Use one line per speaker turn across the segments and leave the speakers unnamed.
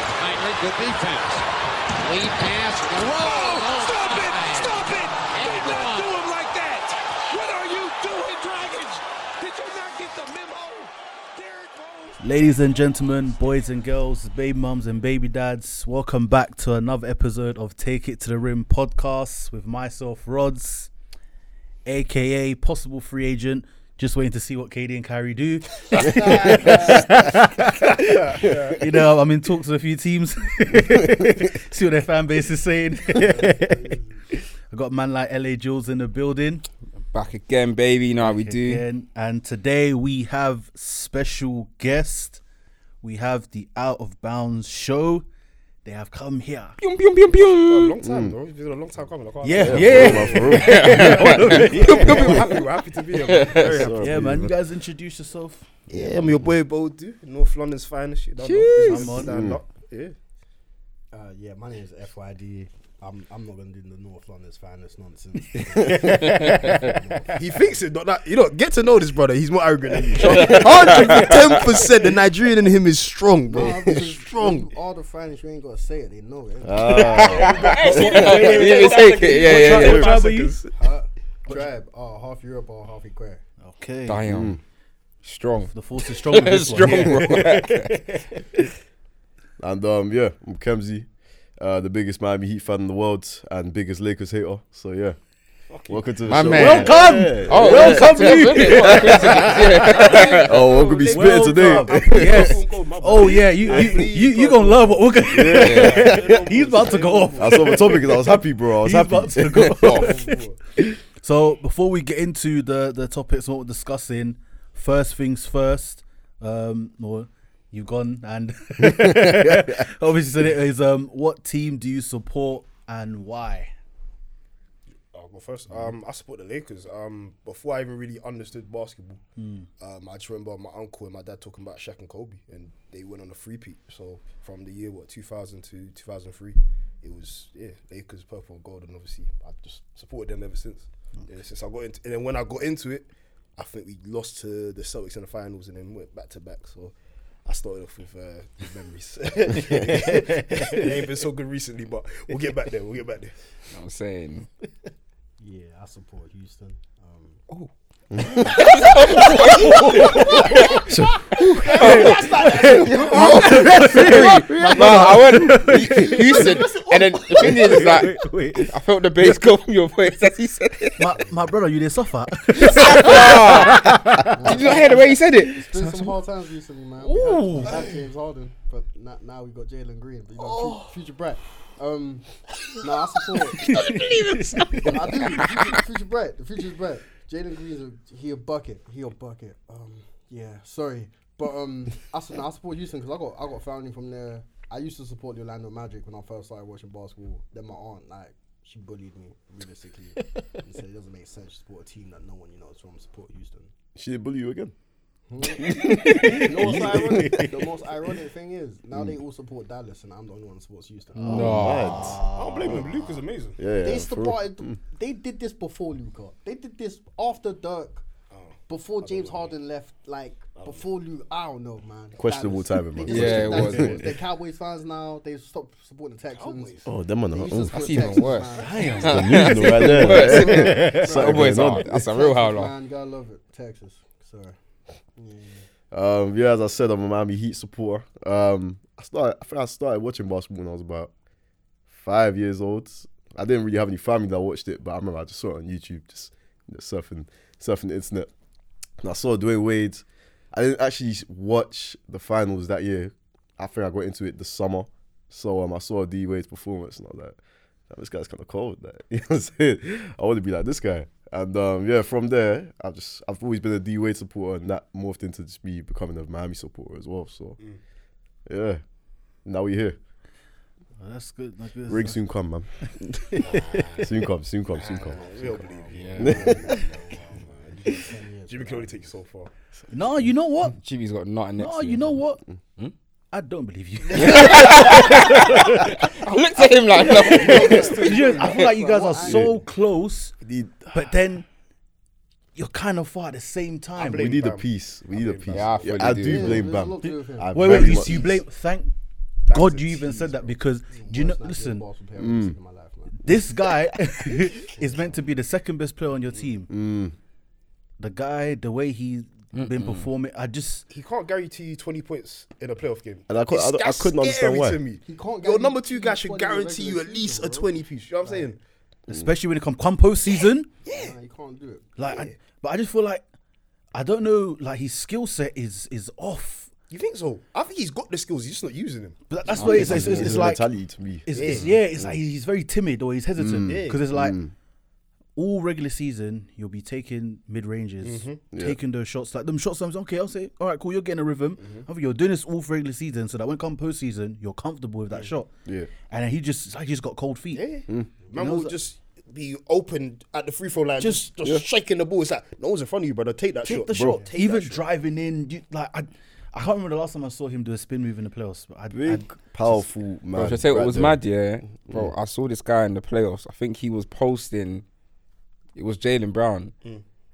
the defense. Lead pass.
Whoa! Stop it! Stop it! Do
And
not
one.
do him like that! What are you doing, Dragons? Did you not get the memo? Derrick Rose.
Ladies and gentlemen, boys and girls, baby mums and baby dads, welcome back to another episode of Take It to the Rim podcast with myself, Rods, aka possible free agent. Just waiting to see what KD and Kyrie do. you know, I'm in talks with a few teams. see what their fan base is saying. I got a man like LA Jules in the building.
Back again, baby. You know how we do.
Again, and today we have special guest. We have the Out of Bounds show. They have come here.
Pew, pew, pew, pew.
long time, though. It's been a long time coming. I
Mm.
can't
Yeah, yeah,
Yeah,
yeah,
man, for real.
we're happy. We're happy to be here. man. Very happy.
man. You guys introduce yourself.
Yeah, I'm your boy Boldu, North London's finest. You don't know.
Come on.
Stand up. Yeah.
Uh, yeah, my name is FYD. I'm, I'm not going to do the North London's finest nonsense.
He thinks it, not that. You know, get to know this brother. He's more arrogant than you. Hundred ten percent. The Nigerian in him is strong, bro. He's strong.
All the finest, you ain't got to say it. They know it.
Yeah, it's AK. Yeah, yeah, yeah.
What tribe are you?
Huh? Tribe, oh, half Europe or half Equator.
Okay.
Damn. Strong.
The force is strong. With this
Strong,
One. Yeah.
bro.
And um, yeah, I'm Kemsy, uh, the biggest Miami Heat fan in the world and biggest Lakers hater. So yeah, welcome to the
My
show.
man.
Welcome.
Oh, welcome you.
Oh, we're gonna be spitting today.
Welcome. yes. Oh yeah, you you you, you gonna love what we're gonna. He's about to go off.
That's what the topic is. I was happy, bro. I was
He's
happy.
about to go off. so before we get into the the topics what we're discussing, first things first. Um, well, you've gone and obviously said it is. Um, what team do you support and why?
I'll go first. Um, I support the Lakers. Um, before I even really understood basketball, um, I just remember my uncle and my dad talking about Shaq and Kobe, and they went on a three-peat. So from the year what 2000 to 2003, it was yeah Lakers purple and gold, and obviously I've just supported them ever since. Yeah, since I got into, and then when I got into it, I think we lost to the Celtics in the finals, and then went back to back. So. I started off with uh, good memories. it ain't been so good recently, but we'll get back there. We'll get back there.
I'm saying.
Yeah, I support Houston. Um,
No, I went. You said, and then the thing is, is that I felt the bass go from your voice as he said it.
My, my brother, you did suffer.
Did you not hear the way he said it?
it's been some hard times recently, man. We had, we had James Harden, but na- now we've got Jalen Green. But you got Fu- Future Bright. Um, no, I support. I do. The future, the future bright. The future's bright. Jaden Green's a he a bucket. He a bucket. Um, yeah. Sorry, but um, I, su- nah, I support Houston because I got I got family from there. I used to support the Orlando Magic when I first started watching basketball. Then my aunt like she bullied me realistically and said it doesn't make sense to support a team that no one you know is from. Support Houston.
She didn't bully you again.
You know what's ironic? the most ironic thing is
Mm.
now they all support Dallas and I'm the only one that supports Houston.
Ah.
Mad.
I don't blame him. Luke is amazing.
Yeah, Mm. yeah,
They
for real. Mm.
supported. They did this before Luca. They did this after Dirk.
Oh,
Before James Harden left, like before Luke, I don't know, man.
Questionable timing, man.
They just-
Yeah, it
that's-
was, it was.
They're Cowboys fans now. They stopped supporting the Texans.
Oh, them man.
They
are-
used to
Oh,
support
even
Texans,
worse.
man.
the delusional right there.
That boy's hard. That's a real
Texas,
howler.
Man, you gotta love it, Texas. Sorry.
Um, yeah, as I said, I'm a Miami Heat supporter. Um, I started, I think I started watching basketball when I was about five years old. I didn't really have any family that watched it, but I remember I just saw it on YouTube, just you know, surfing, surfing the internet. And I saw Dwayne Wade. I didn't actually watch the finals that year. I think I got into it the summer. So um, I saw D Wade's performance, and I was like, "Damn, this guy's kind of cold. Like, you know what I'm saying? I want to be like this guy. And um, yeah, from there, I've just I've always been a D Wade supporter, and that morphed into just me becoming a Miami supporter as well. So yeah, now we're here.
that's good. That's good.
Ring soon come, man. soon come, soon come, soon come.
We don't believe you. Jimmy can only take you so far.
No, you know what?
Jimmy's got nothing next.
No,
to
you
him.
know what? I don't believe you.
I looked at him like, no.
You know, I feel like you guys are so close,
Need-
but then you're kind of far at the same time.
we need a
Bam.
piece. We need a piece.
Bam. Yeah, I
Yeah,
fully
I
do.
do
Yeah,
blame
there's a lot to do with
Bam.
him.
I
Wait, wait,
very
you,
much-
you blame? Thank God, you even said that because do you know? Listen,
Mm.
in my life, man.
this guy is meant to be the second best player on your team.
Mm.
The guy, the way he's been performing, I just
He can't guarantee you 20 points in a playoff game.
And I couldn't-
It's-
I don't- I
that's
couldn't understand
scary
why.
To me.
He can't
Your
guarantee
number two guy
you
should
20 in the
guarantee you
regular
at least
season,
a
bro.
20 piece. You know what I'm saying?
Mm.
especially when it comes compost season.
Nah, you can't do it.
Like, I, but I just feel like I don't know. Like his skill set is is off.
You think so? I think he's got the skills. He's just not using them.
But that- that's why it's, it's, it's,
It's
it's
a
like
mentality to me.
it's, it's yeah. It's like he's very timid or he's hesitant
Mm.
because it's like all regular season you'll be taking mid ranges,
Mm-hmm.
taking those shots like them shots. I'm okay. I'll say all right, cool. You're getting a rhythm.
Mm-hmm.
I think You're doing this all for regular season so that when come postseason you're comfortable with that shot.
Yeah.
and then he just it's like he's got cold feet. Mm.
Yeah. Man will just be open at the free throw line,
Just-
just, just shaking the ball. It's like, no one's in front of you, brother. Take that
Take
shot.
the
bro.
shot.
Take that
Even
shot.
driving in, you, like I, I can't remember the last time I saw him do a spin move in the playoffs. But I,
Big,
I,
powerful man.
Bro, should I tell you what
right
was
there.
mad, yeah? Bro, I saw this guy in the playoffs. I think he was posting, it was Jalen Brown,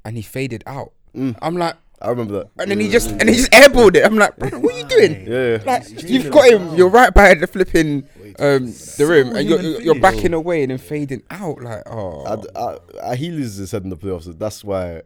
and he faded out. I'm like,
I remember that.
and then he just and he just airballed it. I'm like, brother, what are you doing?
Yeah.
Like, you've got him. You're right by the flipping um, the rim, and you're,
him and
you're
finish.
backing away and then fading out. Like, oh,
I, I, I, he loses his head in the playoffs. So that's why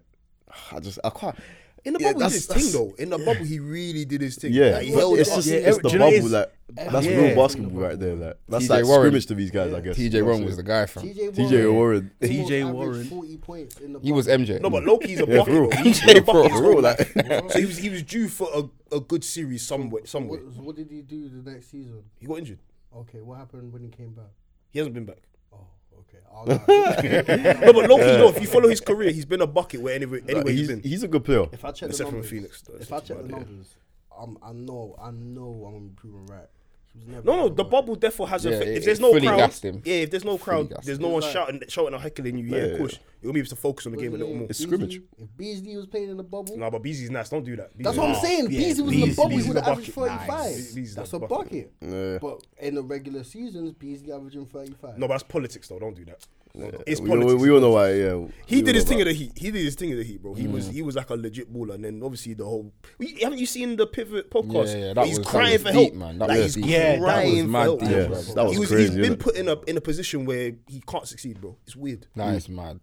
I just I can't.
In the
Yeah,
bubble, he did
that's-
his thing,
that's-
though. In the bubble, he really did his thing.
Yeah,
Like, he held
it's
it up.
just
Yeah,
it's
do
the
you know,
bubble.
it's-
Like that's
yeah.
real basketball right there. Like that's
TJ
like
Warren.
scrimmage to these guys, I guess.
TJ Warren was the guy from.
TJ Warren.
TJ Warren.
almost
TJ
averaged
Warren.
40 points in the
He was MJ.
No, but Loki's a
Yeah,
bucket.
for real.
though. He's
Yeah,
a
for
bucket.
real, like-
So he was he was due for a, a good series somewhere. Somewhere
What, so what did he do the next season?
he got injured.
Okay, what happened when he came back?
He hasn't been back.
Oh, okay. I'll lie.
No, but Loki, no. If you follow his career, he's been a bucket where anywhere, anywhere
He's,
he's been.
he's a good player.
if I check the
Except for
numbers,
Phoenix, though,
if
it's
I
not
check
too
the
bad, yeah.
numbers, um, I know, I know, I'm improving right. He was never
No, no,
gonna
the
work.
bubble therefore has a.
Yeah,
If
it-
there's
it
no
fully
crowd,
gassed him.
yeah. If there's no crowd,
gassed
there's
him.
no one shouting, shouting or heckling you. Yeah, of course, you'll be able to focus on the game a little more.
It's scrimmage.
Beasley- If Beasley was playing in the bubble,
Nah, but Beezy's nice. Don't do that.
that's
Beasley-
what I'm
Nah.
saying.
yeah,
Beasley was in the
Beasley-
bubble, he
Beasley's
would
a
have averaged
bucket. Nice.
35.
Beasley's
That's
a
a bucket.
bucket.
But in the regular seasons, Beasley averaging 35.
No, but that's politics, though. Don't do that. It's
we, all-
politics.
we all know why. Yeah,
He did his thing
in
in the heat. He did his thing in the heat, bro. He was he was like a legit baller, and then obviously the whole. We, haven't you seen the pivot podcast?
Yeah, yeah, that
Like, he's
was- that
crying
was
for
deep,
help,
man. That
like,
was
he's
deep. Yeah, that was
crying for
mad
help.
deep,
Yeah, bro. that was
he was, He's
crazy,
been
innit?
put in a in a position where he can't succeed, bro. It's weird.
Nah, it's mad.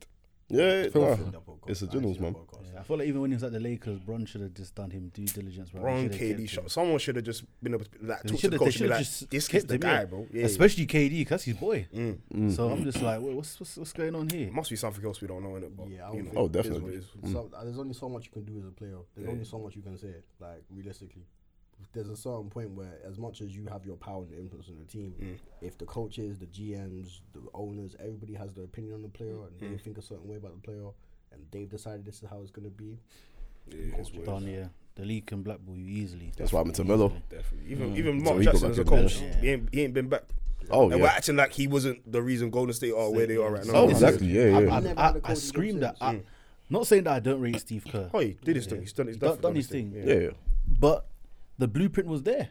Yeah, yeah, nah.
Filthy.
it's the generals, man.
I feel like even when he was at the Lakers, Bron should have just done him due diligence. Bro.
Wrong KD shot. Someone should have just been able to like,
They
talk to
should
the
have
coach and be like,
just
"This kid's
kept
the
him, yeah.
guy, bro." Yeah, Mm. yeah.
Especially KD, because he's boy. So I'm just like, wait, what's, what's what's going on here?
It must be something else we don't know in it, but
Yeah, I
you
would
know,
think-
Oh,
it is
definitely.
what it is.
So, uh, there's only so much you can do as a player. There's only so much you can say. Like realistically, there's a certain point where, as much as you have your power and influence on the team,
Mm.
if the coaches, the GMs, the owners, everybody has their opinion on the player and
Mm.
they think a certain way about the player, and they've decided this is how it's gonna be.
Done, yeah. The league can blackball you easily.
That's why I'm into Melo.
Definitely. Even even Mark
he got
Jackson
back
as a
in
coach,
there.
he ain't he ain't been back.
Oh
And we're
yeah.
acting like he wasn't the reason Golden State are where they are right now.
Oh, exactly. Yeah, yeah.
I,
never
I,
had
I
a coach
screamed
who
that.
Mm.
I, not saying that I don't rate Steve Kerr,
Oh, he did his thing. He's done his
Done-
stuff.
done his thing.
Yeah, yeah.
but the blueprint was there.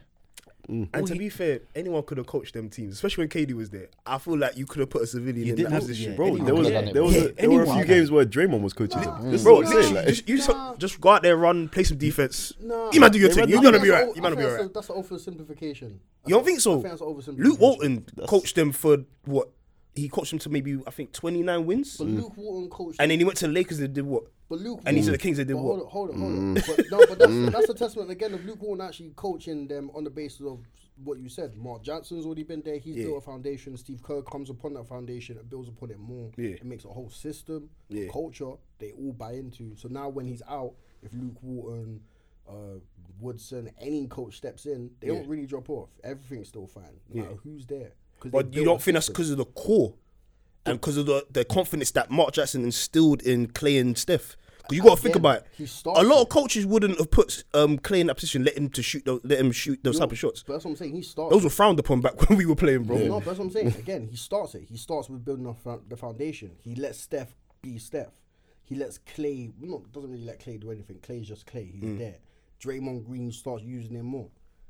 And to be fair, anyone could have coached them teams, especially when KD was there. I feel like you could have put a civilian in
didn't
that
have-
position,
yeah,
bro.
Bro,
Anyone
there was Mm.
could've done it,
there was
bro.
a- there were a
Yeah,
few
anyone.
games where Draymond was coaching them. This is
Bro,
what I'm saying,
literally,
like-
just, you just, just go out there, run, play some defense.
Nah.
you might do your
They
thing.
ran-
You're
I
gonna
think
be
that's
alright.
o-
You might
I
be
think that's
alright.
a- That's an oversimplification.
You don't think so?
I think that's oversimplification.
Luke Walton coached them for what? He coached them to maybe I think 29 wins,
But Luke Walton coached
Mm. and then he went to the Lakers and did what?
But Luke
And these are
Walton-
the Kings that did
but
what?
Hold on, hold on, hold on. But, no, but that's, that's a testament again of Luke Walton actually coaching them on the basis of what you said. Mark Johnson's already been there. He's built a foundation. Steve Kerr comes upon that foundation and builds upon it more.
Yeah.
It makes a whole system,
Yeah.
culture they all buy into. So now when he's out, if Luke Walton, uh, Woodson, any coach steps in, they don't really drop off. Everything's still fine, no matter who's there. 'Cause they
But you
built
don't
a
think that's
system.
because of the core and because of the, the confidence that Mark Jackson instilled in Clay and Steph? Because you got to think
Again,
about
he
it.
started
A lot of
it.
coaches wouldn't have put um, Clay in that position, let him to shoot, those, let him shoot those type of shots.
But that's what I'm saying. He starts.
Those were frowned upon back when we were playing, bro.
No, but that's what I'm saying. Again, he starts it. He starts with building off fo- the foundation. He lets Steph be Steph. He lets Clay. No, doesn't really let Clay do anything. Clay's just Clay. He's
Mm.
there. Draymond Green starts using him more.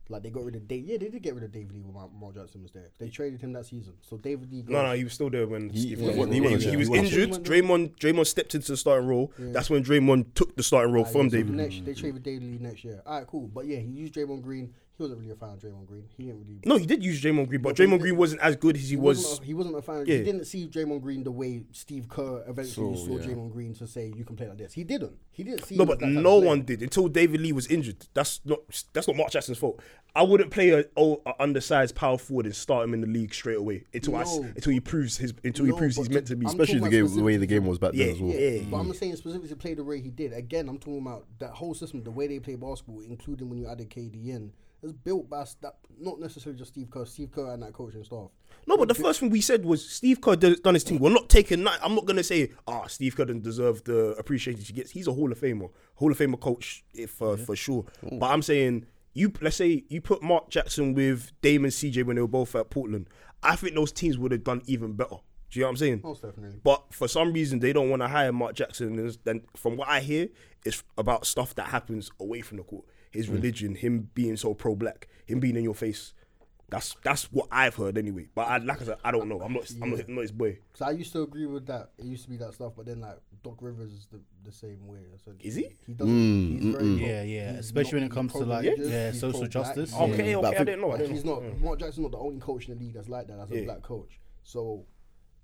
Like they got rid of David. Yeah, they did get rid of David Lee when Mar- Mark Jackson was there. They traded him that season. So David Lee.
No, no,
goes-
he was still there when Steve Kerr
he
was-
was-
he
he
was,
was-
he was
he was-
injured. Draymond, Draymond stepped into the starting role. That's when Draymond took the starting role
Alright,
from
so
David.
Next, they traded David Lee next year. All right, cool. But yeah, he used Draymond Green. he wasn't really a fan of Draymond Green. He didn't really.
No, he did use Draymond Green, but Draymond Green wasn't as good as he was.
wasn't a, he wasn't a fan. He
Yeah.
didn't see Draymond Green the way Steve Kerr eventually
So,
saw
yeah.
Draymond Green to say you can play like this. He didn't. He didn't see.
No,
him as
but
that type of
no
player.
one did until David Lee was injured. That's not that's not Mark Jackson's fault. I wouldn't play a, oh, a undersized power forward and start him in the league straight away until I s
No.
until he proves his until
No,
he proves
but
he's meant to be.
I'm
Especially the
talking
game,
about
the way the
specifically-
game was back then
Yeah,
as well.
yeah.
But I'm saying specifically to play the way he did. Again, I'm talking about that whole system, the way they play basketball, including when you added KD in. It's built by that, not necessarily just Steve Kerr, Steve Kerr and that coaching staff.
No, but the first thing we said was Steve Kerr did- done his thing. We're not taking. that- I'm not gonna say ah Steve Kerr doesn't deserve the appreciation he gets. He's a Hall of Famer, Hall of Famer coach if uh, for sure. But I'm saying you let's say you put Mark Jackson with Damon CJ when they were both at Portland. I think those teams would have done even better. Do you know what I'm saying?
Most definitely.
But for some reason, they don't want to hire Mark Jackson. And it's- And from what I hear, it's about stuff that happens away from the court. His religion, him being so pro-black, him being in your face. That's that's what I've heard anyway. But I, like I said, I don't know. I'm not. I'm not, I'm not his boy.
Because I used to agree with that. It used to be that stuff, but then like Doc Rivers is the, the same way. So
Is he?
He doesn't. he's very pro-
Yeah, yeah,
he's
especially
not-
when it
he's
comes to, like,
pro-religious,
yeah,
he's
social
pro-black,
justice.
he's-
Okay,
but
okay.
I
I,
think-
didn't know. Oh, I Mm.
Like,
didn't
he's
know.
not. Mark Jackson's not the only coach in the league that's like that. That's a black coach. So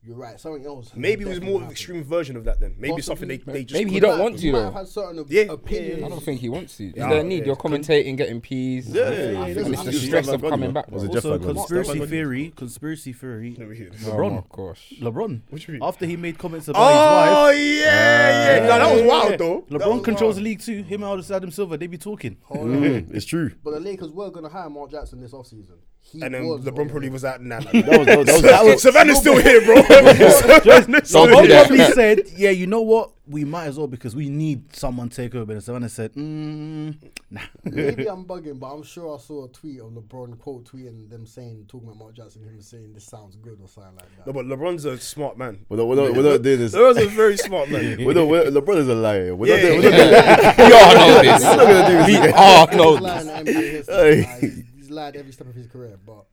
you're right. Something else. has
Maybe it was
definitely
more of an
happened.
extreme version of that. Then maybe something they,
Possibly.
they just
Maybe he
couldn't-
don't
might-
want
he
to
might
though.
have had certain op-
Yeah.
opinions.
I don't think he wants to. Is
Yeah.
there a need?
Yeah.
You're commentating, getting peas. Yeah,
yeah, yeah.
and it's the stress of coming back.
Was it
bro.
Jeff
Also,
Van Gundy?
conspiracy theory, conspiracy theory.
Oh my
LeBron,
gosh.
LeBron.
you mean?
After he made comments about his
Oh
wife,
yeah, yeah. No, that was wild though. That
LeBron
was
controls
wild. Oh,
the league too. Him and Adam Silver, they be talking.
Mm, it's true.
But the Lakers were going to hire Mark Jackson this offseason. He
And then
was
LeBron probably was out. Nah, nah, nah.
That was that was, that was,
Savannah's still here, bro. Savannah's still
LeBron
here.
probably said, "Yeah, you know what? We might as well because we need someone to take over." And Savannah said, mm, "Nah."
Maybe I'm bugging, but I'm sure I saw a tweet of LeBron quote tweeting them saying, talking about Mark Jackson, him saying this sounds good or something like that.
No, but LeBron's a smart man.
we're not, we're not, we're not doing this.
LeBron's a very smart man.
We're not, we're, LeBron is a liar. We're not
Yeah.
doing- we're not doing this.
We all know this.
We're not gonna do this
We
again.
all know this.
he's, lying at NBA history, like, he's, he's lied every step of his career, but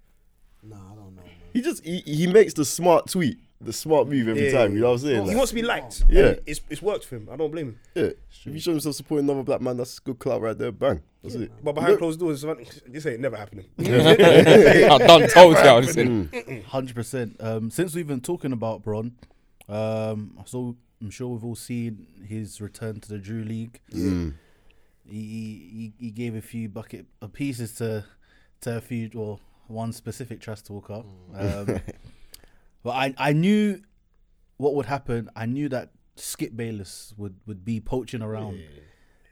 nah, I don't know. Man.
He just he, he makes the smart tweet, the smart move every
Yeah.
time. You know what I'm saying?
He
Like,
wants to be liked.
Yeah.
And It's, it's worked for him. I don't blame him.
yeah. If you show himself supporting another black man, that's good clout right there. Bang. That's it.
But behind closed doors, Savannah- this ain't never happening.
I done told you. I said,
Hundred percent. Um, since we've been talking about Bron, um, so I'm sure we've all seen his return to the Drew League. He, he he- he gave a few bucket of pieces to to a few or one specific trash talker. Um, but I I knew what would happen. I knew that Skip Bayless would would be poaching around.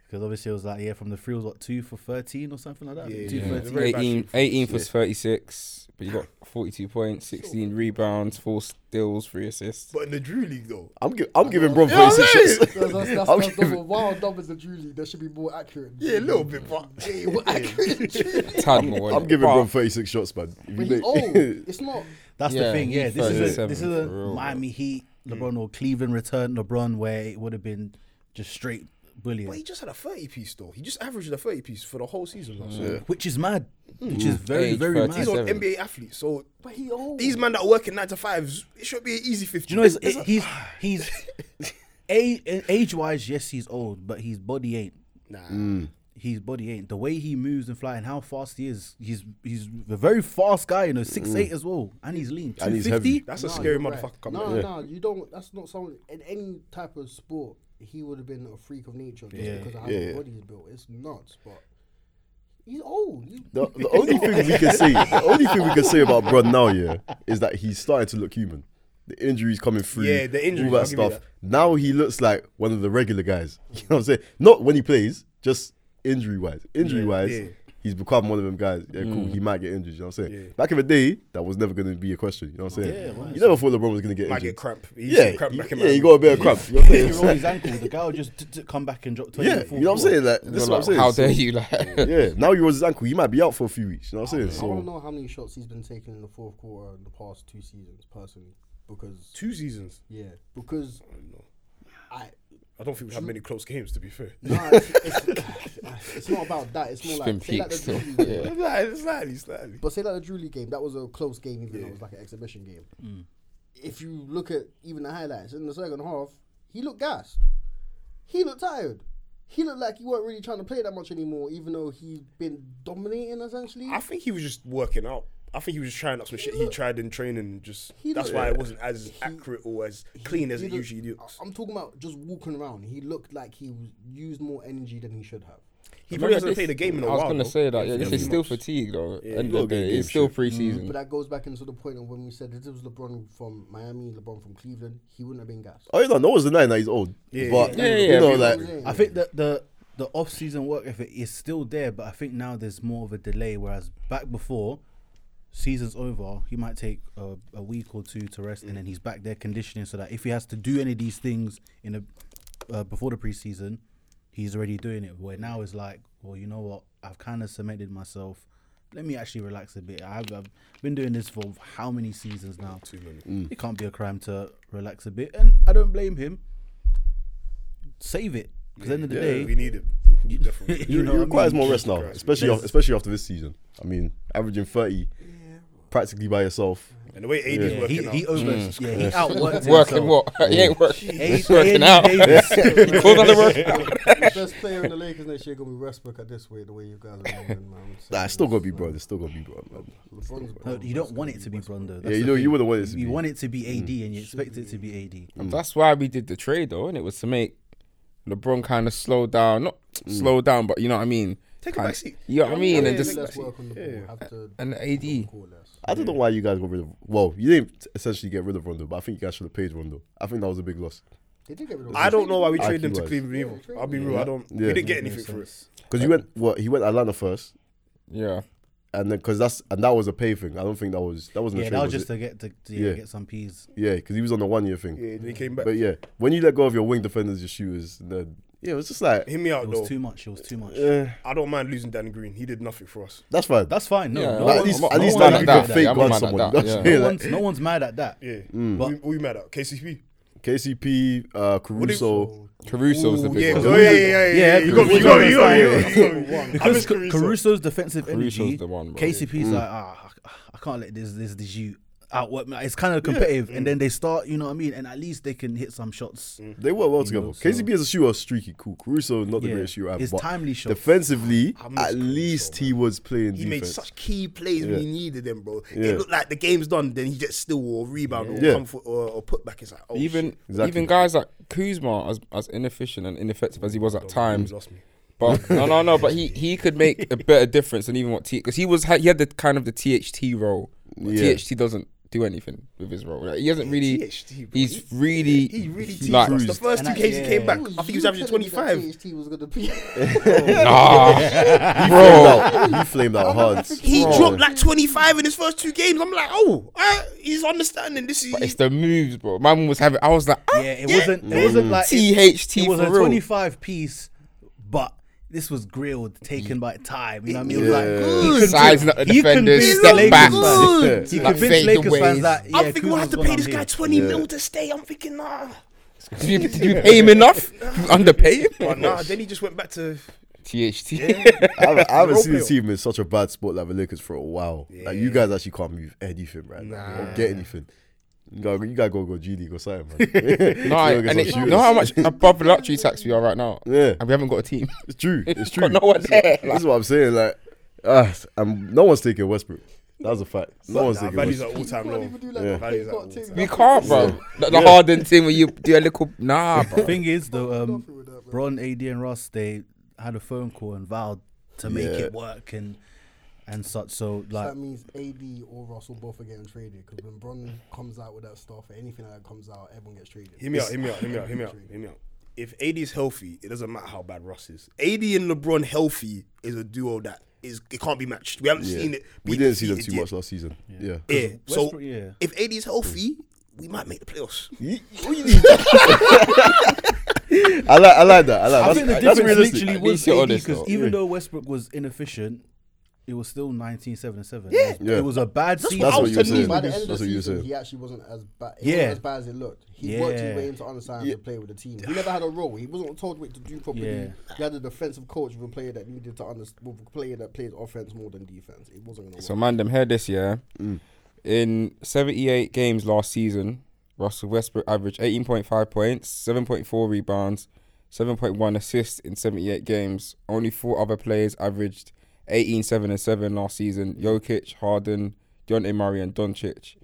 Because obviously it was like yeah, from the free it was what two for thirteen or something like that.
Yeah,
two
yeah.
for
Yeah.
13.
18, 18 for 36, but you got 42 points, 16 rebounds, four steals, three assists.
But in the Drew League, though.
I'm gi- I'm giving Bron
Yeah,
46
man.
shots.
That's, that's, that's,
I'm
that's, that's
giving-
a wild dumb as a Drew League. That should be more accurate.
Yeah, a little bit, but.
Tad more.
I'm giving
But
Bron 36 shots, man. If you
But he's
make-
old. It's not.
That's the
Yeah,
thing.
he's
Yeah, this is a
37
this is a
for real,
Miami Heat
Mm.
LeBron or Cleveland return LeBron where it would have been just straight
But he
bullying,
just had a 30 piece, though. He just averaged a 30 piece for the whole season last year.
which is mad, which is very
Age
very
30.
mad.
He's
Do
an
Seven.
NBA athlete, so
But he old.
these men that are working nine to fives, it should be an easy 50.
you know it's, it- he's he's age wise yes he's old but his body ain't
nah.
his body ain't the way he moves and fly and how fast he is he's he's a very fast guy you know six eight as well and he's lean
Mm. And he's
250?
heavy.
That's a
No,
scary
you're right.
motherfucker coming
No,
in.
no, you don't. That's not someone in any type of sport. He would have been a freak of nature just
Yeah.
because of how
Yeah,
his
yeah.
body is built. It's nuts, but he's old. He's,
The, the only thing we can say, the only thing we can say about Bron now, yeah, is that he's starting to look human. The injuries coming through,
Yeah, the injuries,
all that
I'll give you
stuff. Now he looks like one of the regular guys. You know what I'm saying? Not when he plays, just injury wise. Injury wise,
yeah. Mm.
he's become one of them guys. Yeah, cool. He might get injured. You know what I'm saying? Back in the day, that was never going to be a question. You know what I'm saying? you never thought LeBron was going to get
Might get
injured.
cramp. He's
yeah,
cramp
you-
back in
yeah, you
Miami.
got a bit of cramp. You know what I'm saying?
If you roll his ankle the guy will just t- t- come back and drop twenty.
Yeah, you know what I'm saying? Like, this is what I'm
like,
saying.
How dare you? Like,
Yeah, now he rolls his ankle. He might be out for a few weeks. You know what I'm saying?
I want to
So
know how many shots he's been taking in the fourth quarter in the past two seasons, personally, because
Two seasons.
yeah, because I.
I don't think we had many close games, to be fair.
Nah, it's, it's, it's not about that. It's more
been
like, say like
peaks
the
though.
Drew League game.
Slightly, slightly, slightly.
But say like the Drew League game, that was a close game, even though it was like an exhibition game.
Mm.
If you look at even the highlights in the second half, he looked gassed. He looked tired. he looked like he weren't really trying to play that much anymore, even though he'd been dominating essentially.
I think he was just working out. I think he was just trying out some shit he tried in training. and Just
He
that's
looked-
why it wasn't as accurate or as clean as
He
it
looked-
usually looks.
I'm talking about just walking around. He looked like he was, used more energy than he should have.
He probably hasn't played a game in a
I
while.
was gonna
though.
say that. Yeah, this
Too
is still
much.
fatigue though.
Yeah,
End
you
of the
gotta
day,
get
it's
game
still
shape.
preseason.
Mm.
But that goes back into the point of when we said if this was LeBron from Miami, LeBron from Cleveland, he wouldn't have been gassed.
Oh, you know, no one's denying that he's old.
Yeah,
but
yeah, yeah,
you know,
yeah.
like
Yeah.
I think that the the off season work effort is still there, but I think now there's more of a delay. Whereas back before season's over, he might take a, a week or two to rest, and then he's back there conditioning, so that if he has to do any of these things in a uh, before the preseason, he's already doing it. Where now it's like, well, you know what? I've kind of cemented myself. Let me actually relax a bit. I've, I've been doing this for how many seasons now? Too many.
Mm.
It can't be a crime to relax a bit, and I don't blame him. Save it. Because at the end of the day,
We need it. We definitely.
you,
know
he
what I
requires
mean?
more rest now, especially af- especially after this season. I mean, averaging thirty, practically by yourself.
And the way AD's
Yeah,
working
he,
out.
he over, yeah, he outworked
Working
himself.
what? he ain't working. He's
He's
working out.
Davis.
Call that a work-
the best player in the Lakers next year gonna be Westbrook at this way, the way you guys are moving, man.
Nah, it's still gonna be bro. It's still gonna be bro. Man.
LeBron's
No, you don't want it to be Brondo.
Yeah, you know, you wouldn't want it to
You
be.
want it to be AD, and you expect it to be AD.
Mm.
That's why we did the trade though, and it was to make LeBron kind of slow down, not
Mm.
slow down, but you know what I mean.
Take a
Kinda-
backseat.
You know what I mean?
Yeah,
and just
less work on the ball. Have to
and the AD.
call less.
I don't know why you guys got rid of. Well, you didn't essentially get rid of Rondo, but I think you guys should have paid Rondo. I think that was a big loss
They did get rid of.
I don't know why we
IQ
traded him to
wise.
Cleveland either. I'll be real. I don't. We
Yeah.
didn't get anything for it.
because you went. What he went Atlanta first,
Yeah.
and then because that's and that was a pay thing. I don't think that was that wasn't.
Yeah,
a trade,
that was
was
just
it?
to get to, to yeah,
Yeah.
get some peas.
yeah, because he was on the one year thing.
Yeah, then he came back.
But yeah, when you let go of your wing defenders, your shooters, then yeah, it was just like
Hear me
It
out
was
though.
too much. It was too much.
I don't mind losing Danny Green. He did nothing for us.
that's fine.
That's fine. No,
Yeah,
no,
like,
at
one-
least
no
at
one's
least now
one like
mad
you can
at
that.
fake
Yeah, I'm
guard
mad at
someone.
that,
That's
yeah.
No
it, like-
one's, no one's mad at that.
Yeah.
But-
Who, who you mad at? KCP.
KCP, uh, Caruso.
Caruso's the
Ooh, yeah,
big
go-
one.
yeah, yeah, yeah, yeah. You got me. You got me. You got me. You got me. You got me. I
Because
miss
Caruso's,
Caruso.
defensive
Caruso's
energy,
the one, bro.
KCP's like, ah, I can't let this this this you outwork me. It's kind of competitive, and then they start, you know what I mean? And at least they can hit some shots.
They work well together. KCP as a shooter, streaky, cool. Caruso, not the
Yeah.
greatest shooter.
His
but
timely shots.
Defensively,
I
at
miss Caruso,
least he was playing
He made
defense.
such key plays when he needed them, bro.
Yeah.
It looked like the game's done, then he just still or rebound or
Yeah.
comfort or, or put back. It's like, oh,
Even
shit.
Exactly.
even guys like Kuzma, as as inefficient and ineffective as he was at times,
You lost me.
But no, no, no. But he he could make a better difference than even what T because he was he had the kind of the THT role. but
Yeah.
THT doesn't do anything with his role. Like, he doesn't really.
THT, bro.
he's really.
He really teased
like,
us. The first
And I-
two games
yeah.
he came back,
Who
I think he
you
was averaging
telling me that
25.
THT was gonna be.
nah,
Flamed
bro.
out- he flamed out hard.
He
Bro.
dropped like 25 in his first two games. I'm like, oh, I, he's understanding. This is
But it's the moves, bro. My mum was having. I was like, ah,
Yeah, it wasn't. It
Mm.
wasn't like
THT
It was
for
a
real.
25 piece, but this was grilled, taken by time. You know what I mean? It was
Yeah.
Like,
Good. Sizing up the defenders,
convinced
step
Lakers
backs.
fans-
Good.
He
Like
convinced Lakers fans
fadeaways.
that yeah,
I'm thinking we'll have
Kuzma's
to
gone
pay this
on
guy
here.
20 mil to stay. I'm thinking, nah.
did, you, did you pay him enough? You underpay him?
But nah, then he just went back to.
THT.
I haven't, I haven't seen the
player.
team in such a bad spot like the Lakers for a while. Like you guys actually can't move anything right now or get anything. You gotta, you gotta go go G League or something, man.
No,
Go get
and
some
it, you
shooters.
know how much above luxury tax we are right now.
Yeah.
and we haven't got a team.
It's true. It's true.
Got no one there.
This is what I'm saying. Like, ah, I'm, no one's taking Westbrook. That's a fact. No one's
Nah,
taking
values are
Westbrook.
all time
Can't
low.
even do like
Yeah.
that.
Values
They've got
that
to-
We can't, bro. The, the Harden thing where you do a little nah, bro.
Thing is, though, um,
with that, man.
Bron, AD, and Ross they had a phone call and vowed to make
Yeah.
it work and and such. So like,
That means AD or Russell both are getting traded because when Bron comes out with that stuff, or anything like that comes out, everyone gets traded.
Hear me out, hear me out, hear me out, hear me out, hear me out. If AD is healthy, it doesn't matter how bad Russ is. AD and LeBron healthy is a duo that is it can't be matched. We haven't
Yeah.
seen it.
We
be
didn't see them
defeated
too
yet.
much last season. Yeah.
Yeah. So
Westbrook, yeah.
if AD is healthy, we might make the playoffs.
I like. I like that. I like.
I
that's,
think the
that's
difference
realistic.
literally
At
was
least you're
AD
honest,
because
though.
even though Westbrook was inefficient, it was still 1977. Yeah, it was,
Yeah.
it was a bad season.
That's what you were
By
saying.
the end of the
That's what you were
season,
saying.
he actually wasn't as bad.
Yeah.
Yeah. as bad as it looked. He worked
Yeah.
his way into understanding how to play with the team. He never had a role. He wasn't told what to do properly.
Yeah.
He had a defensive coach with a player that needed to understand, with a player that plays offense more than defense. It wasn't gonna
So
work.
man, them here this year.
Mm.
In 78 games last season, Russell Westbrook averaged 18.5 points, 7.4 rebounds, 7.1 assists in 78 games. Only four other players averaged 18, 7, and 7 last season Jokic, Harden, Deontay Murray, and Doncic.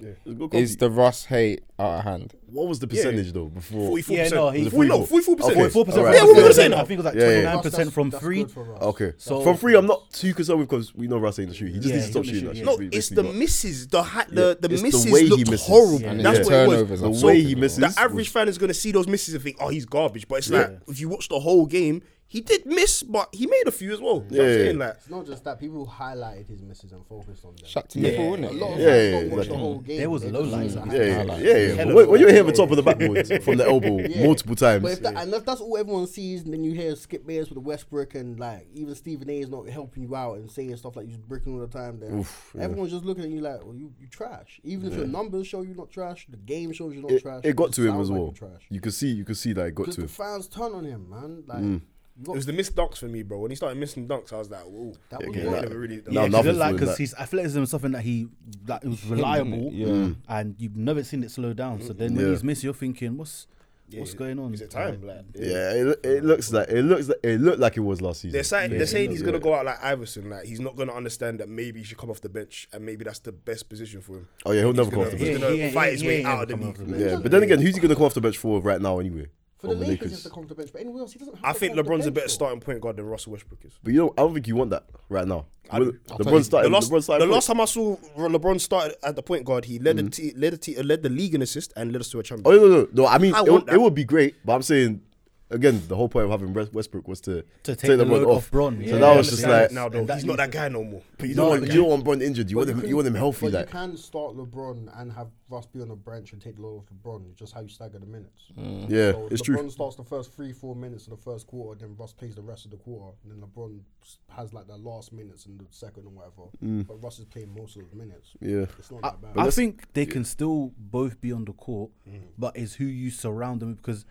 Is the Russ hate out of hand?
what was the percentage though before?
44%.
Yeah, no, he-
Well, no, 44%.
Okay.
Oh, Four percent.
Alright.
Yeah, what we were saying
I
now.
think it was like
Yeah, yeah.
twenty nine percent from three.
Okay,
So-
from three, I'm not too concerned with because we know Russ ain't the shooter. He just
Yeah,
needs to stop
he don't
shooting.
shoot,
that
yeah.
No,
shit,
it's
basically,
the
but
misses. The ha- the, the
It's the
misses
way he
looked
misses.
horrible.
Yeah.
And
That's
his
what it was.
turnovers are
The
so
way
good.
he misses.
The average fan is going to see those misses and think, oh, he's garbage. But it's like, if you watch the whole game, he did miss, but he made a few as well. You know what I'm
Yeah.
saying? Like,
It's not just that people highlighted his misses and focused on them.
Shaq to yeah.
A lot of
it?
Yeah, yeah,
fans don't watch
exactly.
the whole game.
There was
They
low
just
lights
see
at
the
Yeah, yeah,
highlights.
yeah. yeah. When, when you hit the top of the backboard from the elbow
Yeah.
multiple times,
But if that, and if that's all everyone sees, and then you hear Skip Bayless with the Westbrook, and like even Stephen A. is not helping you out and saying stuff like you're bricking all the time. Then
Oof, yeah.
everyone's just looking at you like, well, you, you trash. Even if your numbers show you not trash, the game shows you not
it,
trash.
it got to him
sounds
as
like
well.
you're trash.
You could see, you could see that it got
Because
to
the
him. Mm.
fans turn on him, man. Like you
it
got,
was the missed dunks for me, bro. When he started missing dunks, I was like, whoa.
that
Yeah,
was
okay,
one
nah.
of
Never really done.
Nah,
Yeah,
nothing's
because like,
doing
because
that.
his athleticism is something that he that it was reliable, and you've never seen it slow down. So then when
Yeah.
he's missed, you're thinking, what's what's going on?
Is it time? Like,
Yeah, it, it looks like it looks like it looked like it was last season.
They're saying,
Yeah.
they're saying he's
Yeah.
going to go out like Iverson. Like, he's not going to understand that maybe he should come off the bench and maybe that's the best position for him.
Oh yeah, he'll never come
gonna-
off the
he's
bench.
Yeah,
gonna
he ain't-
fight
he
his
ain't
way
ever
out of the
come off
league.
the bench.
Yeah, but then again, who's he gonna come off the bench for right now anyway?
for the
From the
Lakers,
Lakers.
it's the come to bench, but anywhere else he doesn't. Have
I
to
think
come to
LeBron's a
bench
better
for.
starting point guard than Russell Westbrook is.
But you know, I don't think you want that right now. LeBron
The
started.
last,
LeBron started.
the last time I saw LeBron started at the point guard, he led the te- led the te- led the league in assist and led us to a
Mm. Oh
championship.
no, no, no, no. I mean,
I
it,
want
it
that.
would be great, but I'm saying again, the whole point of having Wes- Westbrook was to,
take the load off Bron.
So
Yeah,
that
I
was just
understand.
like,
now though,
and that
he's not that guy no more.
but you don't want you don't want Bron injured. You want him.
can-
You want him healthy.
But
Like
you can start LeBron and have Russ be on the bench and take the load off LeBron. It's just how you stagger the minutes.
Mm.
yeah,
So
it's
LeBron
true.
starts Oh, the first three, four minutes of the first quarter, then Russ plays the rest of the quarter, and then LeBron s- has like the last minutes in the second and whatever. But Russ is playing most of those minutes.
Mm. Yeah.
It's not that bad.
I, I think they can still both be on the court, but it's who you surround them with, because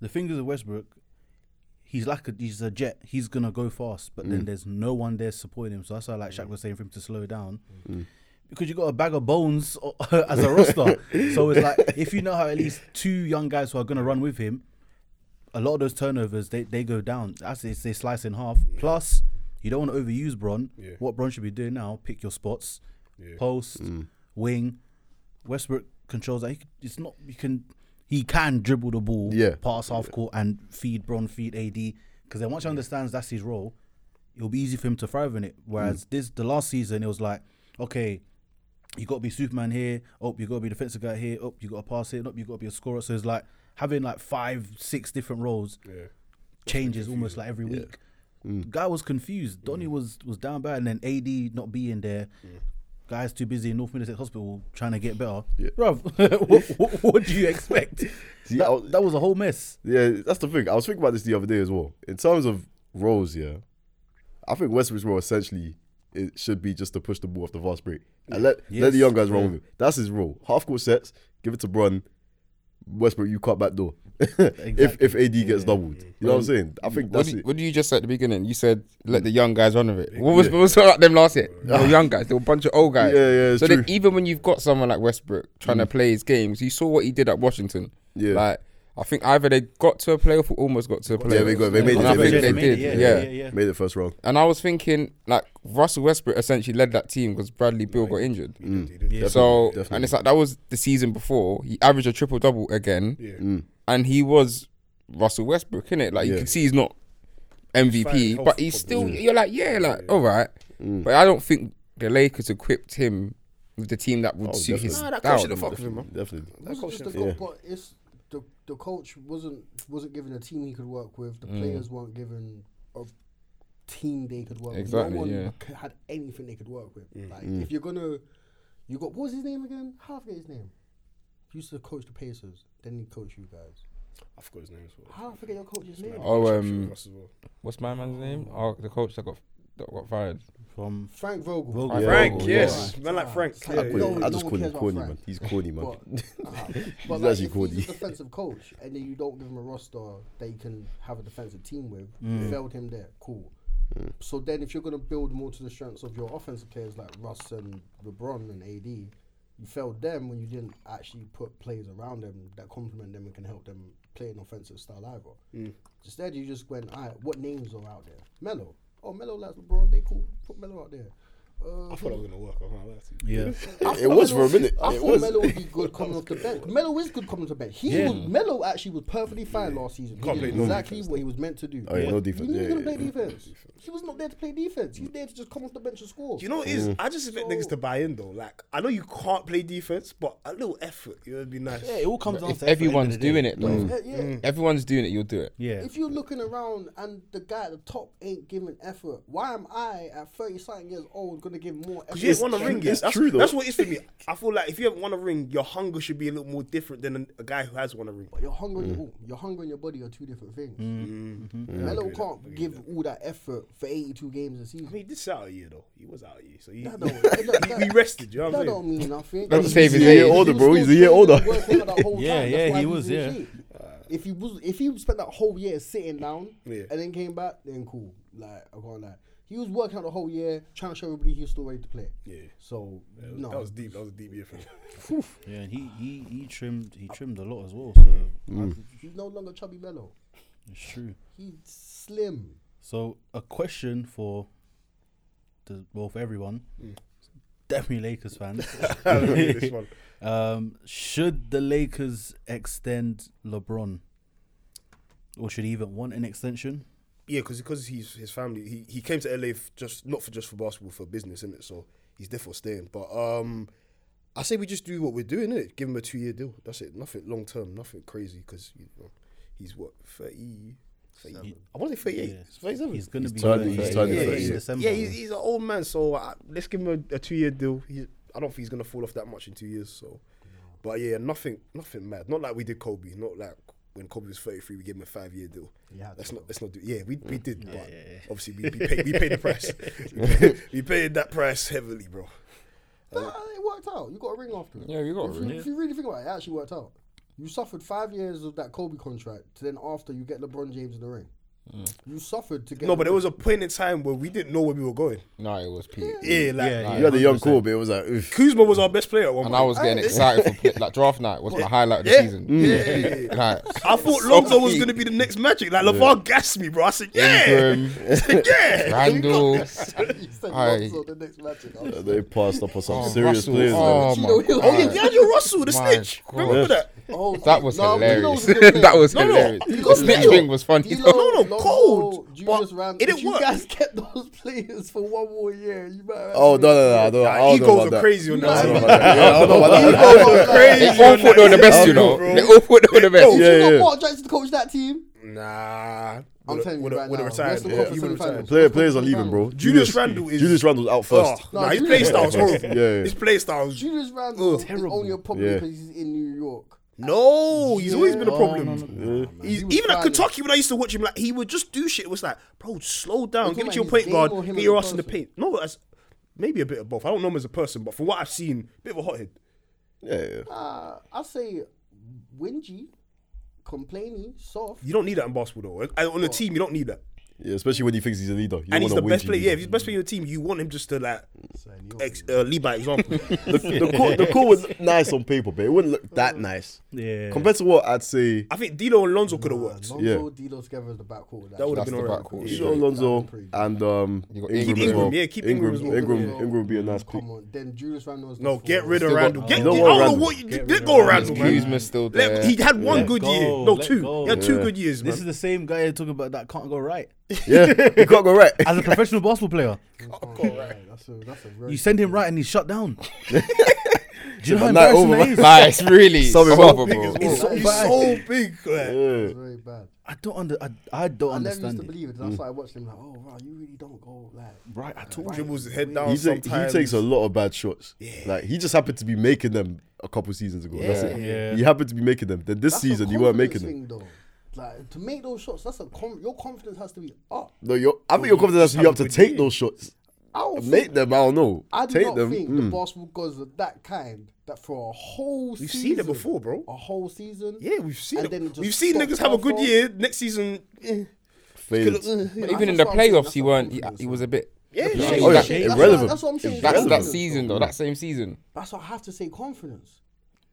the thing is with Westbrook, he's like a, he's a jet. He's gonna go fast, but then there's no one there supporting him. So that's why like Shaq was saying for him to slow down. Because you got a bag of bones o- as a roster, so it's like if you know how at least two young guys who are gonna run with him, a lot of those turnovers they, they go down. That's it, they slice in half. Plus, you don't want to overuse Bron. What Bron should be doing now, pick your spots, post, wing. Westbrook controls that. He, c- it's not you can he can dribble the ball,
Yeah.
pass half court and feed Bron, feed AD. Because then once he understands that's his role, it'll be easy for him to thrive in it. Whereas this the last season it was like, okay, you got to be Superman here. Oh, you got to be defensive guy here. Oh, you got to pass here. Oh, you got to be a scorer. So it's like having like five, six different roles changes almost like every week.
Mm.
Guy was confused. Donny was was down bad, and then AD not being there.
Mm.
Guys too busy in North Middlesex Hospital trying to get better. Bruv, what, what, what do you expect?
See, I was-
that, that was a whole mess.
Yeah, that's the thing. I was thinking about this the other day as well. In terms of roles, yeah, I think Westbrook's role essentially it should be just to push the ball off the fast break and let let
Yes.
the young guys run with him. That's his role. Half court sets, give it to Bron. Westbrook, you cut back door. if if AD gets doubled, you know what I'm saying. I think
What
that's
do, you,
it.
what do you just say at the beginning? You said let the young guys run with it. What was what was about them last year? They were young guys. They were a bunch of old guys.
Yeah, yeah, it's
so
true. Mm.
Then even when you've got someone like Westbrook trying to play his games, you saw what he did at Washington.
Yeah.
Like I think either they got to a playoff or almost got to a playoff.
Yeah, they got- they made it.
And I
They
think
made
they
it.
did.
Yeah,
yeah.
yeah, yeah.
Made it first round.
And I was thinking like Russell Westbrook essentially led that team because Bradley Bill got injured.
Mm.
So
definitely.
and it's like that was the season before. He averaged a triple double again.
Yeah.
Mm.
And he was Russell Westbrook, innit? Like you
Yeah.
can see he's not MVP, but
Fine, healthy
he's still
Mm.
you're like, yeah, like, all right. But I don't think the Lakers equipped him with the team that would
Oh,
suit his
Nah,
style.
that coach should have fucked with him, man.
Definitely.
It wasn't just the
Yeah.
coach, but it's the, the coach wasn't wasn't given a team he could work with.
Mm.
The players weren't given a team they could work
Exactly,
with. No
yeah.
one c had anything they could work with.
Mm.
Like
Mm.
if you're gonna, you got what was his name again? Halfgate's name. He used to coach the Pacers. Then he coached you guys.
I forgot his name as well.
How did I forget your coach's name?
Oh,
Sure,
um,
Russ as well.
what's my man's name? Oh, the coach that got that got fired.
From
Frank Vogel.
Vogel.
Yeah.
Frank,
Vogel,
yes,
yeah.
man like Frank.
It's
Yeah,
like,
yeah.
I,
no,
call him- I
no one
just call
cares
him
about
corny,
Frank.
man. He's corny, man.
But, uh, but
He's
like,
actually
if
corny.
he's a defensive coach, and then you don't give him a roster that he can have a defensive team with, you failed him there. Cool.
Mm.
So then, if you're going to build more to the strengths of your offensive players like Russ and LeBron and AD, you failed them when you didn't actually put players around them that complement them and can help them play an offensive style either.
Mm.
Instead, you just went, all right, what names are out there? Melo. Oh, Melo likes LeBron. They cool. Put Melo out there. Uh,
I thought I was gonna work. I'm not lying to you.
Yeah.
I
It
thought
was for a minute.
I
It
thought
was.
Melo would be good coming off the bench. Melo is good coming off the bench. He
Yeah.
was, Melo actually was perfectly fine last season. He
Can't
did
play no
exactly what he was meant to do.
Oh, yeah, no defense.
He was
Yeah,
going to play
yeah, yeah.
defense. He was not there to play defense. He's there to just come off the bench and score.
Do you know what it is? I just expect niggas to buy in though. Like I know you can't play defense, but a little effort, it would be nice.
Yeah, it all comes down to
If
effort at the
everyone's
end of the
doing
day. Mm.
it, though,
Yeah, yeah.
Mm. everyone's doing it, you'll do it.
Yeah.
If you're looking around and the guy at the top ain't giving effort, why am I at 30 something years old going to give more effort?
Because you ain't won a ring yet.
it's
That's,
true, though.
that's what it is for me. I feel like if you haven't won a ring, your hunger should be a little more different than a, a guy who has won a ring.
But your hunger,
Mm.
and your, ooh, your hunger and your body are two different things. Melo can't give all that effort for 82 games a season.
I mean, this out of year though. He was out of year, so he,
That don't- that-
he,
that-
he rested. You know what
That
I'm saying?
don't mean nothing.
That's
He's
the same as
still-
me. He's a year
he
older,
was
bro. He's
still
a year
putting
older.
work in that whole
Yeah,
time.
yeah,
That's why
he
he's
was,
in
yeah.
shape. If he was, if he spent that whole year sitting down
Yeah.
and then came back, then cool. Like I can't lie. He was working out the whole year, trying to show everybody he was still ready to play.
Yeah.
So no,
That was deep. That was a deep year for me.
Yeah, and he, he, he trimmed he trimmed a lot as well. So
Mm.
he's no longer chubby Melo.
it's true.
He's slim.
So a question for the well for everyone, definitely Lakers fans.
this one.
um, should the Lakers extend LeBron, or should he even want an extension?
Yeah, because he's his family. He he came to LA f- just not for just for basketball for business, isn't it? So
He's therefore staying. But um, I say we just do what we're doing, it. Give him a two year deal. That's it. Nothing long term, nothing crazy, because you know, he's what, 30? 30 I want to say 38.
Yeah.
It's 37.
He's gonna be
turning- he's
38
turning
in
thirty.
December.
yeah, he's, he's an old man, so uh, let's give him a, a two year deal. He, I don't think he's gonna fall off that much in two years. So, but yeah, nothing, nothing mad. Not like we did Kobe. Not like when Kobe was thirty three, we gave him a five year deal.
Yeah,
let's not, let's not do. Yeah, we, we did, but obviously we, we paid we paid the price. we, paid, we paid that price heavily, bro.
But uh, it worked out. You got a ring after it.
Yeah, you got a
if
ring.
You, if you really think about it, it actually worked out. You suffered five years of that Kobe contract, to then after you get LeBron James in the ring.
Mm.
You suffered to get.
no, but there
LeBron-
was a point in time where we didn't know where we were going.
No, it was Pete.
Yeah, like
Yeah,
You had a young core, but it was like, oof.
Kuzma was our best player at one
And I
point.
was getting excited for play, like draft night was the highlight of the
Yeah.
season.
Yeah.
Like,
I thought Lonzo was going to be the next Magic. Like LeVar gassed me, bro. I said, yeah,
Ingram,
yeah.
Randall,
He said
Aye.
Lonzo the next match. I was-
They passed up on some
oh,
serious
Russell.
players.
Oh,
man.
Gino
my
Hill.
God.
Oh yeah, DeAndre Russell,
My
the snitch.
God.
Remember that?
Oh,
That was
no, Dilo
hilarious.
was a good player.
that was
No, no,
hilarious.
you
The
got
snitch
Dilo.
ring was funny.
Dilo,
No, no,
Lonzo,
cold,
Julius
but
Randle.
it didn't
if you
work.
guys kept those players for one more year, you might. have
Oh,
to-
no, no, no. I don't, I
Nah,
don't know
egos
about
are
that.
crazy on that.
I don't know
team.
about that. Yeah, I don't know about that.
Egos are
They
crazy.
all
on
thought
that
they were the best,
team,
you know.
bro.
They all thought they were the
If
best.
Yeah,
you got
yeah.
Mark Jackson to coach that team,
Nah,
I'm telling you
would
right
would
now,
have retired.
Western
Yeah,
Conference
he would've
semifinals.
retired.
Player, players are leaving, bro.
Julius Randle is-
Julius Randle's out
Oh,
first.
nah, his play
Julius
style
Randle-
was horrible.
Yeah, yeah.
His play style was
Julius Randle is
Terrible.
only a problem
Yeah.
because he's in New York.
Oh, no. He's always been a problem. He's,
He was
even at
fine.
Kentucky, when I used to watch him, like he would just do shit. It was like, bro, slow down,
You're
give it to
talking
your
about
point
his
guard,
game or him
get
as
your
a
ass in the
person?
paint. No, that's maybe a bit of both. I don't know him as a person, but from what I've seen, bit of a hothead.
Yeah, yeah.
Uh, I say, whingy, complaining, soft.
You don't need that in basketball, though. And on a team, you don't need that.
Yeah, especially when he thinks he's a leader. You don't
and he's
wanna
the
win
best
team.
player. Yeah, if he's the best player in your team, you want him just to like ex- uh, lead by example.
the, the, core, the core was nice on paper, but it wouldn't look that nice.
Yeah.
Compared to what I'd say,
I think Dilo and Lonzo could have worked.
Lonzo,
Yeah.
D'Lo together as the backcourt.
That would have
That's
been
the
alright.
backcourt.
Yeah.
Gino Alonso and um,
You got Ingram.
Ingram, as well.
Ingram, yeah, keep Ingram as well.
Ingram,
Yeah.
Ingram would be a nice pick.
Come on, then Julius Randle was the
No,
four.
get rid of
got-
Randall. Get,
You don't
I
want
don't know
Randall.
what you did. Did go Randall, man.
Kuzma's still
Let-
there.
he had one
Let
good
go,
year. No,
let
two.
go.
He had two
Yeah.
good years, man.
This is the same guy you're talking about that can't go right.
Yeah, you can't go right.
As a professional basketball player,
Yeah, that's a that's a very
you send him right and he's shut down. Do you know how
But not
embarrassing
over,
that is?
Nice, really.
Sum him up.
Horrible.
It's so
He's
bad.
so big. like,
Yeah.
that's very bad.
I don't under. I, I don't
I never used
understand
to
it.
believe it. That's why I watched him like, oh wow, you really don't go like.
Right, I told you.
Dribbles his head down
He, take, he
sometimes.
takes a lot of bad shots. Like he just happened to be making them a couple seasons ago. That's it.
Yeah.
He happened to be making them. Then this
That's a
season you weren't making
confidence
them.
thing though. Like to make those shots, that's a com- your confidence has to be up.
No, you're, I think your confidence has to be up to take those shots.
I don't think-
Make them. I don't know.
I do
take
not
them.
think
mm.
the basketball gods are that kind that for a whole
We've
season.
seen it before, bro.
A whole season.
Yeah, we've seen
and
it.
then it just
We've seen
stopped
niggas have a good
halfway.
year. Next season, eh,
Failed.
uh,
could-
Even in
That's
the
what I'm saying,
playoffs,
that's
he
what
weren't.
I'm
He,
saying,
he was a bit.
yeah,
That's
yeah,
Oh, yeah.
That's-
That's what-
Irrelevant.
That's what I'm saying.
That's that
Confidence,
season
though.
though. That same season.
That's what I have to say. Confidence.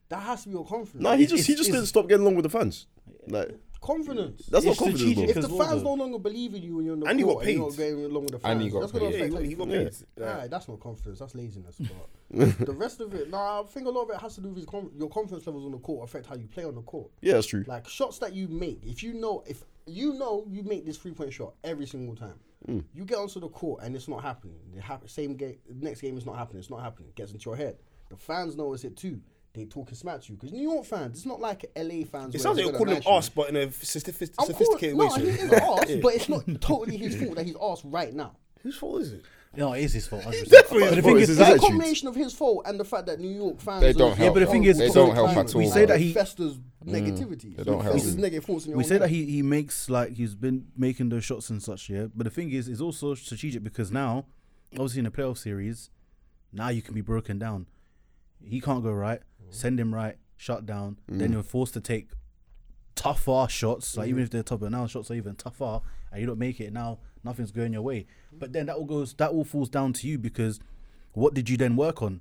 That has to be your confidence.
No, he just he
it's-
just
it's-
didn't stop getgetting along with the fans. Like
confidence.
that's not
It's
confidence, bro.
strategic.
if the
as well,
fans
though.
no longer believe in you when you're on the
And he
court
got
and you're
paid.
not going along with the fans,
And he got
that's gonna
paid.
Yeah,
affect
he got- he got
everything.
paid. Yeah.
Nah, that's not confidence. That's laziness. But the rest of it, nah, I think a lot of it has to do with his con- your confidence levels on the court affect how you play on the court.
Yeah, that's true.
Like shots that you make, if you know, if you know you make this three point shot every single time,
Mm.
you get onto the court and it's not happening. The hap- same game, next game is not happening. It's not happening. It gets into your head. The fans notice it too. They talking smack to you because New York fans. It's not like LA fans.
It sounds like you're calling him ass, but in a sophistic-
I'm cool-
sophisticated way.
No,
so-
he is ass, but it's not totally his fault that he's ass right now.
Whose fault is it?
No, it is his fault. 100%.
his
But the
fault,
thing
it's
is,
his
It's a
attitude.
combination of his fault and the fact that New York fans
They don't
are- oh,
help.
Yeah, but the thing is- They
don't help at
all, We say bro. that he-
festers negativity.
They don't
It
help.
festers negative thoughts in your
we
own
say
head.
that he, he makes like he's been making those shots and such, yeah. But the thing is, it's also strategic because now, obviously in the playoff series, now you can be broken down. He can't go right. Send him right. Shut down. Then you're forced to take tougher shots. Like even if they're tougher now, shots are even tougher, and you don't make it now. Nothing's going your way. But then that all goes. That all falls down to you because what did you then work on?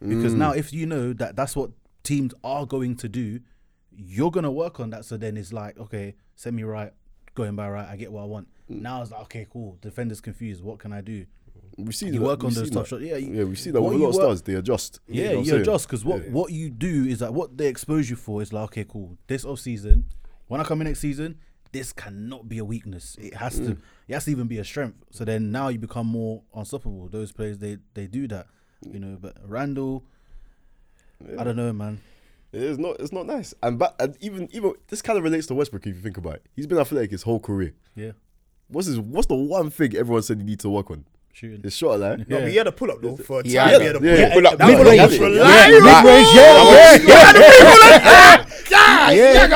Because now if you know that that's what teams are going to do, you're gonna work on that. So then it's like okay, send me right, going by right. I get what I want. Now it's like okay, cool. Defenders confused. What can I do?
We've seen
You
that.
work on
We've
those
seen
tough
that.
shots. Yeah, you-
yeah, we've seen that
what
with a
you
lot of
work-
stars. They adjust. You
Yeah,
know what I'm
you
saying?
adjust because what,
Yeah.
what you do is that what they expose you for is like, okay, cool. This off season, when I come in next season, this cannot be a weakness. It has
Mm.
to, it has to even be a strength. So then now you become more unstoppable. Those players they they do that, you know. But Randall, I don't know, man.
It's not. It's not nice. And but and even even this kind of relates to Westbrook if you think about it. He's been athletic his whole career.
Yeah,
What's his? What's the one thing everyone said he needs to work on?
shooting.
His shot, like.
No, but he had a pull up though. For a time,
had
he
a-
had a
yeah.
pull up.
Yeah.
That pull up was
Yeah.
reliable.
He had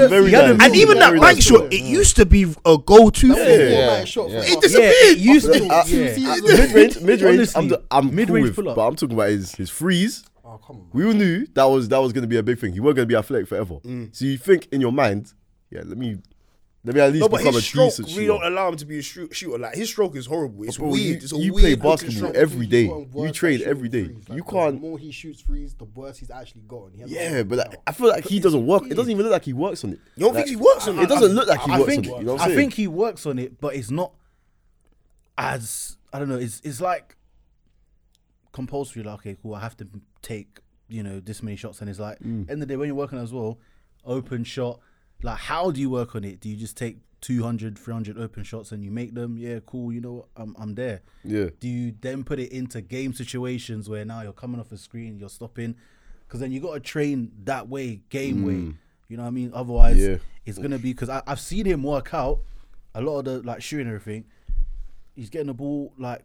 a very
he had a-
nice-
And even that
very
bank
nice
shot, it used to be a go-to for
Four-man
him.
shot
yeah.
for
It
us.
disappeared.
it used to.
Uh,
yeah.
mid range, mid range. I'm,
Honestly,
the- I'm
mid-range
cool
pull-up.
with, but I'm talking about his his freeze.
Oh, come on.
We all knew that was that was going to be a big thing. He wasn't going to be athletic forever.
Mm.
So you think in your mind, yeah, let me let me at least
No, but
become
his
a
stroke,
decent
we
shooter.
don't allow him to be a shoo- shooter. Like his stroke is horrible. It's
Bro,
weird.
you,
it's a
you
weird
play
looking
basketball
stroke.
every
He's
day.
gotten worse
You
at
train
shooting
every day.
threes.
You
Like, The
can't.
more he shoots threes, the worse he's actually gotten. He hasn't
Yeah,
gotten
but
better.
like, I feel like he doesn't work. It doesn't even look like he works on it.
You don't
Like,
think he works on it?
It doesn't look like he
I
works
think
on it. You know what I'm
I
saying?
think he works on it, but it's not as I don't know. It's it's like compulsory. Like okay, cool. I have to take you know this many shots, and it's like end
Mm.
of the day when you're working as well, open shot. Like how do you work on it? Do you just take 200, 300 open shots and you make them? Yeah, cool. You know what? I'm I'm there.
Yeah.
Do you then put it into game situations where now you're coming off a screen, you're stopping? Because then you got to train that way, game
Mm.
way. You know what I mean? Otherwise,
Yeah.
it's gonna be because I've seen him work out a lot of the like shooting and everything. He's getting the ball like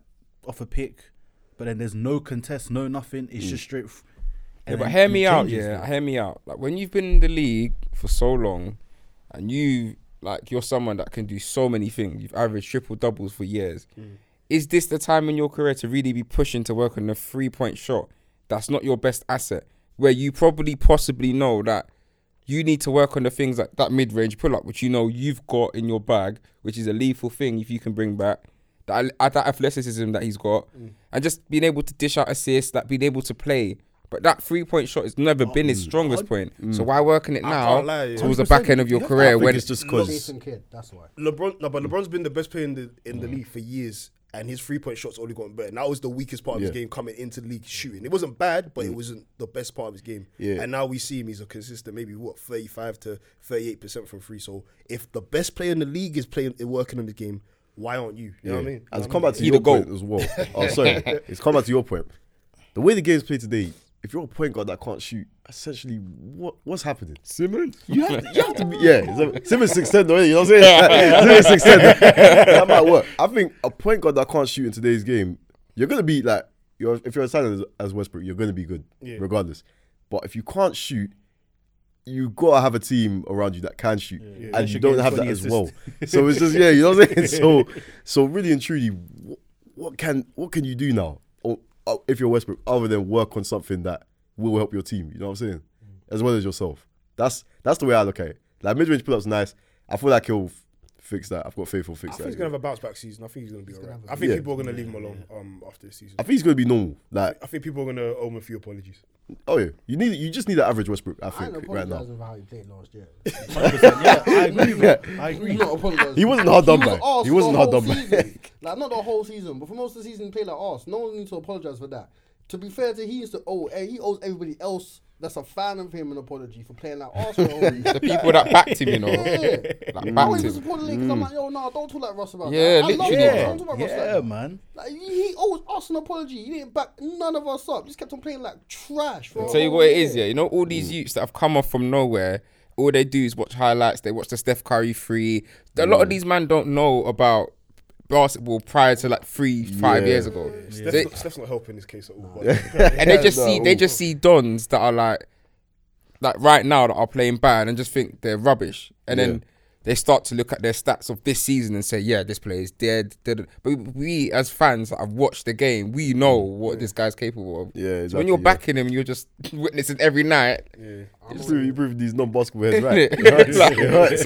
off a pick, but then there's no contest, no nothing. It's just straight.
Mm.
f-
Yeah,
and
but
then
hear
he
me out,
changes
yeah.
it.
Hear me out. Like when you've been in the league for so long, and you like you're someone that can do so many things. You've averaged triple doubles for years.
Mm.
Is this the time in your career to really be pushing to work on a three point shot? That's not your best asset. Where you probably possibly know that you need to work on the things like that mid range pull up, which you know you've got in your bag, which is a lethal thing if you can bring back that al- uh, that athleticism that he's got, and just being able to dish out assists, like being able to play. But that three point shot has never been his strongest point. So why working it now
can't lie, yeah.
towards the back end of your
I
career
think
when
it's just because
Jason Kidd, that's why.
LeBron, no, but LeBron's been the best player in the in the league for years, and his three point shots only gotten better. And that was the weakest part of his
Yeah.
game coming into the league shooting. It wasn't bad, but it wasn't the best part of his game.
Yeah.
And now we see him; he's a consistent, maybe what thirty five to thirty eight percent from free. So if the best player in the league is playing working on the game, why aren't you? You know what I mean?
And to come back to
Either
your
goal.
point as well. Oh, sorry. it's come back to your point. The way the game's played today, if you're a point guard that can't shoot, essentially, what what's happening? Simmons? You have to, you have to be, yeah. Sim- Simmons 6'10", though, innit? you know what I'm saying? Simmons 6'10". that might work. I think a point guard that can't shoot in today's game, you're going to be like, you're, if you're as talented as, as Westbrook, you're going to be good, regardless. But if you can't shoot, you gotta have a team around you that can shoot, and you don't have that as well. So it's just yeah, you know what I'm saying. So, so really and truly, what, what can what can you do now, or, uh, if you're Westbrook, other than work on something that will help your team? You know what I'm saying,
Mm.
as well as yourself. That's that's the way I look at it. Like mid range pull ups, nice. I feel like he'll f- fix that. I've got faith he'll fix
I
that.
think he's gonna have a bounce back season. I think he's gonna be alright. I think
Yeah.
people are gonna leave him alone um, after this season.
I think he's gonna be normal. Like,
I think people are gonna owe him a few apologies.
oh yeah, you need you just need an average Westbrook. I
I ain't
think right now.
apologising for how he played last year.
yeah, I agree. With that. I
He's
agree.
not apologising.
He wasn't hard done
was
by.
arse
He
for
wasn't
the
hard
whole
done by.
season. Like not the whole season, but for most of the season, he played like arse. No one needs to apologize for that. To be fair to, him, he used to owe. eh, He owes everybody else that's a fan of him an apology for playing like arse for the whole
The
season.
people that backed him, you know.
Yeah.
Like,
I
backed
always
him.
support the
Mm.
Lakers. I'm like, yo, nah, don't talk like Russ about
Yeah,
that. I love
literally,
Russ.
bro.
Don't talk about Russ like
Yeah,
that.
man.
Like, he he owes us an apology. He didn't back none of us up. Just kept on playing like trash. For a
Tell you
whole
what it is,
year.
yeah. You know, all these
Mm.
youths that have come off from nowhere, all they do is watch highlights. They watch the Steph Curry free. A
Mm.
lot of these men don't know about basketball prior to like three, five
Yeah.
years ago.
Steph's,
They-
not, Steph's not helping this case at all. But
and they just see they just see dons that are like like right now that are playing bad and just think they're rubbish and then they start to look at their stats of this season and say yeah this player is dead, dead. but we as fans that have watched the game we know what this guy's capable of
Mm. Yeah,
so when
exactly,
you're
yeah.
backing him you're just witnessing every night
You prove, you prove these non-basketball heads right.
Innit?
It hurts,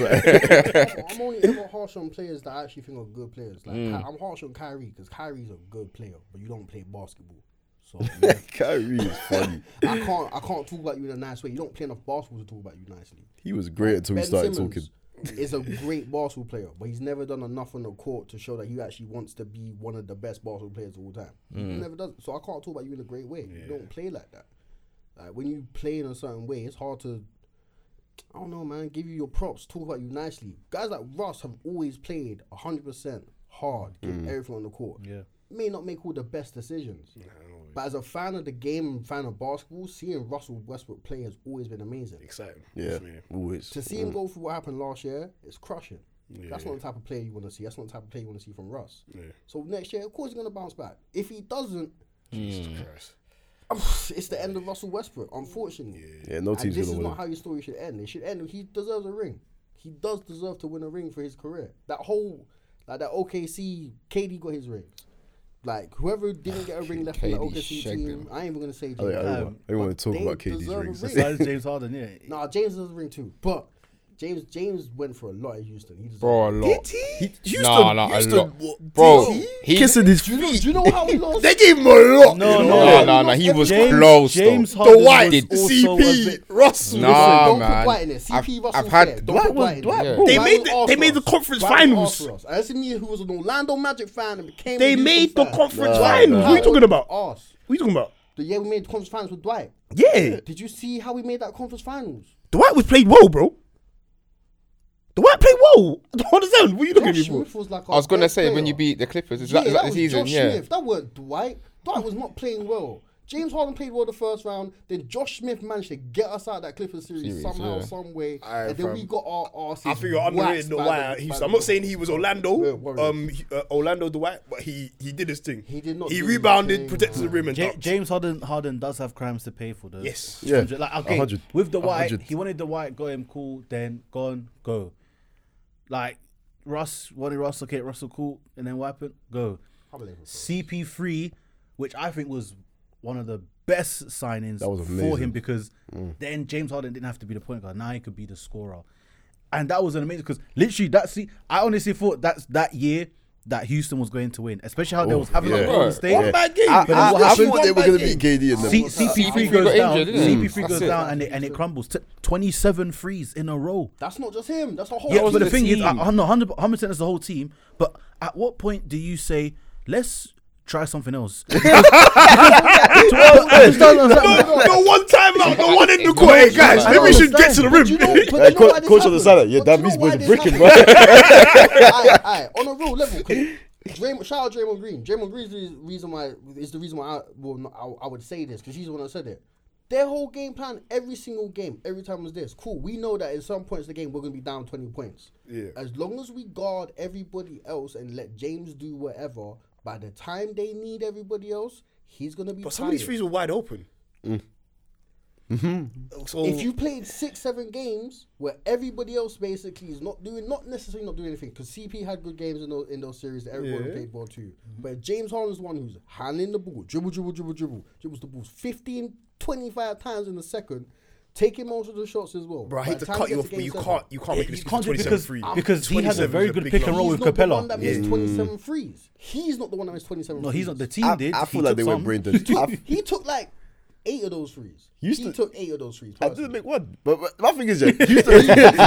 it hurts, like.
I'm only ever harsh on players that I actually think are good players. Like Ky- I'm harsh on Kyrie because Kyrie's a good player, but you don't play basketball. So I
Kyrie is funny.
can't I can't talk about you in a nice way. You don't play enough basketball to talk about you nicely.
He was great until
Ben
he started
Simmons
talking.
is a great basketball player, but he's never done enough on the court to show that he actually wants to be one of the best basketball players of all time. He
Mm.
never does. So I can't talk about you in a great way. You don't play like that. Like when you play in a certain way, it's hard to. I don't know, man. Give you your props. Talk about you nicely. Guys like Russ have always played 100% hard, give
Mm.
everything on the court. Yeah. May not make all the best decisions. But as a fan of the game and fan of basketball, seeing Russell Westbrook play has always been amazing
exciting.
Yeah,
Mm.
always.
to see him go through what happened last year it's crushing. That's not the type of player you want to see. That's not the type of player you want to see from Russ. So next year, of course, he's going to bounce back. If he doesn't, it's the end of Russell Westbrook, unfortunately.
Yeah, no
And
team's
this
gonna
is
win
not
it.
how your story should end. It should end. He deserves a ring. He does deserve to win a ring for his career. That whole, like that OKC, KD got his ring. Like whoever didn't get a ring left in the
KD
OKC
shagged
team,
him.
I ain't even gonna say.
I don't, I
um,
James.
don't, want- I don't want to talk
they
about KD's
deserve a
rings.
ring.
That is James Harden. Yeah.
Nah, James does a ring too, but James James went for a lot in Houston. He deserved
bro a
it.
lot
He, Houston,
nah, nah, a
Houston,
lot.
what,
Bro,
did
he-
kissing his
Do you know?
feet.
Do you know how we lost?
They gave him a lot.
No, no,
you know?
nah nah nah he was
James,
close
James
though.
Harden
The White,
was also a
CP,
bit-
Russell.
Nah,
don't
man.
put White in it. CP
I've-
Russell's
I've had-
there. Don't
Dwight
put
was-
White in
Dwight-
there.
Yeah.
They
Dwight
made
was
the-
arse
they
for
made the
us.
conference
Dwight was
finals.
arse for us. And That's me who was an Orlando Magic fan and became.
They
a Houston
made the
fan.
conference finals. What are you talking about? What
Us.
are you talking about?
The year we made the conference finals with Dwight.
Yeah,
Did you see how we made that conference finals?
Dwight was played well, bro. Dwight played well. Hold on, a second, what are you looking at
Josh
me for?
Smith was like
I was
going to
gonna say when you beat the Clippers is that,
yeah,
is that,
was
the season
Josh
yeah
Smith. That weren't Dwight. Dwight was not playing well. James Harden played well the first round. Then Josh Smith managed to get us out of that Clippers series,
Series,
somehow,
yeah.
some way.
Aye,
and then
fam.
we got our asses.
I think you're
waxed
underrating the
by
White.
the-
He's-
by
I'm
the-
not saying he was Orlando,
Yeah, Warriors.
um, he- uh, Orlando Dwight, but he he did his thing.
He did not
He
do
rebounded,
his thing,
protected the rim, and
Ja-
dunked.
James Harden Harden does have crimes to pay for though.
Yes.
Yeah,
Like
a
okay,
hundred.
with the
A
white,
hundred.
he wanted the white. Got him cool. Then gone go. Like Russ wanted Russ. Okay, Russell cool. And then what happened? Go. CP3, which I think was one of the best signings
was
for him
amazing. Mm.
because then James Harden didn't have to be the point guard. Now he could be the scorer, and that was an amazing because literally that see, I honestly thought that's that year that Houston was going to win, especially how they was having
Oh, yeah.
a Golden
Right.
State.
One
bad
game. But
I, I,
then what
I
happened?
thought they were going to beat KD and them.
C-
CP3
CP3
got
goes down.
injured, didn't he?
CP3
That's
goes
it.
down and it, and it crumbles. T- 27 threes in a row.
That's not just him. That's the whole.
Yeah,
team.
but the,
the
thing is, I,
team.
I know 100 percent is the whole team. But at what point do you say, let's try something else? Because- I just don't understand.
No, no one timeout, no one in the court.
Hey,
Hey, guys,
I
maybe we
don't
should get to the rim.
But you know, but
Hey,
you know
coach-
why this
coach on the
happened?
sideline. Yeah,
But
damn,
you
these
know why
boys
this
bricking,
happened? aye, aye. On a real level, quick. Draymond, shout out Draymond Green. Draymond Green is the reason why is the reason why I, well, no, I, I would say this because he's the one that said it. Their whole game plan, every single game, every time was this. Cool. We know that at some points in the game we're gonna be down twenty points.
Yeah.
As long as we guard everybody else and let James do whatever, by the time they need everybody else, he's gonna be.
But some of these
tired. Mm.
threes were wide open.
Mm-hmm.
So
if you played six, seven games where everybody else basically is not doing, not necessarily not doing anything, because CP had good games in those in those series that everyone played ball to.
Mm-hmm.
But James Harden's the one who's handling the ball, dribble, dribble, dribble, dribble, dribbles the balls 15, 25 times in a second. Taking most of the shots as well.
Bro, I
By
hate to
the time
cut
you
you
get
off,
to
but
game
you
seven,
can't you can't make
You
this
can't do
27
because,
free.
because he has a
27
very
is a
good
big
pick and
number.
roll
He's
with
not the
Capella.
one that missed 27 threes. He's not the one that missed 27
No,
threes.
he's not. The team
I,
did.
I
He
feel like
took
they were
some.
brain dead. I,
He took like eight of those threes. He,
used to-
took eight of those threes.
I
personally.
didn't make one. But, but my thing is, yeah, Houston, no, no,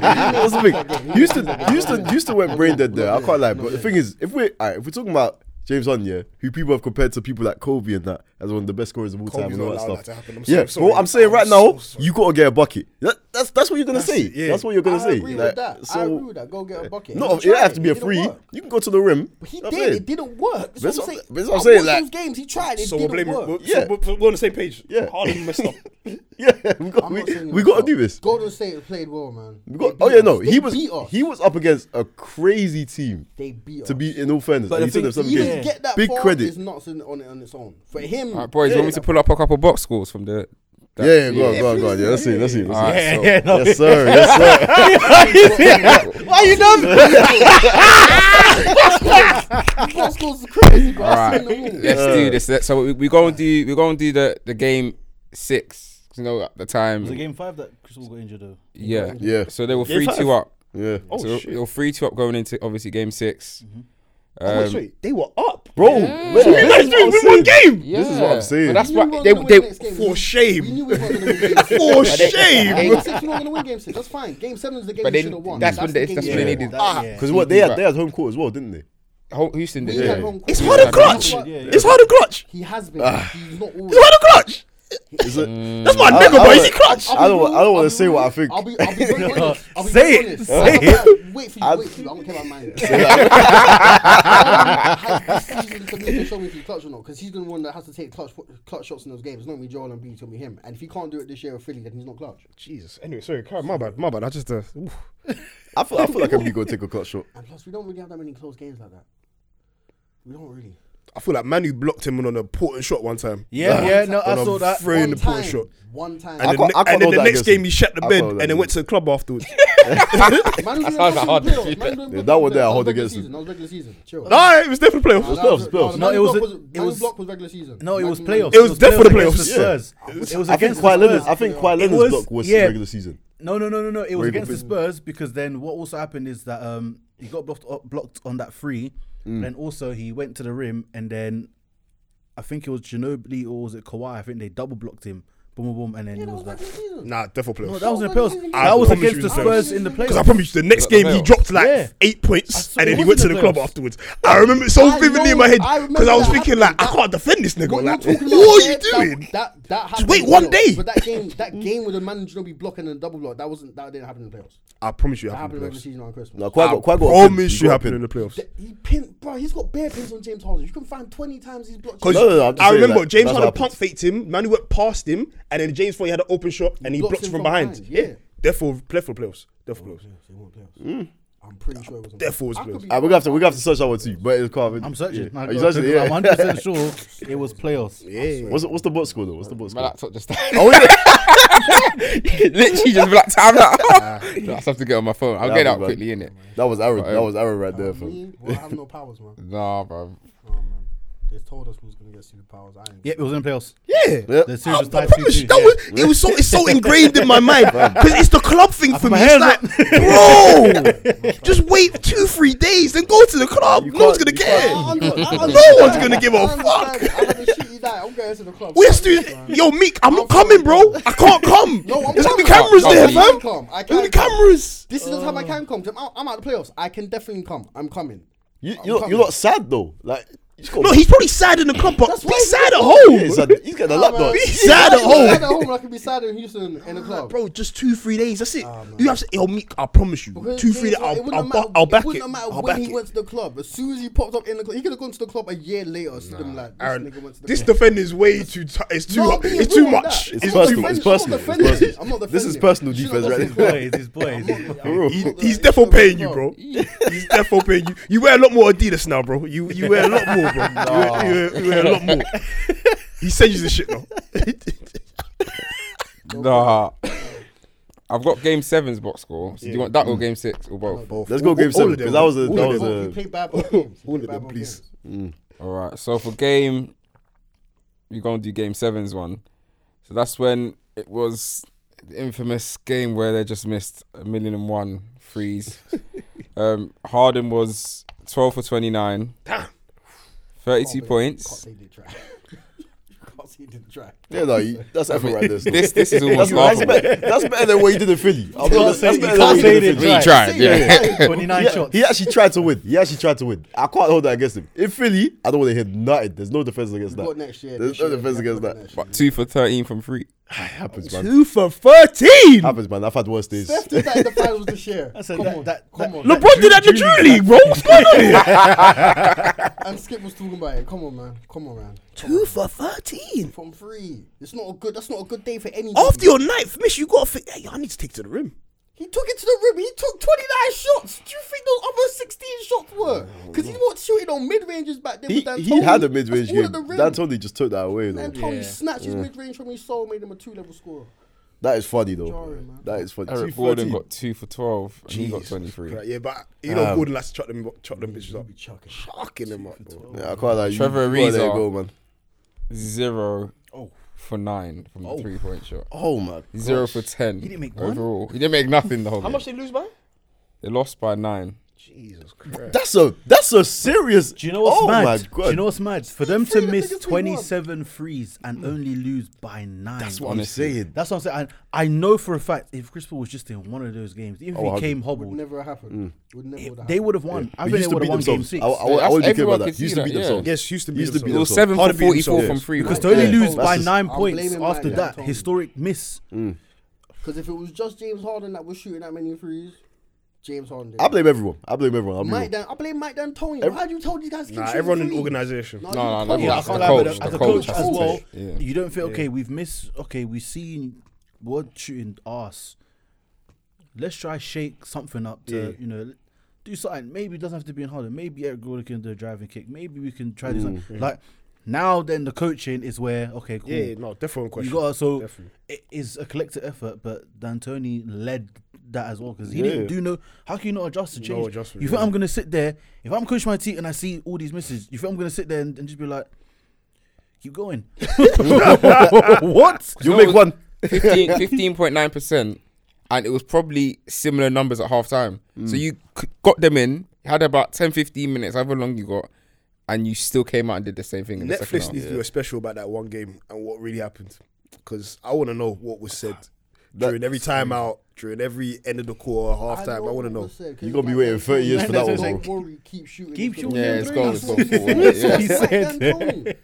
no, no, Houston, Houston, Houston went brain dead there. I can't lie. But the thing is, if we're all right, if we're talking about James Harden, yeah, who people have compared to people like Kobe and that as one of the best scorers of all time
Kobe's
and all
not
that
allowed
stuff.
that to happen. I'm
yeah,
so
but
sorry.
I'm saying right
I'm
now,
so sorry.
you gotta get a bucket. That, that's that's what you're gonna say.
yeah.
That's what you're gonna
I
say.
agree with
Like,
that.
So,
I agree with that. Go get a bucket.
No,
He
it don't have
tried.
to be a
It didn't
free.
work.
You can go to the rim.
But he
I'm
did.
saying.
It didn't work. That's,
That's
what I'm
what-
saying.
that's what I'm
I
saying,
watched
like-
those games, he tried. It
So we're
didn't
blaming.
work.
We're, so
Yeah.
we're- we're, we're on the same page.
Yeah.
Harden messed up.
Yeah, we got
I'm
we,
not saying
we
it
got to
was
do
up.
this.
Golden State played well, man.
We
They
got,
beat
oh yeah,
us.
no,
They
he was
beat us.
he was up against a crazy team.
They beat
to
us.
be in all fairness.
But
But and
the
he took
thing-
them seven
even
games.
get that
Big
far
credit.
is nuts in, on it on its own. For him,
All right, boys, you want me to pull up a couple box scores from the? that-
Yeah, yeah, go on, go on, go on. Yeah, let's see, let's see.
All
Let's see.
right, so-
Yeah, no.
Yes, sir. Yes, sir.
Why you done?
Boss goes crazy, bro.
All
I've
right,
seen them all.
let's do this. Let's- So we, we go and do we go and do the, the game six. 'cause You know at the time.
Was it game five that Chris Paul got injured though?
Yeah,
Yeah.
So they were
Game
three two
five?
up.
Yeah.
Oh,
so they were- they were three two up going into obviously game 6
Oh, wait,
Um,
sorry, they were up.
Bro, this is what I'm saying.
yeah.
This is what I'm
But
saying.
that's
We knew we
why
weren't
they,
gonna win
they,
next game.
For
We
shame.
knew we weren't going to win game six.
For shame.
Game six, we weren't going to win game six. That's fine. Game seven is the game
But
we
then
should have won.
that's when they-
the game
that's
we
when they
should've
needed-
won.
Ah,
Because what they had, they had home court as well, didn't they?
Ho- Houston did.
We had
it.
home court.
It's
Yeah,
hard to
yeah,
clutch.
yeah, yeah.
It's hard to clutch.
He has been.
Ah.
He's not always.
It's hard to clutch.
Is it?
That's my
I-
nigga,
I
bro. Is he
would-
clutch?
I don't. I don't
I'll
want
be
to say
real.
what I think.
I'll be, I'll be very honest. I'll be
Say
very
it.
honest.
Say
it. Wait for you.
I'll-
wait for you. I don't care about mine. Has this season to me to show me if he clutch or not, because he's been one that has to take clutch clutch shots in those games. It's not me Joel and B. It's gonna be him. And if he can't do it this year with Philly, then he's not clutch.
Jesus. Anyway, sorry, Kyle, my bad, my bad. I just uh, oof.
I feel. I feel like I'm gonna take a cut shot.
And plus, we don't really have that many close games like that. We don't really.
I feel like Manu blocked him on an important shot one um, time.
Yeah, yeah, no, I
On a
saw that.
Very
One
important
time,
shot.
One time.
And,
I
then,
can't-
ne-
I can't
and then
hold
the
that
next
against him.
game, he shut the
I
bed
can't hold that
and then went
against
to the club afterwards.
Man, we
sounds
were
hard
in
to
playoffs.
keep
Man,
it.
we were in
Yeah,
playoffs.
that one there, I
was
hold
regular
against him.
season. That was regular season. Chill.
nah, it was definitely playoffs.
That
playoffs,
No,
playoffs.
Man's
it was
block
a- it
Man's
was-
block was regular season.
No, it was
Man's-
playoffs.
It was definitely
against
playoffs.
the Spurs. It was
I think
against
Kawhi
the Spurs.
Leonard's. I think Kawhi
It
Leonard's
was-
block was
yeah.
regular season.
No, no, no, no, no. It was
Very
against the
good
Spurs because then what also happened is that um he got blocked up, blocked on that free,
Mm.
and also he went to the rim and then I think it was Ginobili or was it Kawhi? I think they double blocked him. Boom, boom, boom, and then
Yeah,
it
that
was
was
like.
regular season.
Nah, definitely
No,
playoffs.
that was in the playoffs.
I
That was
promise
against
you
the
it was
Spurs in the
Because I
playoffs.
promise you, the
It
next
was
game he
playoffs.
dropped like
Yeah.
eight points,
saw-
and
it
then he
was
went to
in
the
the
club
playoffs.
afterwards. I remember it so
I
vividly in
know-
my head
I
because I was
remember
thinking
that
like, I
happened.
can't defend this nigga.
What you're
Like,
talking about?
what are you
yeah,
doing?
That that, that
Just
happened
wait
in the
one
playoffs.
day.
But that game, that game with the man Ginobili blocking and double block, that wasn't that didn't happen in the playoffs.
I promise you, it
That
happened in
happened in
the
regular
playoffs.
season on Christmas.
No, Kawhi got. Kawhi got. a pin.
Promise
He
you,
got a
happened
pin.
in the playoffs.
Th- He pinned, bro. He's got bare pins on James Harden. You can find twenty times he's blocked.
Because
No, no, no, I'm just
I
saying,
remember
like,
James
that's what
Harden
happens.
pump faked him, Manu went past him, and then James Foy had an open shot and he
Blocked
blocked
him
from
from
behind.
behind,
yeah.
yeah.
Therefore, playoff playoffs. Therefore playoffs.
I'm pretty sure it was.
Therefore it's
I could
playoffs.
be
Ah, we're gonna have to. We're gonna have to search that one too. But it's can't.
I'm searching.
Yeah.
I-
Are you searching?
I'm
Yeah.
100 percent sure it was playoffs.
What's what's the box score though? What's the box
My
score?
laptop just literally just blacked out. I'm Like, I have to get on my phone. I'll
Nah,
get out
bro.
quickly, innit?
That was Aaron. That
um,
was Aaron right there. fam.
Me, well, I have no powers, man.
Nah, bro.
Oh man, they told us we was gonna get superpowers. I ain't.
Yep, it was in the playoffs.
Yeah.
The series
I,
was tied
I promise you,
2-2.
Ah, that was, it was so it's so ingrained in my mind because it's the club thing for
put
me.
my
It's like, bro,
hands
just wait two three days, then go to the club. No one's gonna
you
care.
I under- I
No
understand.
one's gonna give
I
a Oh, fuck.
understand. I'm having a shitty night. I'm going to the club.
We have to,
Man.
yo, Meek, I'm not coming, bro. I can't come.
No, I'm
There's gonna be
coming.
cameras
I
there,
can
fam.
come. I
There's gonna be
can come.
cameras.
This is the time I can come. I'm out, I'm out of the playoffs. I can definitely come. I'm coming.
You you you're not sad though. Like he's got.
No, he's probably sad in the club, but
That's
be
why he's
sad at
not-
Yeah, he's,
home.
had, he's got a
man.
laptop.
He's sad at
I'm
home.
at home. I can be sad in Houston in the club.
Bro, just two, three days. That's it. you have to, yo, Meek, I promise you.
Ah, Because
Two,
the
three
thing
days,
is,
I'll,
wouldn't
I'll,
have
bu-
mattered-
I'll back
wouldn't
it.
have mattered
I'll
when
back
he
it.
went to the club. As soon as he popped up in the club, he could have gone to the club a year later. Still been like, this nigga went to the
This
club.
defender is way too. T- it's too.
No, I'm being
it's too
real on
much.
that.
It's
It's
I'm not
personal,
defending-
it's personal,
I'm not
it's
defending. I'm not defending.
This is personal
You should
defense
not
right
defend
there.
Boys, it's boys.
For real.
He- he's definitely paying you, bro. He's definitely paying you. You wear a lot more Adidas now, bro. You you wear a lot more, bro. You, wear, you wear- you wear a lot more. He sends you the shit now.
Nah. I've got game seven's box score. So Do you want that or game six or both?
Let's go game seven. 'cause That was a that
All
was
of them. You
a.
play bad ball games. You
all of
play bad
them,
ball
please.
games.
All right. So for game, you're gonna do game sevens one. So that's when it was the infamous game where they just missed a million and one threes. um, Harden was 12 for 29. 32 points.
Can't say they tried. Can't say they tried.
Yeah, no, you- that's effort right there. still.
This this is almost
that's, that's,
laughable.
better, that's better than what he did in Philly. I'm
can't
not-
say-
that's
you
better than
can't
what he
say
did in
they
Philly.
He tried, yeah.
Twenty nine
Yeah,
shots.
He actually tried to win. He actually tried to win. I can't hold that against him. In Philly, I don't want to hear nothing. There's no defense against
We've
that.
got next year,
There's
this
no
year,
defense
we've
against
got
that.
next
But two for 13 from three.
happens, man.
Two for 13.
Happens, man. I've had worse days.
Steph did that in the finals this year.
I said
come
that-
on,
that-
come
that-
on.
LeBron did that in the Drew League, bro. What's going on here?
and Skip was talking about it. Come on, man. Come on, man.
Two for 13.
From three, it's not a good. That's not a good day for any.
After your ninth miss, you got to think, hey, I need to take to the rim.
He took it to the rim. He took 29 shots. Do you think those other 16 shots were? Because he wasn't shooting on mid ranges back then.
He,
with Dan
he
Tony.
had a mid-range
That's all
game.
at the rim.
Dan Tony just took that away, though.
Dan Tony
Yeah.
snatched his mid range from his soul, made him a two level scorer.
That is funny, though.
Jarring, man.
That is funny.
Eric
213.
Gordon got two for 12 and he got 23.
Right, yeah, but you know, Gordon likes to chuck them, chuck them bitches up. Chucking, them up, bro.
Yeah, I can't lie. You-
Trevor
you gotta let it
Ariza.
go, man.
Zero
Oh.
for nine from the three point shot.
Oh, man.
Zero for 10
didn't make one?
overall. He didn't make nothing the whole
How
game.
much they lose by?
They lost by nine.
Jesus Christ.
That's a that's a serious.
Do you know what's
oh
mad?
My God.
Do you know what's mad? For them to
Three of the
miss
biggest we won.
27 threes and only lose by nine.
Mm. that's what
Honestly.
I'm saying.
That's what I'm saying. I, I know for a fact if Chris Paul was just in one of those games, even if
Oh,
he came
Would
hobbled,
never have happened. Would never
it-
have
they
happened.
would have won. I think
We
they
used to
would
beat
have won game
themselves.
six.
I, I, I,
Yeah,
wouldn't be care
everyone
about that.
could see
Used to
that,
beat
yeah.
themselves.
Yes, Houston
Used to
beat
beat
It was
themselves.
seven for
Harden beat
44
himself.
from three.
because
point.
to only
Yeah.
lose
That's
by
just-
nine
I'm
points
blaming Mike
after that
D'Antoni.
historic miss.
Because if it was just James Harden that was shooting that many threes, James Harden did.
I blame everyone. I blame everyone. I'm real.
Mike Dan, I blame Mike Dan Tony.
Every-
How do you tell these guys to keep
Nah,
shooting
everyone in the
threes?
organisation.
Nah,
No,
you
no,
can't.
no,
Yeah, I
It's
can't
the
lie, but
coach,
as
the
a
coach
coach
has
as
to
well,
take it, yeah.
you don't feel okay. We've missed. Okay, we've seen what shooting ass. Let's try shake something up to you know. Do something. Maybe it doesn't have to be in Holland. Maybe Eric Gordon can do a driving kick. Maybe we can try to do something. Like now, then the coaching is where okay, cool.
Yeah, no, different question.
You got so
Definitely.
it is a collective effort, but D'Antoni led that as well because he
Yeah.
didn't do no. How can you not adjust to change?
adjustment,
you think
yeah.
I'm gonna sit there if I'm coaching my team and I see all these misses? You think I'm gonna sit there and, and just be like, keep going? what?
You make one.
15.9 percent, and it was probably similar numbers at half time.
Mm.
So you c- got them in, had about 10, 15 minutes, however long you got, and you still came out and did the same thing in the second
Netflix
half.
needs to do a special about that one game and what really happened, because I want to know what was said during every timeout, during every end of the quarter, half time. I want to know.
You gonna be waiting 30 years for that one,
Don't
bro.
worry, keep shooting.
Keep
It's
shooting
gonna
yeah,
be
it's
three.
gone.
That's
It's
what
gone forward.
he said.
Yeah.
That's what Dan Tony.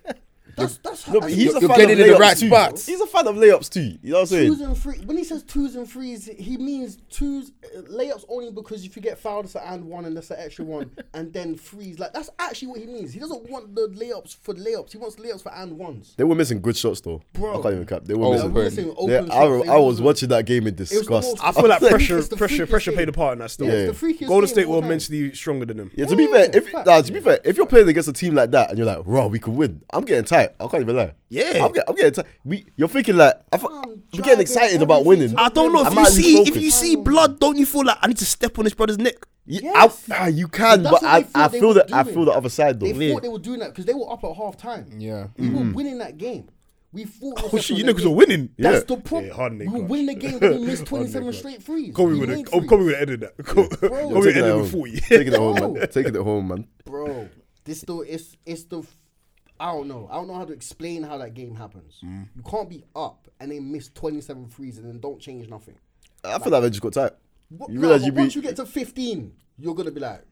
That's that's
No, but he's
that's-
a
You're
fan
getting
of
in the
layups
right
too.
spots.
He's a fan of layups too. You know what I'm
Twos
saying?
and three. When he says twos and threes, he means twos uh, layups only because if you get fouled, it's an and one, and that's an extra one, and then threes. Like that's actually what he means. He doesn't want the layups for layups. He wants layups for and ones.
They were missing good shots though.
Bro.
I can't even cap. They were
Oh,
Like,
Open.
missing.
we're saying open
Yeah,
shots,
I, re-
they
I was
were-
watching that game in
the
disgust.
most-
I feel like
It's the
pressure,
freakiest
pressure, pressure
game.
played a part in that. Still,
Yeah, it's the freakiest
Golden
game
State
of
were
all time.
mentally stronger than them.
Yeah, to be
Yeah,
fair, if
fact.
nah, to be fair, if you're playing against a team like that and you're like, "Raw, we could win," I'm getting tight. I can't even lie.
Yeah.
I'm, get, I'm getting tight. We, you're thinking like, I fu-
I'm
we're
driving
getting excited about
everything
winning.
to the
I don't know
I
if you
might lose
see if
focus.
you see blood, don't you feel like I need to step on this brother's neck?
You,
Yes.
I, ah, you can,
That's
but
what
I,
they thought
I
they
feel
were
that I
doing.
feel the other side though. Mm.
They thought they were doing that because they were up at half time.
Yeah.
We were winning that game. We thought.
Oh shit, you niggas were winning.
Yeah.
That's the problem.
Yeah, Harden
we
ain't
were
clutch.
winning the game when we missed
Harden ain't
27
clutch.
straight threes.
Kobe
We
would have.
made
Oh,
threes.
Kobe would have ended that. Kobe
Bro.
would have
Take it
ended
home.
with forty.
Take it at home,
No.
man. Take it at home, man.
bro. This though it's it's the I don't know. I don't know how to explain how that game happens.
Mm.
You can't be up and then miss 27 threes and then don't change nothing.
I feel like they just got tight.
What,
You
no,
realize
but
you
once
beat.
you get to 15, you're gonna be like,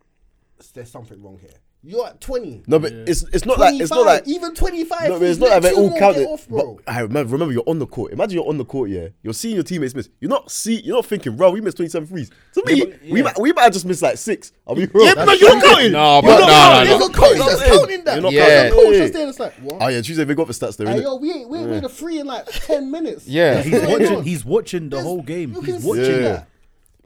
there's something wrong here. You're at 20.
No, but it's it's not like it's not like
even 25.
No, but it's
threes,
not like
let
they
two
all
more
counted.
get off,
but
bro.
I remember, remember, you're on the court. Imagine you're on the court, yeah. You're seeing your teammates miss. You're not see. You're not thinking, bro. We missed 27 threes. To me, we might, we might have just missed like six. Are we wrong?
Yeah, but you're not counting.
No,
You're
but no,
not counting.
no,
There's
no.
a coach
no,
that's
no,
coaching that.
you're not
There's a
counting.
coach
Yeah.
that's there that's like, what?
Oh yeah, Tuesday they got the stats though.
Hey,
innit?
yo, we ain't we ain't made a free in like 10 minutes.
Yeah.
What's
He's
going
watching.
on?
He's watching the
There's-
whole game.
You can
He's
see
watching.
Yeah.
that.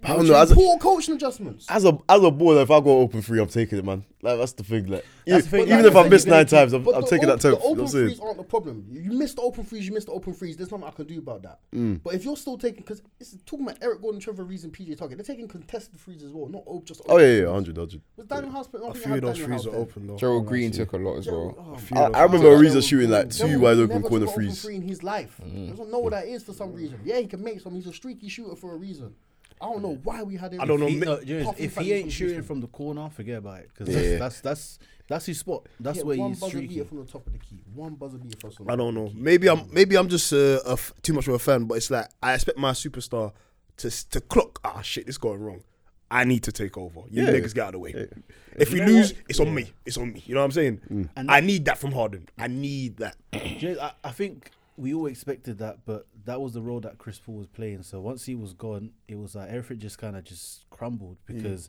I don't know. As a,
Poor coaching adjustments.
as a as a baller, if I go open three, I'm taking it, man. Like that's the thing. Like e-
That's the thing,
even
like,
if I
like,
miss
you're gonna
nine times, I'm,
But
I'm
the
taking
op-
that toe. You know
The
what
open
I'm
threes
saying?
aren't the problem. You missed the open threes. You missed the open threes. There's nothing I can do about that.
Hmm.
But if you're still taking, because it's talking about Eric Gordon, Trevor Rees, and PJ Tucker, they're taking contested threes as well, not op- just. Open
Oh yeah,
threes.
yeah, 100, 100.
Was Daniel House? I
A
don't think
few
I
of
had
those
Daniel
threes
House
are
then.
open though.
Gerald Green took a lot as well.
Oh,
I, I remember Ariza shooting like two wide
Never
open
took
corner Mm-hmm.
an open
threes.
Free in his life. I don't know what that is for some reason. Yeah, he can make some. He's a streaky shooter for a reason. I don't know why we had him.
I don't know.
He-
Mi-
no, you know,
Puffin
if
Fanny's
he ain't
confused
shooting
him.
from the corner, forget about it because
Yeah.
that's, that's that's that's his spot. That's
Yeah,
where
one
he's
buzzer
streaky.
beater from the top of the key. One buzzer beater from the top.
I don't know. Maybe I'm maybe I'm just uh, a f- too much of a fan, but it's like I expect my superstar to s- to clock. Ah, shit, this going wrong. I need to take over. You niggas get out of the way. If we lose, it's on me. It's on me. You know what I'm saying?
Mm.
I need that from Harden. I need that.
You know, I, I think we all expected that, but that was the role that Chris Paul was playing. So once he was gone, it was like everything just kind of just crumbled because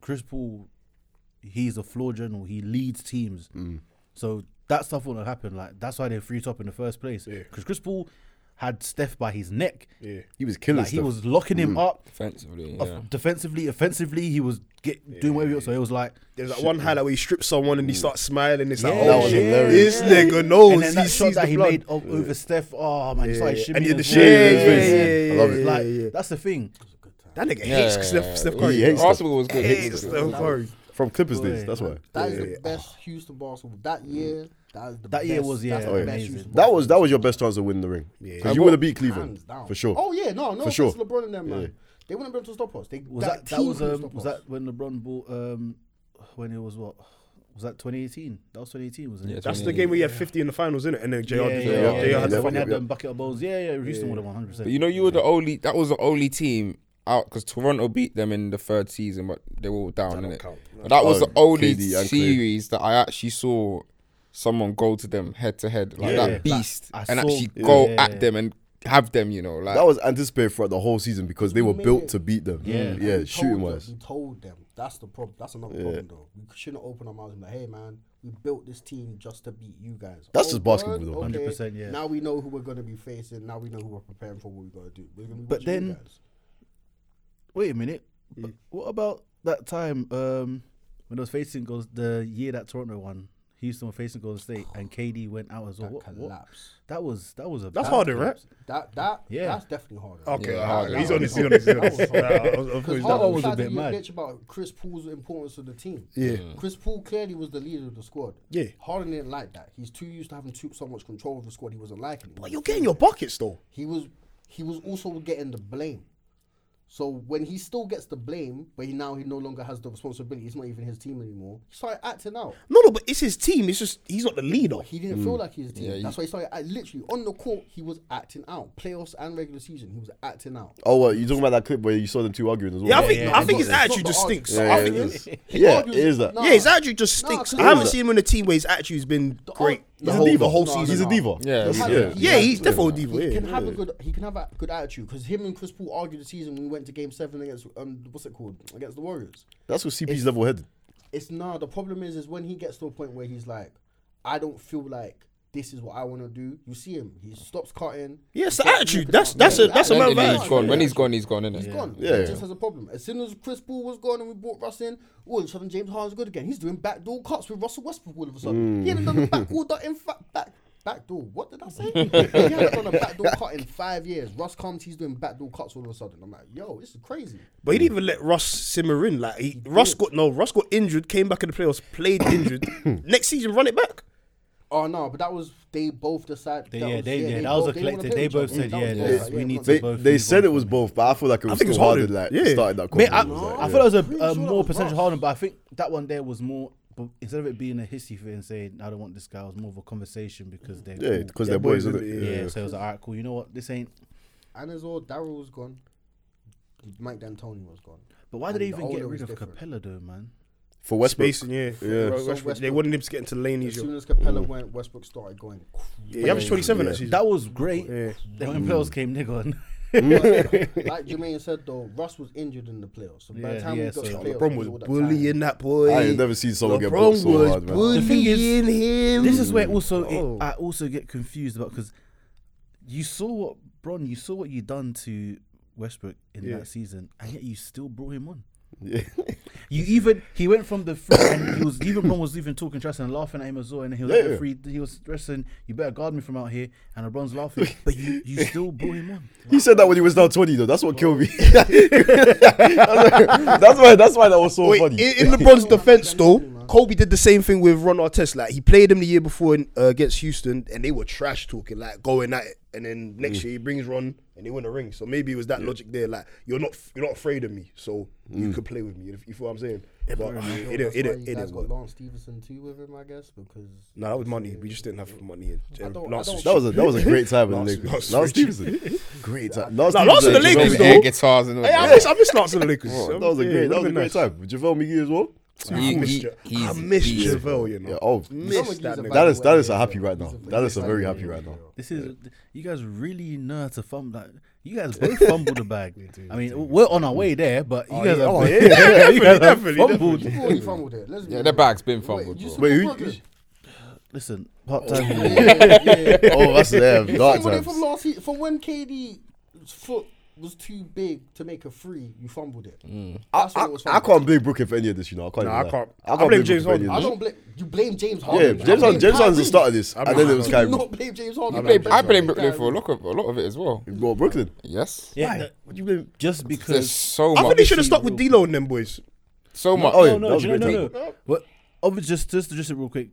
Chris Paul, he's a floor general. He leads teams,
Mm.
so that stuff wouldn't happen. Like that's why they free top in the first place because Chris Paul had Steph by his neck. Yeah,
He was killing Mm.
like, he
Steph.
was locking him up.
Offensively,
off-
yeah.
Defensively, offensively, he was get, doing whatever. he was So it was like
There's that one highlight where he strips someone and he starts smiling. It's like,
Yeah,
oh,
that was
shit,
hilarious.
this nigga
and
knows.
then
Oh, he
that shot
sees
that
the
he
blood.
made o- over Steph. Oh man, he started
And he
shimmying.
did the
as
shit
well.
in
Yeah,
his face.
yeah,
yeah,
yeah, I love it.
yeah,
Like
yeah.
that's the thing.
That nigga hates Steph, Steph Curry.
He hates Steph.
Arsenal was good.
Hates Steph Curry.
From Clippers days,
Boy.
that's why.
That is the best Houston basketball that year. That is the
Mm. That
best,
year was, yeah,
that's the
Oh, yeah.
best
amazing.
Houston
That
basketball.
was that was your best chance to win the ring. Because you would have beat Cleveland
Hands down.
for sure.
Oh yeah, no, no,
For
for
sure.
LeBron and them man.
Yeah.
They wouldn't be able to stop us. They,
Was that that,
team
was
couldn't
um,
stop
was
us.
that when LeBron bought um when it was what was that 2018? That was 2018, wasn't it?
That's the game where you had 50 in the finals, innit? And then JR
yeah, yeah,
did
yeah,
JR
yeah, yeah,
had
That's
the
when they
final.
had them bucket of balls. Yeah, yeah, Houston would have 100. percent
But you know, you were the only. That was the only team out because Toronto beat them in the third season, but they were all down in it. But that was
Oh,
the only
KD and Clay.
series that I actually saw someone go to them head to head like
Yeah.
that beast
That- I
and
saw-
actually go
Yeah.
at them and have them. You know, like
That was anticipated throughout the whole season because they were
made
built
it.
to beat them.
Yeah.
Mm, yeah,
We
shooting
told them-
wise.
We told them that's the problem. That's another problem though. We shouldn't open our mouths and be like, hey man, we built this team just to beat you guys.
That's just basketball,
word?
though.
Okay.
100%, yeah.
Now we know who we're gonna be facing. Now we know who we're preparing for. What we gotta do. We're gonna be
But
watching you
then-
guys.
Wait a minute. But What about that time um when I was facing goes the year that Toronto won? Houston were facing Golden State and KD went out as well. What, what?
collapse.
That was that was a
That's
bad
Harden, right?
That that
Yeah.
that's definitely harder.
Okay,
Yeah,
alright,
Harden.
he's on his, he's on his, he's on his. Nah, I was- I was-
Because
that
Harden
was
was
a
a
bit mad.
bitch about Chris Paul's importance to the team. Yeah. Chris Paul clearly was the leader of the squad.
Yeah.
Harden didn't like that. He's too used to having too, so much control of the squad. He wasn't liking it.
But you're getting your buckets though.
He was he was also getting the blame. So when he still gets the blame, but he now he no longer has the responsibility. It's not even his team anymore. He started acting out.
No, no, but it's his team. It's just he's not the leader.
He didn't feel like his team. That's why he started. act- Literally on the court, he was acting out. Playoffs and regular season, he was acting out.
Oh, well, you talking about that clip where you saw them two arguing as well?
Yeah, I think I think his
it's not
attitude
the
just
odds.
stinks.
Yeah,
I
yeah,
think
it
it's-
is. Yeah, it
argues-
is that.
no.
yeah, his attitude just
Nah,
stinks.
cause
I
he's
haven't
a-
seen him in a team where his attitude's been great.
He's
The
a
whole,
diva.
the whole
No,
season.
no,
He's a
no.
diva.
Yeah,
He
he's-
has-
yeah.
he
Yeah,
has-
he's definitely a diva.
He
yeah.
can have a good. He can have a good attitude because him and Chris Paul argued the season when we went to Game Seven against um what's it called against the Warriors.
That's what CP's level headed.
It's nah. The problem is, is when he gets to a point where he's like, I don't feel like this is what I want to do. You see him. He stops cutting.
Yeah, it's
he
the
stops
attitude.
walking
That's-
out.
that's a- that's a
the
man
when
of
attitude.
he's
attitude.
gone, when he's gone, he's gone, isn't
He's
it?
gone.
Yeah.
He just has a problem. As soon as Chris Paul was gone and we brought Russ in, all of a sudden James Harden's good again. He's doing backdoor cuts with Russell Westbrook all of a sudden. He hadn't done
Mm.
a backdoor dot in fa- back backdoor. What did I say? he hadn't done a backdoor cut in five years. Russ comes, he's doing backdoor cuts all of a sudden. I'm like, yo, this is crazy.
But he didn't
Mm.
even let Russ simmer in. Like he, Russ got no, Russ got injured, came back in the playoffs, played injured. Next season, run it back.
Oh no, but that was they both decided.
They- yeah, they- yeah, that was a
they wanna
collective.
play
They
each other.
both said,
That
yeah,
was
yeah,
both like,
we
yeah,
need
we're
to
They
not-
both
they
move
said
on
it was
from
both, but I feel like it was
think it
still
was
harder.
Harden.
Like
Yeah.
starting that
Mate, I,
conversation.
I
like,
thought
yeah.
that was a, a
sure that
more
was
percentage
Russ.
Harden, but I think that one there was more. But instead of it being a history thing and saying I don't want this guy, it was more of a conversation because they
Yeah, because they're boys, isn't
yeah.
it?
So it was like, all right, cool. You know what? This ain't.
And as well, Daryl was gone. Mike D'Antoni was gone.
But why
And
did they
the
even get
older
rid
is
of
different.
Capella though, man?
For Westbrook.
Spacing, yeah. Russ-
Yeah.
Russ-
So
they
Westbrook-
wanted him to get into lane
As
easier.
soon as Capella went, Westbrook started going.
Yeah, he averaged 27 that season.
That was great.
Yeah.
Then when playoffs came, they gone.
like Jermaine said though, Russ was injured in the playoffs. So by
Yeah,
the time
yeah,
we got
so-
to the playoffs,
LeBron
it
was
all that
bullying
time.
that boy.
I ain't never seen someone get
LeBron
booked so
was
hard, man.
The thing is,
bullying him.
This is where also it-
Mm. Oh.
I also get confused about because you saw what Bron, you saw what you done to Westbrook in
Yeah.
that season, and yet you still brought him on.
Yeah.
You even he went from the free and he was even Ron was even talking trash and laughing at him as well. And he was at
Yeah.
the free he was stressing, you better guard me from out here. And LeBron's laughing, but you you still brought him on.
He said that when he was down 20, though. That's what killed me. that's why That's why that was so
Wait,
funny.
in, in LeBron's defense, though, Kobe did the same thing with Ron Artest. Like he played him the year before in, uh, against Houston, and they were trash talking, like going at it. And then
Mm.
next year he brings Ron, and they win a ring. So maybe it was that logic there. Like you're not you're not afraid of me, so
Mm.
you could play with me. You, you feel what I'm saying? But uh, it
It
didn't-
is.
it
It
didn't-
is.
it
It
didn't
has got
work.
Lance Stevenson too with him, I guess, because
No, that was money. We just didn't have money. In,
I don't- I
Lance
don't-
that was a that was a great time with the
Last-
Lakers.
last
Last
stretch.
Stevenson, great time.
Nah, last of the
Stevenson,
Lakers,
Javale
With
though.
air guitars and all
Hey, I
that.
miss I miss Lance and the Lakers.
Oh, that was a
Yeah,
great, that was a
that'd
great
be
time. JaVale McGee as well.
nice.
He-
I missed,
he-
Ja- I
he's
missed
beast.
Javale, you know.
Yeah, oh,
Missed
Someone
that
gives a
nigga.
bad
that is that is a
Yeah,
happy right now.
he's a-
That is a
he's a
very
happy
happy right now.
This is you guys really know how to fumble that. You guys both fumbled the bag. I mean, we're on our way there, but you guys are
Oh,
both-
yeah, yeah,
you guys have
definitely, definitely.
fumbled.
Before he fumbled it. Let's be
Yeah,
real.
the bag's been
Wait,
fumbled,
you
bro.
Wait, who-
support Brooklyn?
Listen, part time.
yeah. Oh, that's yeah, dark
Same with it
times.
from last year, from when KD's foot was too big to make a free, you fumbled it.
I,
That's
I,
when it was
I
fumbled.
can't blame Brooklyn for any of this, you know. I can't.
Nah,
even
I
lie.
can't.
I
I
can't
blame
blame
James
Brooklyn for
I
any of
don't blame you. Blame James
this. Yeah,
Harden.
James Harden. James Harden's the start of this,
I
and then it was Kyrie.
Not blame James Harden.
I
blame
blame-
I
Kyrie.
blame Brooklyn for a lot of a lot of it as well.
Bro, Brooklyn.
Yes.
Yeah, that-
What do you blame?
just
There's
because
so
I think
much.
they should have stuck with D'Lo and them boys.
So much.
Oh yeah,
no,
that was a
no,
great
no,
time.
no. But obviously, just just just real quick,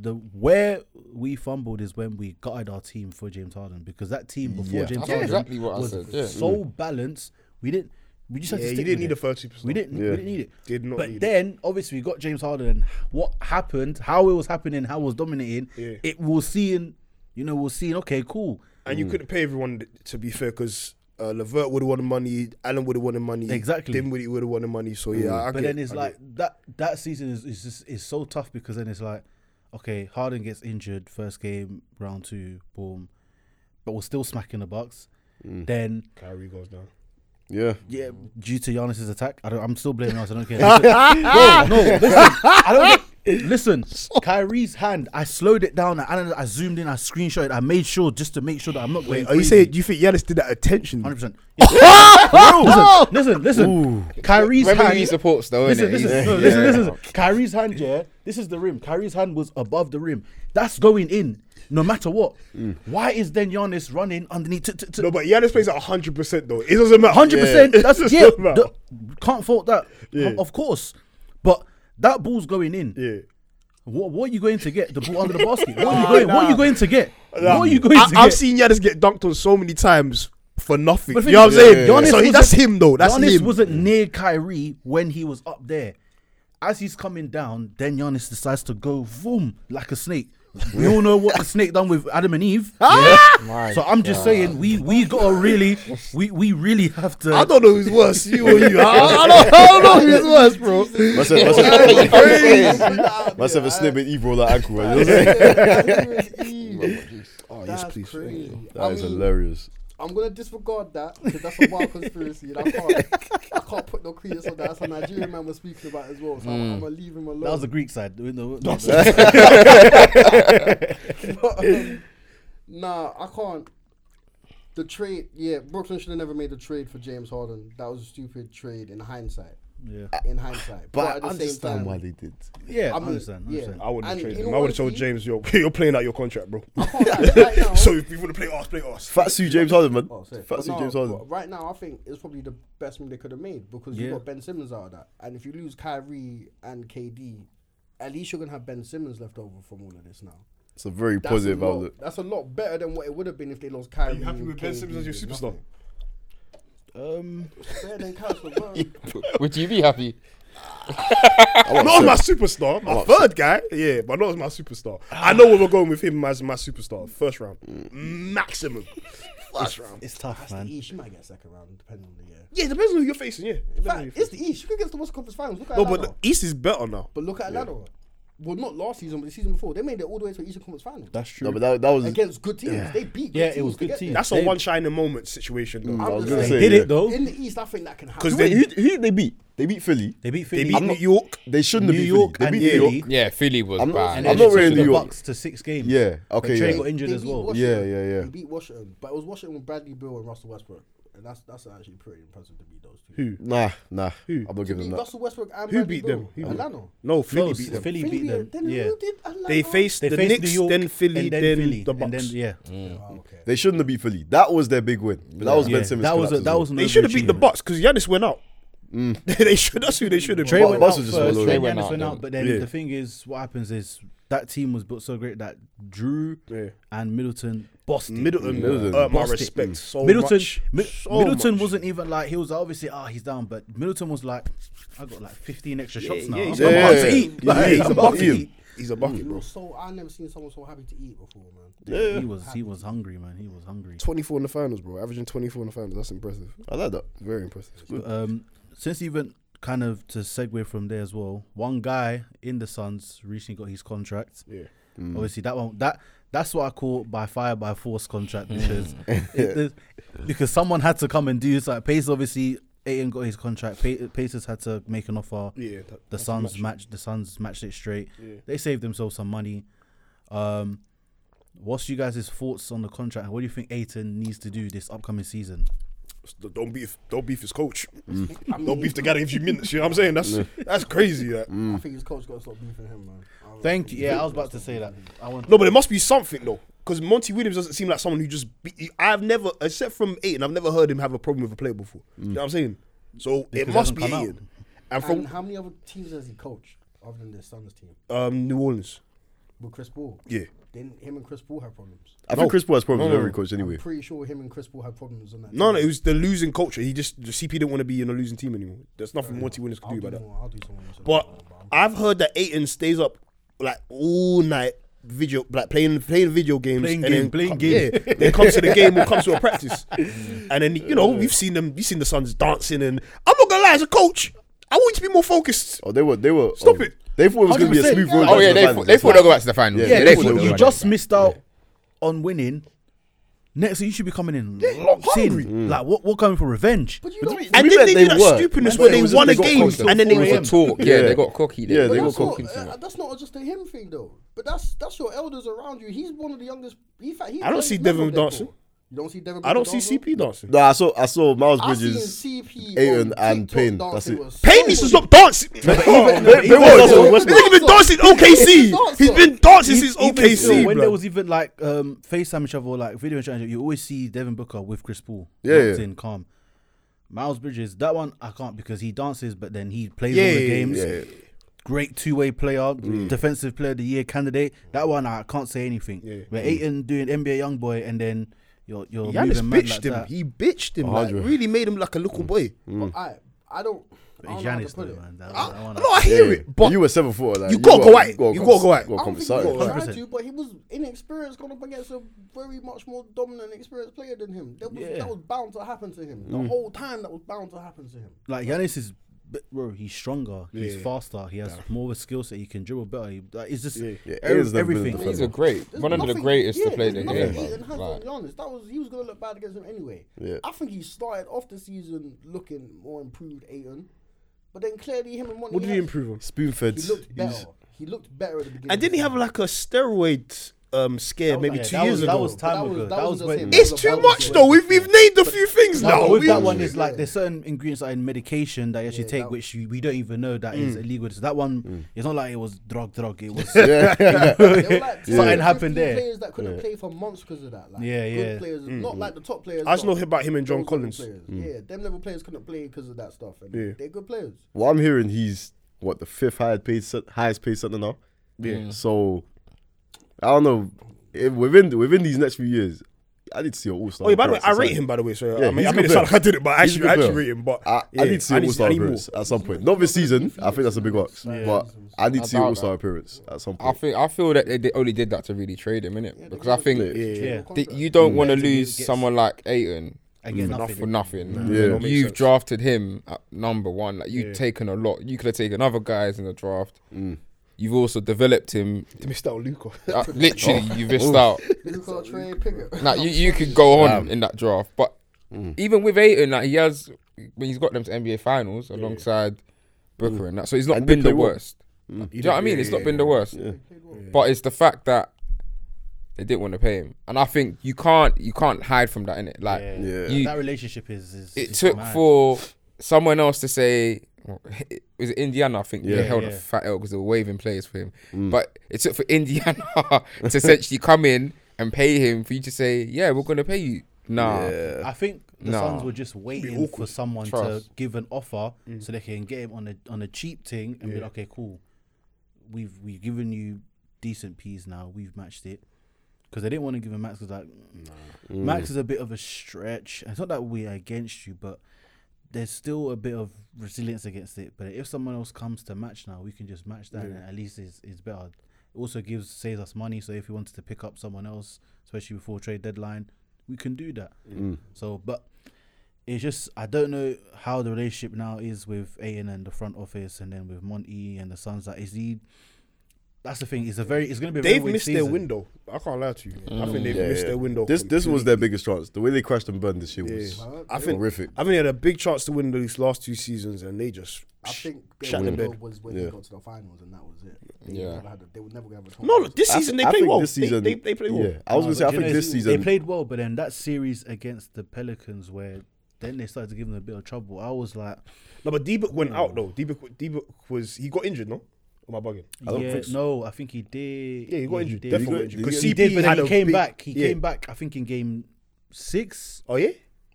the where we fumbled is when we gutted our team for James Harden because that team before
Yeah.
James
Yeah,
Harden
exactly what I
was
said, yeah.
so balanced. We didn't. We just had
Yeah,
to
you
stick
didn't
with
need
it.
a third superstar.
We didn't. We
Yeah.
didn't need it.
Did not
But
need it.
then, obviously, we got James Harden. and What happened? How it was happening? How it was dominating?
Yeah.
It was seeing. You know, we're seeing. Okay, cool.
And you couldn't pay everyone, th- to be fair, because uh, Levert would have won the money, Allen would have won the money,
Exactly. Mm.
Dinwiddie would have won the money. So yeah, I
but
get-
then it's
I
like
get-
that that season is, is just is so tough because then it's like, okay, Harden gets injured first game, round two, boom, but we're still smacking the Bucks.
Mm.
Then
Kyrie goes down.
Yeah.
yeah, due to Giannis's attack, I don't, I'm still blaming us. I don't care. Bro, no, listen, I don't. get- Listen, Kyrie's hand. I slowed it down. I, analyzed- I zoomed in. I screenshot it. I made sure just to make sure that I'm not going.
Are oh, you saying you think Giannis did that attention?
Hundred percent. Listen, listen, listen. Kyrie's
Remember
hand.
who he supports though,
Listen,
innit?
listen,
He's-
no,
yeah.
listen, listen. Kyrie's hand, yeah. This is the rim. Kyrie's hand was above the rim. That's going in, no matter what. Why is then Giannis running underneath? T- t- t-
No, but Giannis plays at hundred percent though. It doesn't matter.
100%.
It
That's
doesn't
yeah.
matter.
the- can't fault that. Of course, but that ball's going in.
yeah.
What, what are you going to get? The ball under the basket. What are you going? What are you going to get? What are you going
I,
to
I've
get?
seen Giannis get dunked on so many times for nothing.
But
You know what I'm
think-
saying?
Giannis
So he-
wasn't-
that's him though. That's
Giannis
him.
wasn't near Kyrie when he was up there. As he's coming down, then Giannis decides to go boom like a snake. We all know what the snake done with Adam and Eve.
My
So I'm just saying we we gotta really we we really have to
I don't know who's worse, you or you. I, I, don't, I don't know who's worse, bro.
Must have, must have, must have a snip in Ebro that ankle. you know what I'm saying?
Oh,
That's crazy.
That is hilarious.
I'm gonna disregard that because that's a wild conspiracy, and I can't, I can't put no credence on that. That's a Nigerian man we're speaking about as well, so
Mm.
I'm, I'm gonna leave him alone.
That was the Greek side. We know-
But, um, nah, I can't. The trade, yeah, Brooklyn should have never made the trade for James Harden. That was a stupid trade in hindsight.
Yeah.
In hindsight,
But I
at the same
understand
time,
why they did.
Yeah, I
mean,
understand. I
yeah.
understand.
I wouldn't
And
have traded
you
him.
know
I
what,
would have told
G?
James, yo, you're playing out your contract, bro.
Right, right now,
so if you want to play us, play oh, us.
Fatsu James Harden, man.
Oh, sorry. But
Fatsu
no,
James Harden.
but Right now, I think it's probably the best move they could have made because you
Yeah.
got Ben Simmons out of that, and if you lose Kyrie and KD, at least you're gonna have Ben Simmons left over from all of this now.
It's a very
That's
positive
a lot,
outlook.
That's a lot better than what it would have been if they lost Kyrie.
you happy
and
with Ben
KD
Simmons as your
and
superstar?
nothing.
Um,
Better than Kyrie LeBron.
Would you be happy?
Not as my superstar, my third guy. Yeah, but not as my superstar. I know where we're going with him as my superstar. First round, maximum. First round.
it's tough,
That's the
man.
East. You might get second round depending on the year.
Yeah, it depends on who you're facing. Yeah, Depends on who
Fact,
you're
it's
facing.
the East. You could get to the West Conference Finals. Look at
no,
Atlanta.
but the East is better now.
But look at Atlanta. Well, not last season, but the season before, they made it all the way to the Eastern Conference Finals
That's true.
No, but that, that was.
against good teams. They beat.
Yeah,
good
it was
to
good
get there.
teams.
That's
They- Mm.
a one shining moment situation, though.
I'm
I was
just
gonna
saying.
say.
they did
yeah.
it though.
In the East, I think that can happen.
'Cause
Wait, who, who did they beat? They beat Philly.
They beat Philly.
They
I'm
beat New
not-
York.
They shouldn't
New
have beat
York
Philly.
and
They beat New
Philly.
York.
Yeah, Philly was
I'm not-
bad.
I'm
And
not
then they
really
took
New
the
York.
Bucks to six games.
Yeah,
But
okay.
Trey
yeah.
got injured
They
as
beat
well.
Washington.
Yeah, yeah, yeah.
They beat Washington, but it was Washington with Bradley Bill and Russell Westbrook. And that's that's actually pretty impressive to beat those
Who?
two.
Nah, nah.
Who?
I'm not
To
giving
beat
them that.
Russell Westbrook and
Who
Bradley
beat
Beal.
them? Who beat them?
Atlanta.
No, Philly
No,
beat them.
Philly beat them.
Then
yeah.
who did Atlanta?
They faced
They
the
faced
Knicks,
New York,
then Philly,
and
then,
Philly,
the
and then
Bucks.
yeah,
Oh, okay.
They shouldn't have beat Philly. That was their big win. But that was
Yeah.
Ben Simmons.
that was a,
collapse as
that
well.
was an
They should have beat the
overachievement.
Bucks because Giannis went out. they should. That's who they should have.
Mm. Trey
beat.
Well,
went
Bucks
out
was
first.
just one of
Trey
those.
went,
Went
went
out
out, but then
Yeah.
the thing is, what happens is that team was built so great that Drew
Yeah.
and Middleton bossed it.
Middleton,
Middleton.
earned my
Bust it.
respect so
Mm. Middleton,
much.
Mi-
so
Middleton
much.
wasn't even like he was obviously ah he's down, but Middleton was like I got like 15 extra shots now.
he's
I'm
a
about
bucket.
to
yeah.
eat.
Yeah,
Like,
he's
I'm
a
about to
bucket.
eat.
He's a bucket,
You
bro.
were so I never seen someone so happy to eat before, man.
He was he was hungry, man. He was hungry.
24 in the finals, bro. Averaging 24 in the finals. That's impressive.
I like that.
Very impressive.
Um, since even kind of to segue from there as well, one guy in the Suns recently got his contract.
Yeah.
Obviously, that one that that's what I call by fire by force contract because it- it- because someone had to come and do this. Like Pacers, obviously, Aiton got his contract. Pa- Pacers had to make an offer.
Yeah. That,
The Suns matched the Suns matched it straight. They saved themselves some money. Um, what's you guys' thoughts on the contract? and What do you think Aiton needs to do this upcoming season?
Don't beef. Don't beef his coach. Don't beef the guy that gives you minutes. You know what I'm saying? That's that's crazy. That.
I think his coach got to stop beefing him, man. I don't
Thank
think
you. Yeah,
he-
I was about to say that. I want.
No, but there must be something though, because Monty Williams doesn't seem like someone who just. Be, I've never, except from Aiton, I've never heard him have a problem with a player before. You know what I'm saying? So
Because it
it must
hasn't
be
come out.
Aiton, and
And
from
how many other teams has he coached other than the Suns team
um, New Orleans.
with Chris Paul?
Yeah.
Then him and Chris Paul had problems.
I think Chris Paul has
No,
problems
no,
with every
no.
coach anyway.
Pretty sure him and Chris Paul had problems on that.
No,
team.
no, it was the losing culture. He just the CP didn't want to be in a losing team anymore. There's nothing Monty Williams can
I'll
do
do,
about that.
more, I'll do someone else.
But I've heard that Aiton stays up like all night video like playing playing video games
Playing
and
game,
then
playing
come,
game.
yeah, then comes to the game or comes to a practice and then you know we've seen them we've seen the sons dancing and I'm not gonna lie as a coach I want you to be more focused
Oh, they were. They were.
Stop
um,
it.
They thought it was going to be
100%.
a smooth road.
Oh yeah,
to the
they
finals.
thought- they
That's
thought
why-
they'll go back to the finals.
Yeah,
Yeah,
they
they
thought
thought
they
they'll
were
go
you
back
just
to the
missed out on winning. Next, you should be coming in locked
hungry.
in. Like what? What coming for revenge?
But you know,
I
and
mean,
then they,
they
do that
were.
stupidness
Remember,
where
it
they
was
won a
just they got
game
close
and
to
then
finals.
they
It
were
was a talk. Yeah,
Yeah.
they got cocky.
Yeah,
but
they
that's,
got
not,
cocky.
uh, that's not just a him thing though. But that's that's your elders around you. He's one of the youngest. He, fa- he's
I don't
the
see
youngest member
Devin
of their
dancing.
core. You don't see Devin.
I don't see
Booker dancing?
CP dancing
Nah, I saw. I saw Miles
I seen
Bridges,
CP
Aiton,
on
and
TikTok
Payne.
dancing
That's
was
it.
so
Payne needs to
funny.
stop dancing
even-
This
even Russell Westbrook-
nigga been dancing
He's
OKC
a dancer.
he's been dancing
Even-
since
even
OKC
still, when
bruv.
there was even like um, FaceTime each other, or, like video chat, you always see Devin Booker with Chris Paul.
Yeah,
locked
yeah.
in, calm. Miles Bridges, that one I can't because he dances, but then he plays
Yeah,
all the
yeah,
games.
yeah.
Great two-way player, defensive player of the year candidate. That one I can't say anything. But Aiton doing NBA young boy, and then you're you're
Giannis
moving mad
bitched
like
him.
that.
He bitched him. Like,
100.
really made him like a little boy.
But I I don't. I don't know how to
Giannis,
put
though,
it.
man. That,
I,
that one
no, I hear
Yeah.
it, but
you were seven four. Like,
You gotta go at it. You gotta
cons-
go at it.
Gotta
I don't
come
think
solid.
he
Hundred
tried
percent.
to, but he was inexperienced going up against a very much more dominant, experienced player than him. That was, that was bound to happen to him. The whole time that was bound to happen to him.
like Giannis is, b- bro, he's stronger, he's faster, he has more of a skill set, he can dribble better. He, like, it's just
Yeah,
ev-
Aiton's never been a
everything.
defender.
He's a great,
There's
one of the
nothing-
greatest
yeah,
to play the
there's
game.
nothing Aiton
bro.
has
Like,
on Giannis. That was he was gonna look bad against him anyway.
Yeah.
I think he started off the season looking more improved, Aiton, but then clearly him and Monty.
what did he
had-
improve on?
Spoon fed.
He looked better. He looked better at the beginning.
And didn't he have like a steroid um, scare maybe
yeah,
two
that
years
was-
ago?
That was time
That was-
ago.
that
That,
was
was,
the
when.
same.
it's
that
too
was-
much though. We've we've named a few things
No,
now.
but with
We've-
that one is like there's certain ingredients that are in medication that you actually take, which you, we don't even know that
Mm.
is illegal. So that one,
Mm.
it's not like it was drug, drug. It was
There were, like, 10,
Something happened
15
there.
Players that couldn't play for months because of that. Like,
Yeah,
good
yeah.
Players, not like the top players.
I just
but
know about him and John
those level
Collins.
players. Yeah, them level players couldn't play because of that stuff. And
Yeah.
they're good players.
Well, I'm hearing he's what the fifth highest paid cent- highest paid center now. Yeah. So I don't know. If within within these next few years, I need to see an all star.
Oh, yeah, by the way, I rate him. By the way, so I
Yeah,
mean,
he's
I
a
made
good
it sound like
player.
I did it, but I
He's a
actually,
good
I actually
player.
rate him. But
I,
yeah,
I need to see an all star
I need more.
appearance at some point. Not this season. I think that's a big box. But I need to see an
doubt
all star appearance at some
I
point.
think I feel that they did- only did that to really trade him, innit? because I think
yeah,
that you don't want to
Yeah, to
lose
get-
someone like Aiton
I get
for
nothing.
nothing.
Yeah. That don't
make
You've
sense.
drafted him at number one. Like you've taken a lot. You could have taken other guys in the draft. You've also developed him.
They missed out on Luca.
Uh, literally, you missed out.
Luka, Trey, Pickett.
Now you, you could go on in that draft, but even with Aiton, like he has when he's got them to NBA Finals alongside Booker and that, so he's not
And they
been the
play well.
worst. Do you know what I mean? it's not been the worst, but it's the fact that They didn't want to pay him, and I think you can't you can't hide from that in it. Like
Yeah.
Yeah.
you,
that relationship is. is
it
is
took
mad.
for someone else to say it was Indiana, I think
Yeah. Mm.
they held a
Yeah.
fat L because they were waving players for him. But it took for Indiana to essentially come in and pay him for you to say, "Yeah, we're gonna pay you." Nah,
Yeah.
I think the
Nah.
Suns were just waiting for someone
Trust.
to give an offer so they can get him on a on a cheap thing and be like, okay, cool. We've we've given you decent peas now. We've matched it because they didn't want to give him Max because like
Mm.
Max is a bit of a stretch. It's not that we're against you, but there's still a bit of resilience against it. But if someone else comes to match now, we can just match that, and at least is is better. It also gives saves us money. So if we wanted to pick up someone else, especially before trade deadline, we can do that.
Mm.
So, but it's just I don't know how the relationship now is with Aiden and the front office, and then with Monty and the Suns. That is he. That's the thing. It's a very. It's going to be. A
They've
very weird
missed their
season.
window. I can't lie to you. I think they've
Yeah,
missed
yeah.
their window.
This this was
completely.
their biggest chance. The way they crashed and burned this year was
Yeah.
I think horrific.
I think they had a big chance to win these last two seasons, and they just.
I think
Shut the
their window
bed.
was when
Yeah.
they got to the finals, and that was it. They
Yeah.
never had a- they would never have a
No, look, this
I
season
thi-
they
I
play
think
well.
This season,
they, they, they play well.
Yeah, I was gonna say. I
Do you
think
know,
this
They
season.
played well, but then that series against the Pelicans, where then they started to give them a bit of trouble. I was like,
No, but Debook went out though. Debook, Debook was he got injured? No, am I bugging?
don't
yeah,
think so.
no, I think he did.
Yeah, he got injured.
did.
Definitely
He got-
injured. 'Cause
he
He did, but
had
then he
a
came
big-
back. He
yeah.
came back. I think in game six,
Oh yeah,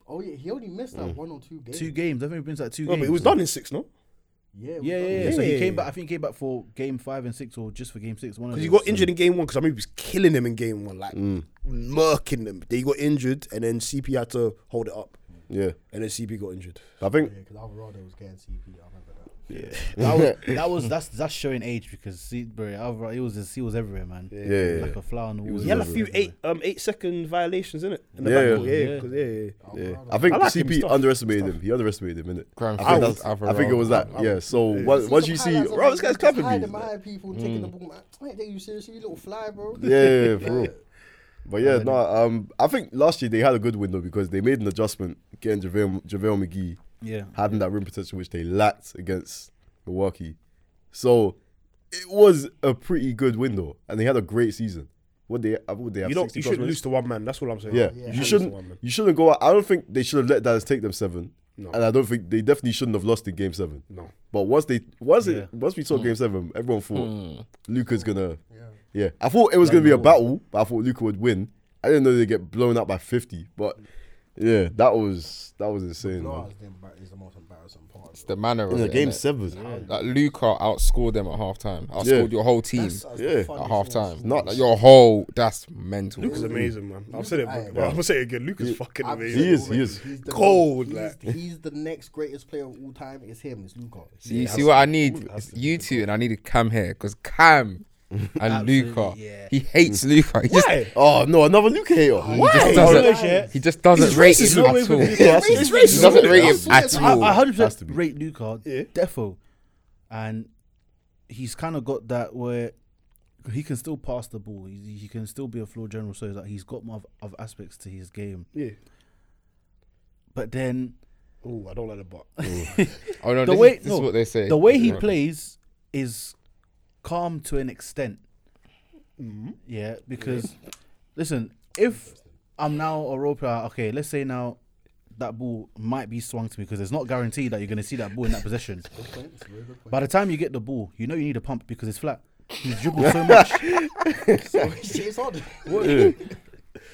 Oh yeah, he only missed
Mm.
that one or two games.
two games. I think he brings like two
no,
games.
but it was done in six, no?
Yeah, we
Yeah,
got-
yeah, yeah. So he came
Yeah.
back. I think he came back for game five and six, or just for game six. One of
Because he
those.
got injured in game one. Because I mean, he was killing them in game one, like
Mm.
murking them. They got injured, and then CP had to hold it up,
Yeah,
and then CP got injured.
I think.
Yeah, because Alvarado was getting CP. I remember that.
That was, that was that's that's showing age because see, bro, Alvaro, he was just, he was everywhere, man. Yeah,
yeah,
like
yeah.
a fly on the wall.
was
He had a
everywhere.
few eight um eight second violations in it. In the
Yeah,
back
yeah.
door. yeah,
Yeah.
'cause- yeah, yeah, yeah.
Yeah. I think
I like him,
CP
he's tough.
underestimated him. He underestimated him, innit?
Grand
I think,
finals,
that's- I think it was that. yeah. So
Yeah.
once,
See
once
some
you see,
highlights of
bro,
him
this guy's
just
clapping me.
hiding behind people and taking the
Mm.
ball. Man, wait, are you serious? You little fly, bro.
Yeah, yeah, yeah, for real. But yeah, no, um, I think last year they had a good window because they made an adjustment getting JaVale, JaVale McGee,
Yeah.
having that rim protection which they lacked against Milwaukee. So it was a pretty good window, and they had a great season. What they, uh, what they have?
You don't.
60
You
plus
shouldn't
wins?
lose to one man. That's what I'm saying.
Yeah,
Yeah.
you
lose to
shouldn't.
one man.
You shouldn't go out. I don't think they should have let Dallas take them seven, and I don't think they definitely shouldn't have lost in game seven.
No.
But once they once
Yeah. Mm.
it once we saw game seven, everyone thought Luca's gonna. Yeah. I thought it was gonna be a battle, but I thought Luca would win. I didn't know they'd get blown up by fifty, but yeah, that was that was insane.
No,
man.
it's the, embar- it's the most embarrassing part.
the manner of
In the
it,
game
innit?
seven,
Like Luca outscored them at halftime. Outscored your whole team
yeah,
at halftime.
nuts.
Like your whole. That's mental.
Luca's amazing, man. I've said it.
Aye,
But I'm gonna say it again. Luca's fucking amazing.
he is, he is.
He's the-
Cold,
He's,
like.
he's the next greatest player of all time. It's him. It's Luca.
Do you see what I need? It's you two, and I need Cam here because Cam and Luca,
yeah.
he hates Luca. He just,
Why?
Oh no, another Luca hater.
he just doesn't. He just doesn't rate him
No
at
way
all.
with
He
It's racist.
doesn't
isn't it?
rate him at
I, I
all.
hundred
Has to
percent
be.
rate Luca Defo, and he's kind of got that where he can still pass the ball. He, he can still be a floor general. So it's like he's got more of, of aspects to his game.
Yeah.
But then
Oh, I don't like the butt.
Oh no,
the
this,
way
is, this
no,
is what they say.
The way he
Right.
plays is calm to an extent.
Mm-hmm.
Yeah, because listen, if I'm now a role player, okay, let's say now that ball might be swung to me because it's not guaranteed that you're going to see that ball in that possession. By the time you get the ball, you know you need a pump because it's flat. He's dribbled so much.
it's hard.
Yeah.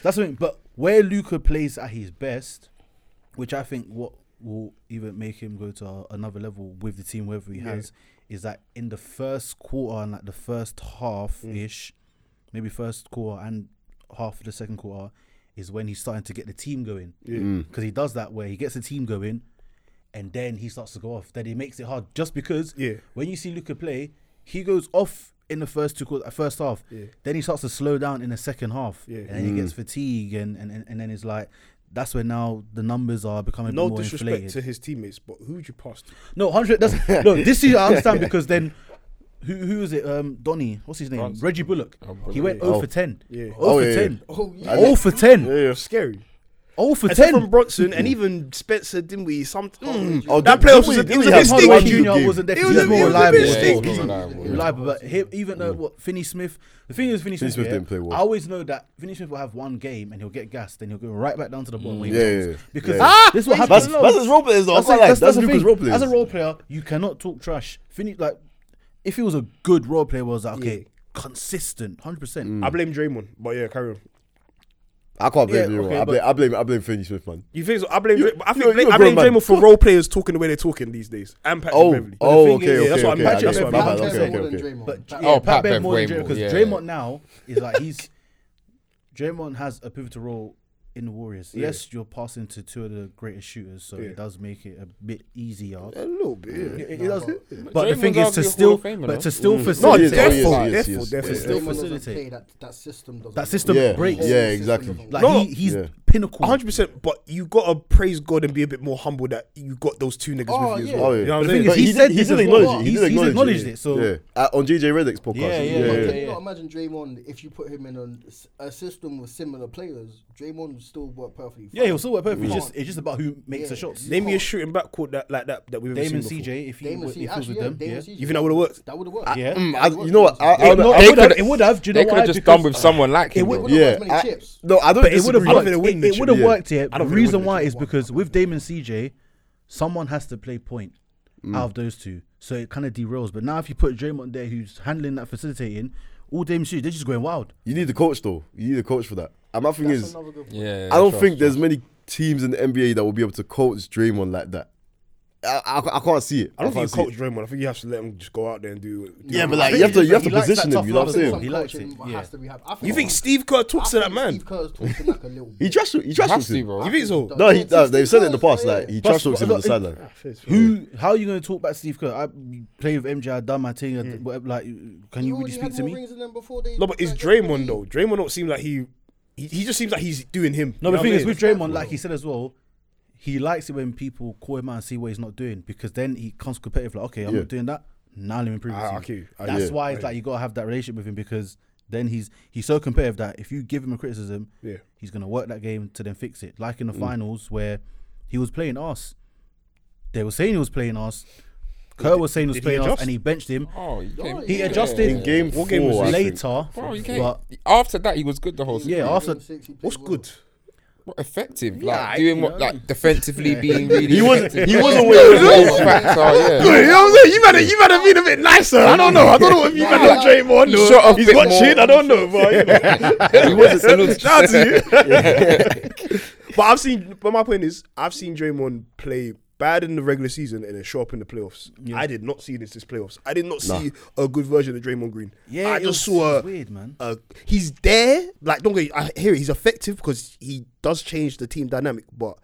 That's what I mean. But where Luca plays at his best, which I think what will even make him go to a- another level with the team, wherever he has, is that in the first quarter and like the first half ish, maybe first quarter and half of the second quarter, is when he's starting to get the team going. Because he does that where he gets the team going, and then he starts to go off. Then he makes it hard just because
Yeah.
when you see Luca play, he goes off in the first two quarters, first half. Then he starts to slow down in the second half,
Yeah.
and then he gets fatigue, and, and and and then it's like that's where now the numbers are becoming
No
more
disrespect
inflated.
to his teammates, but who would you pass to?
no, hundred. That's no. This is I understand because then. Who, who is it? Um, Donny. What's his name? Reggie Bullock. He went 0 for 10.
Yeah.
0
Oh,
for
yeah,
10.
Oh, yeah.
0 for 10.
yeah.
Scary.
Oh for
Except
ten.
from Bronson and even Spencer Dinwiddie. Some mm,
Oh,
that
did-
playoffs was a,
didn't
it was a
we
bit
have
Hardaway
Hardaway
stinky.
Junior
Junior
game.
wasn't there.
It was
He's
a-
more
it was a
reliable.
bit
Yeah,
stinky.
he's more reliable, but him, even though what Finney Smith, the thing is, Finney Smith,
Smith
yeah,
didn't play well.
I always know that Finney Smith will have one game and he'll get gassed, and he'll go right back down to the bottom. when he
Mm, Yeah,
comes.
yeah, yeah.
because
Yeah.
this is what
That's,
happens. No,
that's his role players though. I
that's
quite
it,
like-
that's- that's
that's
the
Luka's
thing.
role players.
As a role player, you cannot talk trash. Finney, like, if he was a good role player, was like, okay, consistent, hundred percent.
I blame Draymond, but yeah, carry on.
I can't blame
Yeah,
you.
okay,
I,
but-
blame, I blame I blame Finney Smith, man.
You think so? I blame. Dray-
You-
I
you're-
think bla-
you're a
I blame
grown man.
Draymond for role players talking the way they're talking these days, and Patrick
Oh,
Beverly.
oh,
thing is-
okay,
Yeah,
that's what
okay,
I meant.
okay.
That's
That's
what I
what
meant.
I meant.
Pat cares
Okay,
more than
okay, okay.
Draymond.
But
Pat-
yeah,
oh,
Pat,
Pat
Bev
Bev
more than
way
Draymond
more,
because
yeah, yeah.
Draymond now is like he's Draymond has a pivotal role in the Warriors. Yes, you're passing to two of the greatest shooters, so it does make it a bit easier.
A little bit.
It, it does, but, the
Draymond's
thing is to
arguably a
still,
Hall of Famer,
but
no?
to still
No, he
facilitate
is, oh, he is,
Therefore-
he is, he
therefore-
is.
therefore-
Yeah,
still
Draymond doesn't
facilitate.
play That that system doesn't.
that
work.
system
Yeah,
breaks.
yeah, exactly.
Like
No,
he, he's
yeah.
pinnacle.
100. percent But you gotta praise God and be a bit more humble that you got those two niggas
Oh,
with you.
yeah.
As well.
Oh,
You
yeah.
know what
The thing
I'm saying?
is,
But he,
he
did,
said
he
this
did
as
acknowledge
well.
it. He
He's-
did
he's
acknowledge
acknowledged
it.
it, so-
yeah, Uh, on JJ Redick's podcast.
Yeah, yeah,
yeah,
okay,
yeah.
yeah.
You know, imagine Draymond if you put him in on s- a system with similar players, Draymond would still work perfectly.
yeah,
fine.
he'll still work perfect. It's
Can't.
just it's just about who makes the
Yeah.
shots.
Name me a shooting backcourt that like that that we've ever
Damon
seen before.
CJ, if he,
Damon
if he
C.
feels
Actually,
with
yeah,
them, yeah.
Damon CJ.
You think that would've worked?
That would have worked.
Yeah.
Mm, I- you know what? I, I,
It, no,
I,
it would have.
I-
It would have. Do you know
They could
why?
have just
Because-
done with someone like him.
It
though.
wouldn't
yeah,
have got as many
I,
chips.
no, I don't.
But it would have
disagree.
worked.
I don't
It,
think they
it
win
would
the
have
chip.
worked. Yeah.
I
The
don't think they
reason
win the
why
chip.
is because with Damon CJ, someone has to play point
Mm.
out of those two, so it kind of derails. But now if you put Draymond there, who's handling that facilitating, all Damon CJ, they're just going wild.
You need a coach though. You need a coach for that. And my thing
That's
is,
another good point.
Yeah,
I don't
trust,
think
trust.
there's many teams in the NBA that will be able to coach Draymond like that. I, I, I can't see it.
I don't think you
can't
coach Draymond. I think you have to let him just go out there and do. do
Yeah,
what
but
he
like
does.
you have to, you have
He
to
likes that
position him.
tough
You know what I'm
love as well.
saying?
Some
He likes
coaching
it, yeah.
has to be hap- I
You think
I
Steve Kerr talks to that
think
man?
Steve Kerr's talking like a little.
He trash he trash
Has
talks
to,
him.
bro.
You think so?
No, he, no, they've said it in the
Yeah,
past. Like
yeah.
he
Plus,
trash talks him on the
but-
sideline.
Who? How are you going to talk about Steve Kerr? I play with MJ. I done my thing. I- whatever, like, can
He
you really
already
speak
had
to
more
me?
rings than them before they-
No, but it's
like,
Draymond though. Draymond don't seem like he. He, he just seems like he's doing him.
No, the
You know
thing
what I'm
is with
saying?
Draymond, like he said as well, he likes it when people call him out and see what he's not doing because then he comes competitive. Like, okay, I'm
Yeah.
not doing that. Now let me prove it to
Ah,
you.
okay. Ah,
That's
yeah.
why it's like you gotta have that relationship with him because then he's he's so competitive that if you give him a criticism,
Yeah. Mm.
he's gonna work that game to then fix it. Like in the finals where he was playing us, they were saying he was playing us. Kerr was saying he was
did he
playing us,
adjust?
and he benched him.
Oh, you can't-
He
yeah.
adjusted
In game four,
game was
I think.
later,
Bro, you can't.
but
After that, he was good the whole season.
yeah, after
Game six, he played
What's
well.
good?
Bro, effective, like doing what, like defensively being really.
He was
effective.
he was
Yeah,
away.
those facts are, yeah.
You know what I'm saying? You better, you better be a bit nicer. I don't know. I don't know if you better know Draymond. Or
Shut up
he's
a bit
got
more.
shit. I don't know, but you know. he wasn't. Shout out to you. but I've seen. But my point is, I've seen Draymond play bad in the regular season and then show up in the playoffs. I did not see this this playoffs. I did not see a good version of Draymond Green.
yeah,
I
it
just
was- it
saw
was
a,
weird, man.
uh, he's there. Like, don't get. I hear it, he's effective because he does change the team dynamic. But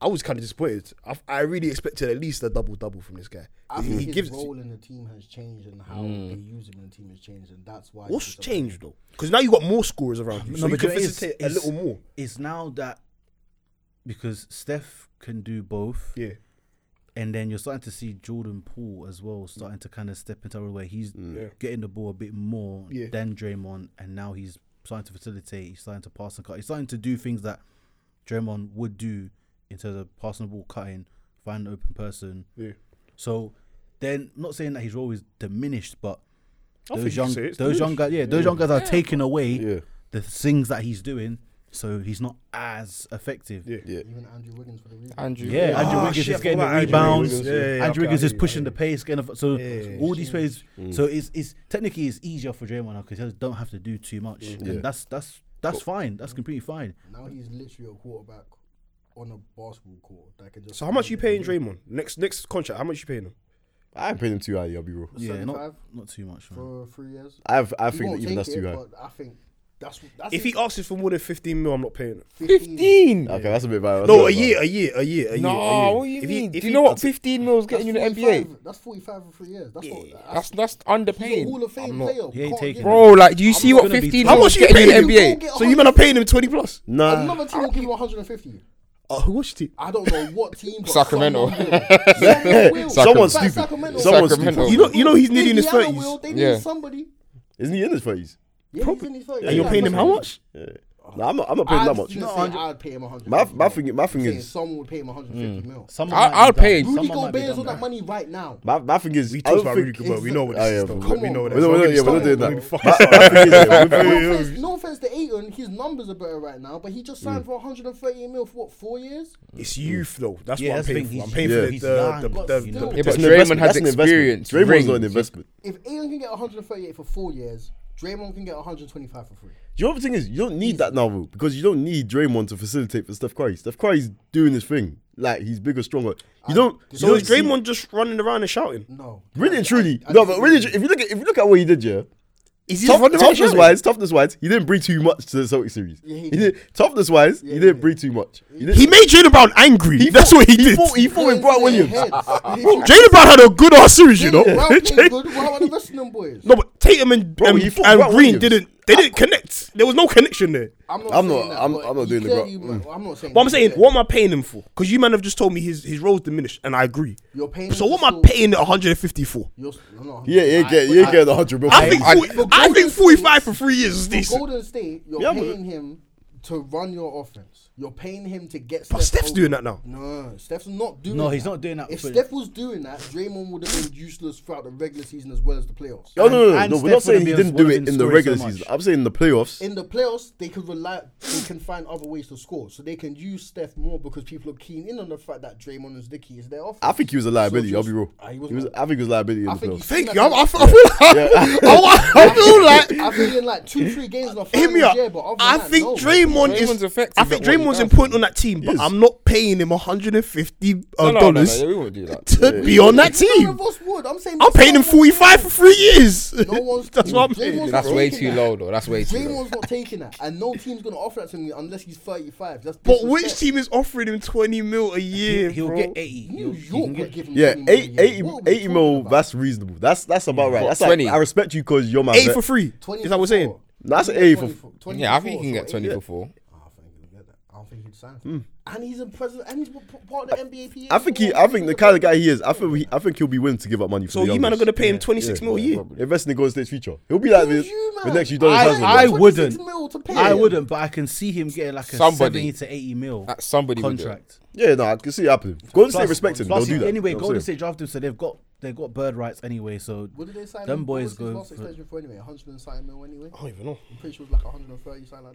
I was kind of disappointed. I, I really expected at least a double double from this guy.
I
he
think
he
his
gives.
role in the team has changed and how they use him in the team has changed, and that's why.
What's
he's a-
changed though? Because now you got more scorers around you, so you
but
can
you know, it's-
facilitate a
it's-
little more.
It's now that because Steph can do both,
Yeah,
and then you're starting to see Jordan Poole as well starting to kind of step into a role where he's
Yeah.
getting the ball a bit more
Mm. Yeah.
than Draymond, and now he's starting to facilitate, he's starting to pass and cut, he's starting to do things that Draymond would do in terms of passing the ball, cutting, find an open person.
yeah.
So then, not saying that his role is diminished, but
I think
those
you
young,
could say it's
those young guys, yeah, those young guys are taking away
Yeah.
the things that he's doing, so he's not as effective.
Yeah.
Even Andrew Wiggins for the reason.
Andrew.
Yeah, Andrew
Ah,
Wiggins
shit,
is getting
I
the
forgot about Andrew
rebounds.
Wiggins. Yeah, yeah, yeah,
Andrew
okay,
Wiggins
I
is
hear you,
pushing
I
the pace. Getting a, so
yeah,
all these plays. So it's, it's technically it's easier for Draymond now because he don't have to do too much, and that's that's that's fine. That's completely fine.
Now he's literally a quarterback on a basketball court that can just.
So how much you paying Draymond next next contract? How much you paying him?
I ain't paying him too highly. I'll be real.
Yeah, not
75?
not too much. Man.
for three years?
I've I
He
think that
won't
even
take
that's
it,
too high.
but I think that's that's
If he
it.
asks for more than fifteen mil, I'm not paying it.
15.
Okay, that's a bit violent.
No, a year, a year, a year, a year. a
No,
year.
what do you
If he-
mean?
if
Do you
he-
know what 15 mil's getting you in the
45
NBA?
That's forty-five for three years. That's what.
That's
That's,
that's
he's
underpaying.
a Hall of Fame
I'm not-
player.
he ain't taking
Can't give
it.
him-
Bro, like, do you see what
gonna be
15
How
mil's
much you
getting
paying
in
him?
the NBA?
Go get
So you better pay him twenty plus.
Nah,
Another team will give him one hundred and fifty.
Uh, who watched it?
I don't know what team. but
Sacramento.
someone will. Someone will.
Someone's
Like
stupid.
Sacramento.
Someone's
Sacramento.
stupid.
You know, you know he's nearly in his
Indiana
thirties.
will. They
Yeah.
need somebody.
Isn't he in his thirties?
Yeah, he's in his 30s.
And you're paying him how much?
Nah, I'm not. I'm not paying that
I'd
much.
just say I'd pay him 100.
My my thing. My thing
saying
is.
someone would pay him 150 mil.
Someone
I'll,
might be
I'll
done.
pay. him.
Rudy
Someone might be
Gobert is all
done
that money right now.
My, my thing is,
He
I don't
talks about
think-
Rudy Gobert. We know what
Ah,
this
yeah,
is.
bro.
though. We know what
We
this
don't-
is.
we
Don't get me started.
don't- yeah, we're not doing
Don't
that.
get me fucking
My-
started.
my thing is, yeah,
No
with-
offense, no offense to Ayton, his numbers are better right now, but he just signed for 130 mil for what four years?
It's youth though. That's
Yeah,
what I'm
that's the
paying
thing.
for. I'm
He's
paying
young.
for
He's
the-
young,
the-
but
the
still.
the-
Yeah,
It's
but
an
Draymond
investment.
has
That's an investment.
experience.
Draymond's not an
rings.
investment.
If Ayton can get 138 for four years, Draymond can get 125 for free.
The other thing is, you don't need that now, bro, because you don't need Draymond to facilitate for Steph Curry. Steph Curry's doing his thing. Like, he's bigger, stronger. You don't. You
So
don't
is
see-
Draymond just running around and shouting?
No,
Really and truly.
I- I
no, but really,
disagree.
if you look at if you look at what he did, yeah.
Is
Tough,
running around
toughness
shouting?
wise, toughness wise, he didn't bring too much to the Celtic series.
Yeah, he
he
did.
did. Toughness wise,
Yeah,
he
he
didn't
did.
bring too much. He, did,
He made Jalen Brown angry. That's what he, did.
fought, he fought with Brian Williams.
Jalen Brown had a good ass series, you know.
Brown
Jalen-
played good. Why were the rest of them boys?
No, but Tatum and,
Bro,
and,
he fought
and
Grant
Green
Williams.
didn't. They didn't connect. There was no connection there.
I'm not.
I'm not-
saying that,
I'm-
but
I'm not
he
doing the
clearly-
Brown-
well, I'm not saying.
But I'm
he
saying,
did.
what am I paying him for? Because you man have just told me his, his role's diminished, and I agree.
You're paying
So
him
what am I
still-
paying 150 for?
You're s- no, no,
yeah, yeah, get, yeah, get the hundred. bro.
I think
I-
40 I think 45 for three years is
For
decent.
Golden State, you're
Yeah, but-
paying him to run your offense. You're paying him to get.
But Steph's
over.
doing that now.
No, Steph's not doing.
No,
that.
he's not doing that
If
for-
Steph was doing that, Draymond would have been useless throughout the regular season as well as the playoffs.
No, no, no, no,
And
no.
Steph
We're not
wouldn't
saying he
be as-
didn't do
wouldn't
it
have
in
been
the
scoring so
regular
much.
season. I'm saying in the playoffs.
In the playoffs, they can rely, they can find other ways to score, so they can use Steph more because people are keen in on the fact that Draymond is the key is their offense.
I think he was a liability.
So
I'll
just-
be real.
Ah,
He
he
was,
was
I think he was a liability in the
I think
playoffs.
he's
Thank
seen
you.
that
I'm, I
in-
feel I feel like. I feel like.
I think in like two, three games in the
Hit
finals,
me up.
yeah, but other than
I
that,
think
no.
Draymond
Draymond's
is.
effective
I think
at what he
Draymond's
does.
important on that team, but
is.
I'm not paying him 150
No,
uh,
no, no, no,
dollars
yeah, we won't do that.
to be on that
None
team.
of us would. I'm saying
I'm paying him
no one's
45 for three years.
No one's.
That's what I'm saying.
Draymond's
That's
not
way
taking
too
that.
low, though. That's way too low.
Draymond's not taking that, and no team's gonna offer that to me unless he's 35. That's
But which
disrespect.
team is offering him 20 mil a year?
He'll
bro?
get 80. He'll,
New
he
York
can
would
get,
give him
Yeah,
20 million.
80, 80,
What are we
80 mil,
talking about?
that's reasonable. That's that's about right.
What,
That's
20?
like, I respect you because you're my
Eight
vet.
for free. Is that what we're saying?
That's an A for.
Yeah, I think he can get 20 for four.
I don't think he'll get that. I don't think he'd sign.
Hmm.
for it. And he's a president, and he's p- part of the NBA. PA.
I think he. I think the kind of guy he is. I think. He, I think he'll be willing to give up money for.
So
the
you man are
youngest.
going to pay him 26 mil a year.
invest in the Golden State's future. He'll be like
Who's
the,
you,
the
man?
next Udonis
I-
Haslam.
I
bro.
would- wouldn't.
Mil to pay
I
him.
wouldn't, but I can see him getting like a
Somebody.
70 to 80 mil
That somebody would do it.
contract.
Yeah, no, I can see it happening. Golden State
Plus-
respect him. They'll
plus
do
he-
that.
Anyway,
You know what I'm
Golden State
saying?
draft him, so they've got they've got bird rights anyway. So
What did they sign?
Them
him for?
boys
What's his
go
last
for-
extension for anyway? 100 and something mil anyway.
Oh.
I don't even know.
I'm pretty sure it was like 130 something like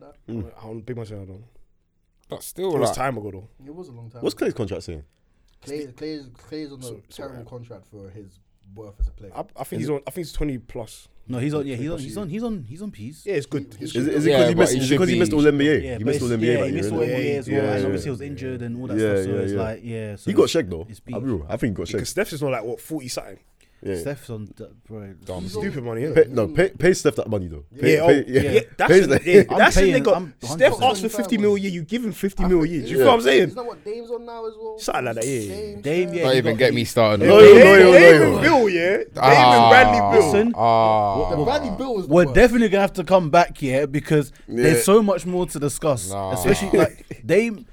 that.
I don't big much. I don't know.
That's still
It was
like
time ago though.
It was a long time.
Hmm. What's
ago.
Clay's contract saying?
Clay? Clay's, Clay's on a terrible
uh,
contract for his worth as a player.
I, I think he's on. I think it's 20 plus.
no, he's on. Yeah, he's on. He's on. He's on. He's on peace.
Yeah, it's good. It's
Is
good.
it because
Yeah,
he
but
missed?
he
Is it
should
because he
be-
missed all NBA?
Yeah,
he
but
missed all
it's-
NBA.
Yeah,
that
he
year,
missed all
innit?
NBA as well.
Yeah,
and
yeah,
obviously, he
yeah.
was injured and all that
Yeah,
stuff. So
yeah,
it's
yeah.
like, yeah. So
He got
it's-
shagged though.
It's
I'll
beef.
be real. I think he got
Because
shagged.
Steph's is not like what 40 something.
Yeah.
Steph's on. the- Bro,
Stupid money. Yeah.
Pay, no, pay, pay Steph that money though. Pay,
Yeah, oh,
pay,
yeah. yeah, that's
Pay
the,
Steph-
yeah,
I'm
that's the
paying-
nigga.
I'm-
Steph
100%
asks for 50 mil a year. You give him 50 mil a year. Do you
Yeah.
feel what I'm
Isn't
saying?
that what Dame's on now as well?
Something like that, yeah.
Dame,
Dame, yeah.
Don't
he
even
got-
get me
he-
started.
No,
on that.
no, no, no,
David
no.
Bill, yeah. David
Ah,
Bradley Bill.
Listen,
Ah,
The Bradley Bill was the
We're
worst.
definitely gonna have to come back here because
Yeah.
there's so much more to discuss.
Nah.
Especially like Dame,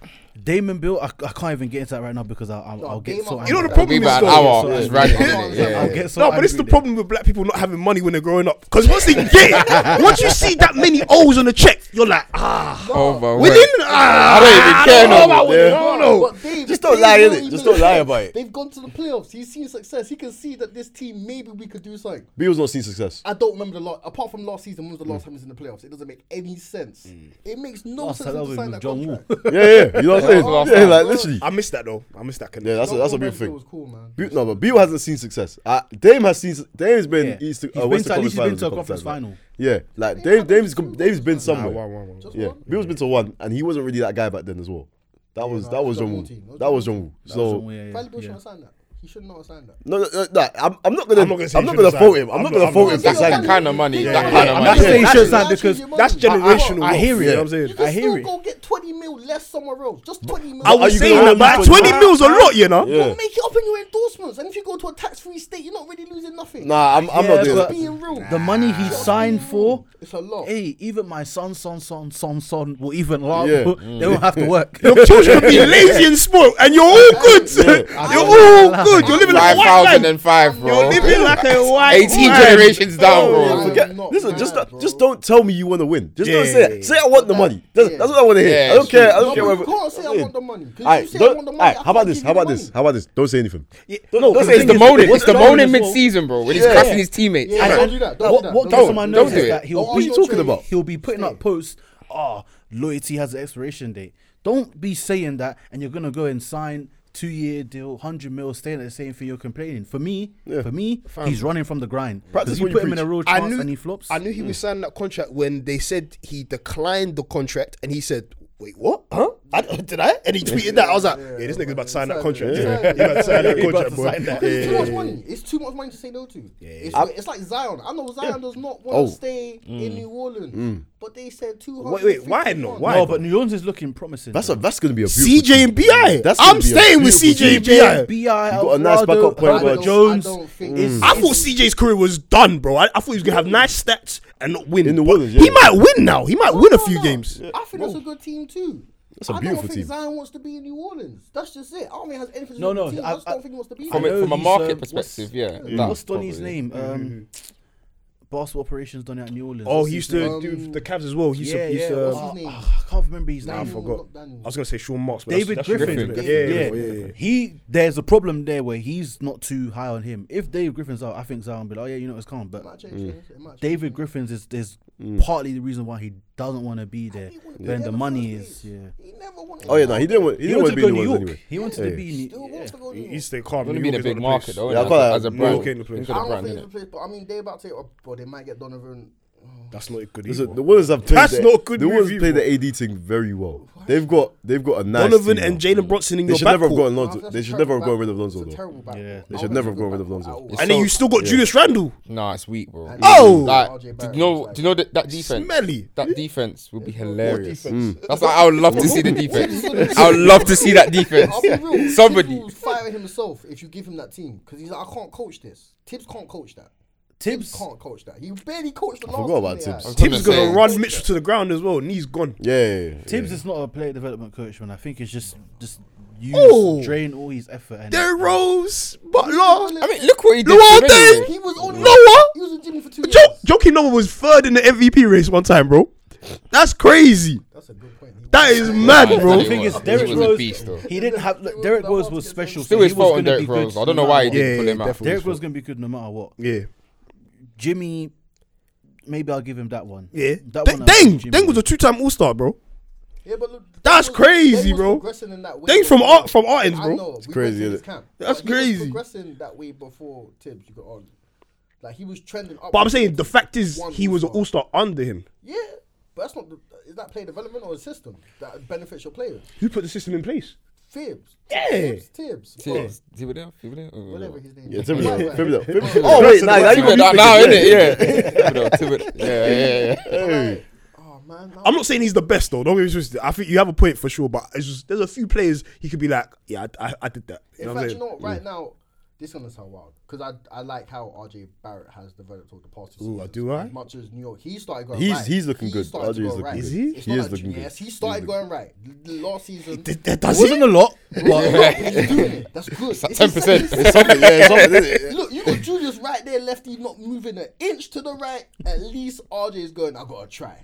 Dame and Bill. I, I can't even get into that right now because I, I, will I'll get
Dame
so.
are-
You know
angry.
the problem
be
is
about an
though-
hour.
Yeah,
It's
so-
random.
Yeah.
innit? Yeah.
I'll get so.
no, but it's
angry
the
then.
problem with black people not having money when they're growing up. Because once they get it, once you see that many O's on a check, you're like, ah,
Over.
winning? Ah,
I don't even care
know
no
about
more,
winning.
yeah.
I don't know.
But Dame-
Just don't
Dame
lie,
really
innit? Just
made
don't lie
sense.
about it.
They've gone to the playoffs. He's seen success. He can see that this team maybe we could do something.
Bill's not seen success.
I don't remember the lot. Apart from last season, when was the
Hmm.
last time he was in the playoffs? It doesn't make any sense. It makes no
Last
sense
time
to
that was
sign
with
that
John Wall.
contract.
Yeah, yeah. You know what I'm saying?
Oh,
Yeah,
wow.
like literally.
I missed that though. I missed that
Yeah,
connection.
that's a, that's a
John
real
Wall
thing.
was cool, man.
Bill- No, but Bill hasn't seen success. Uh, Dame has seen. Dame's been
Yeah.
East. Uh,
He's been
Western
to- at least he's been
Conference
to a
Finals couple
conference
times,
final.
Yeah, like Dame.
had, like,
Dame's
two
com- Dame's been
conference finals.
somewhere.
One, one, one.
Just
Yeah,
one.
Bill's been to one, and he wasn't really that guy back then as well. That was
no,
that was
John
John Wall.
Wall team. That
That was
was
John Wall.
Yeah,
So
yeah,
Bradley Bill
yeah.
should not sign that. He should not sign that.
no, no, no, no, I'm I'm not gonna
I'm not gonna say
I'm
he shouldn't
not gonna
sign.
fault him. I'm
I'm not-
not gonna
I'm
fault
not-
him for
That's
signing.
that kind of money,
Yeah,
that
yeah,
kind
yeah.
of
not
I'm
money.
saying he
Yeah,
shouldn't
that's-
sign because
that's
I- I-
generational
I, hear
wealth,
it.
you know what I'm saying?
You
I
can
hear
still
it.
go get 20 mil less somewhere else. Just 20 mil.
I
Are
was
you
saying
gonna
that, but
use
20
for-
mil's a lot, you know?
Yeah.
Make it up in your endorsements, and if you go to a tax-free state, you're not really losing nothing.
Nah, I'm, I'm
Yeah,
not doing
but
that.
being real.
The money he signed for,
It's a lot.
hey, even my son, son, son, son, son will even laugh.
Yeah. Mm.
They won't have to work.
Your children be lazy and spoiled, and you're all good. you're all good. You're living like a white man.
2005,
You're
bro.
living like a white
18
man.
generations down,
Yeah,
bro.
I'm
forget.
not
Listen,
mad,
just
bro.
just don't tell me you want to win. Just don't
Yeah,
say
yeah,
that. Say I want the money. That's,
yeah.
that's what I want to hear.
Yeah,
I don't
it's
care. I
No,
don't care.
but
Whatever.
you can't say I
Yeah.
want the money. 'cause
Alright,
you say I
don't-
want the money.
alright,
I
how about
can't
this?
give
How
you the
about this?
money.
How about this? Don't say anything.
no, because
don't say
It's the
anything.
moaning. It's
What's
the
wrong with
moaning
this
mid
whole-
season, bro. When he's
Yeah.
cussing his teammates.
Yeah,
And-
don't do that. Don't
what
do that.
what
don't
gets
do
on my
that.
nerves
do
is
it.
that he'll
Don't
be
argue your trade.
He'll be putting up posts. Ah, loyalty has an expiration date. Don't be saying that, and you're gonna go and sign two year deal, hundred mil, staying at the same thing. You're complaining. For me, for me, he's running from the grind. Because
Practice
you
what you
put him in a
preach.
real
I
chance
knew-
and he flops.
I knew he was signing that contract when they said he declined the contract, and he said, "Wait, what? Huh? I, did I?" And he tweeted that. I was like,
Yeah, this nigga's about to sign that contract.
Yeah.
Yeah, he about to sign that contract, boy.
Because it's too much money. It's too much money to say no to. It's, it's like Zion. I know Zion does not want to
Oh.
stay in New Orleans, but they said two hundred.
Mm. Wait, wait, why not? Why?
no, but New Orleans is looking promising.
That's
though.
a that's gonna be a beautiful
CJ and BI.
That's gonna
I'm
be a
staying with
beautiful
CJ and
team.
BI.
BI. Got
got a nice backup point guard.
Jones is-
Mm. I thought CJ's career was done, bro. I, I thought he was gonna have nice stats and not win.
In the
But
Williams,
He
yeah.
might win now. He might win a few games. Oh.
I think that's a good team too.
That's a
I
beautiful
don't
team.
think Zion wants to be in New Orleans. That's just it. I don't think it has anything to do
No,
with
no,
the team.
I-
I, just
I-
don't think he wants to be
I
From a,
there.
know
from a
he's,
market
um,
perspective, yeah. that
What's Donny's
probably.
name? Um, Basketball operations done out in New Orleans.
Oh,
What's
he
his
used
name?
Um,
to do with the Cavs as well. He used
Yeah,
to. he used
yeah.
to- uh,
what's
um,
his name? I can't remember his
I
name.
forgot.
Daniel.
I was gonna say Sean Marks. but
David
that's- that's
Griffin.
Yeah,
Yeah,
yeah, yeah, yeah.
He there's a problem there where he's not too high on him. If David Griffin's out, I think Zion will be like, oh yeah, you know it's calm. But
It might change,
Mm.
change. It might change.
David Griffin's is is
Mm.
partly the reason why he doesn't want to be there.
He wouldn't be
Then
there
the
in
money
first
is
place.
yeah.
He never wanted.
Oh yeah, no, he didn't want he
He
didn't want
wanted to
to be
go
in
New
New
York.
Orleans anyway.
He wanted
Yeah.
to be in.
Still wants to go to
He used
New Orleans.
to
Wouldn't
carve New
be in
York
a
into
big
the
market,
place.
though.
Yeah, I
innit?
can't-
As a
New
brand.
York
Think of the
I don't
brand,
think
innit?
it's a place, but I mean they about to. Oh, but they might get Donovan.
That's not good either.
Listen, the Williams have played.
That's
the,
not good
The Williams
review,
play the AD thing very well. They've got they've got a nice.
Donovan
team
and
now.
Jalen Brunson in
They
your
should never have
backcourt.
gotten Lonzo.
That's
They
a
should
terrible
never have gotten rid of
backcourt.
Lonzo
It's a
though.
terrible backcourt.
Yeah.
I
They
don't
should
think
never have
it's a
gotten rid
good
of Lonzo.
backcourt at all.
And then you still got Julius Randle.
Nah, it's weak, bro.
Oh!
Like,
RJ
do
Barrett
you know?
was
Do you know that that defense?
Smelly.
That defense would be hilarious. That's like, I would love to see the defense.
defense?
I would love to see that defense.
I'll be real. Somebody
Somebody.
will fire himself if you give him that team because he's like, I can't coach this. Tibbs can't coach that.
Tibbs.
Can't coach that. He barely coached the I last.
forgot
team
about
they
Tibbs.
had.
Tibbs is
gonna
gonna
say-
run Mitchell to the ground as well. Knee's gone.
Yeah, yeah, yeah.
Tibbs is not a player development coach, man. I think it's just just use
Oh.
drain all his effort and
Derrick Rose, Butler.
I mean, look what he did.
Luol
to Reading,
Deng.
bro.
He was only.
Noah?
He was in Jimmy for two
Jo-
years.
Joakim Noah was third in the MVP race one time, bro. That's crazy.
That's a good point.
That is mad,
Nah,
bro.
The thing is,
He
Derrick
was a
Rose.
beast, though.
He didn't have. Look, Derrick Rose was special.
Still
so
his
he was
fault on
gonna
Derrick
be good
Rose.
no
I don't know
matter
why he
what.
Yeah,
didn't pull
yeah,
him out.
definitely.
Derrick Rose gonna be good no matter what.
Yeah.
Jimmy, maybe I'll give him that one.
Yeah.
that one
Deng,
I'll give
Deng,
Jimmy.
Deng was a two-time All-Star, bro.
Yeah, but look,
That's
Deng was-
crazy,
Deng was
bro.
progressing in that way
Deng from
before-
Ar- from Artins,
I
bro.
know, it's
crazy,
crazy.
isn't
His
it?
camp,
That's
but he was
crazy.
progressing that way before Tibbs. You got on. Like he was trending up.
But I'm saying the fact is
One
he was an
All-Star.
All-Star under him.
Yeah, but that's not. The, is that player development or a system that benefits your players?
Who put the system in place?
Fibs.
Yeah.
Tibbs. Tibbs. Oh,
See- see what they are? See what they are?
Whatever his name
Yeah,
is.
Tibbs.
Whatever.
Tibbs- Tibbs-
Whatever.
Oh wait, nah,
Nah,
now you got me
now,
thinking.
innit? Yeah. Thibodeau, Thibodeau. Yeah, yeah, yeah.
Oh man.
I'm not saying he's the best though. Don't get me twisted. I think you have a point for sure, but it's just there's a few players he could be like, yeah, I, I, I did that. You
In
know what I'm
fact, you
saying?
know what? Right now, this is gonna sound wild because I I like how RJ Barrett has developed over the past. two
Ooh,
seasons.
do I?
As much as New York, he started going.
He's-
right.
he's looking good.
started
RJ is
going
looking
right.
good.
Is he?
It's
He
not
is
like-
looking good.
Yes, he started going right. The last season.
Th- that- that's
It wasn't a lot, but
He's doing it. That's good. It's his
Ten percent.
second
It's something. Yeah, it's something.
Yeah.
Look, you got Julius right there, lefty, not moving an inch to the right. At least RJ is going, I gotta try.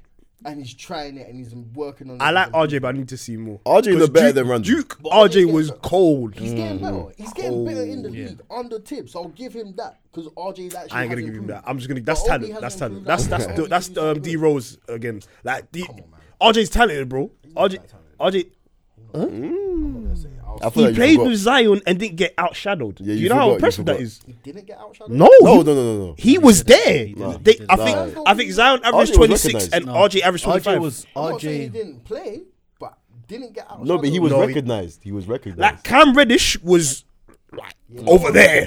And he's trying it and he's working on it.
I like RJ, but I need to see more.
RJ
Because
look better
Duke-
than Randle.
Duke RJ was cold.
He's getting better.
Mm.
He's getting better in the league under tips. I'll give him that because RJ's actually.
I ain't
has
gonna give him
improved.
that. I'm just gonna. That's
But Obi
talent.
has
That's talent.
improved.
That's
Obi
that's
has
the, that's
improved.
the, um, D Rose again. Like D, RJ's talented, bro. RJ RJ
I feel
he
like you
played
forgot.
with Zion and didn't get outshadowed.
Yeah,
Do
you
you know how
forgot, you
impressive that
forgot.
is?
He didn't get outshadowed.
No,
No,
he-
no, no, no, no.
He was there.
didn't.
They,
He
I
didn't.
think
Nah.
I think Zion averaged
RJ was
26
recognised.
and
No.
RJ averaged 25.
RJ was
I'm not saying he
RJ.
didn't play, but didn't get outshadowed.
No, but he was
No, he-
recognized. He was
Like
recognized.
Cam Reddish was like over there.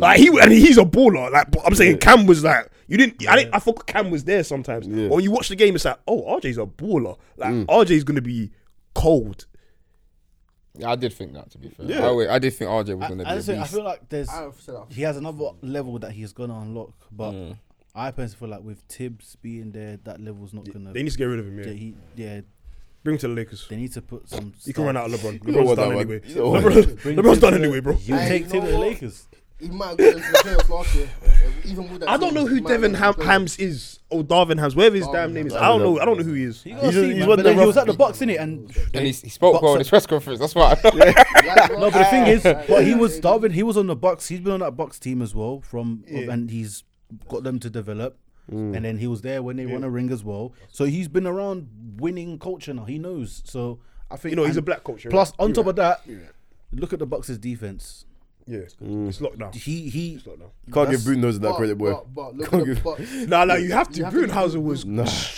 like he and he's a baller. Like but I'm saying, Cam was like you didn't. I didn't. I thought Cam was there sometimes. But when you watch the
Mm.
game, it's like, oh, RJ's a baller. Like RJ's gonna be cold.
Yeah, I did think that to be fair.
Yeah.
I, wa- I did think RJ was
I,
going to be
I
a
just think- I
beast.
feel like there's
I don't say that.
he has another level that he's gonna unlock, but
Mm.
I personally feel like with Tibbs being there, that level's not gonna.
They need to get rid of him.
yeah,
Yeah,
he, yeah,
bring him to the Lakers.
they need to put some.
You can run out of LeBron.
You
LeBron's
don't want
done
that one.
anyway.
You don't want
LeBron-
Bring
LeBron's
Tibbs
done
to-
anyway, bro.
You
Hey,
take
you
Tibbs
know
to the
what?
Lakers.
He might have got into the playoffs last year. uh, Even with that
I don't
team,
know who
he might have
Devin
got
Ham,
into the playoffs.
Hams is or Darvin Hams, whatever his
Darvin
damn name is.
Ham.
I don't know. I don't know who he is.
You
He's
gotta
a-
see,
he's
man,
one
but
of
then
the
he was
rough-
at the Oh, box, innit? And
And he, he spoke
Box
well in
up.
his press conference. That's why.
Yeah,
no, but the thing is,
Like,
but he was
yeah.
Darwin. He was on the box. He's been on that box team as well. From and he's got them to develop.
Mm.
And then he was there when they won a ring as well. So he's been around winning culture now. He knows. So I think
You know, he's
and
a black coach. you're
Plus,
right.
on top of that, look at the Bucks' defense.
yeah,
Mm.
it's locked down.
He he.
It's locked down.
Can't give Bruno that
But-
credit, boy.
But, but look
Can't
at the
give-
Bucks.
Nah, nah, you have to.
You have to-
Brunhauser was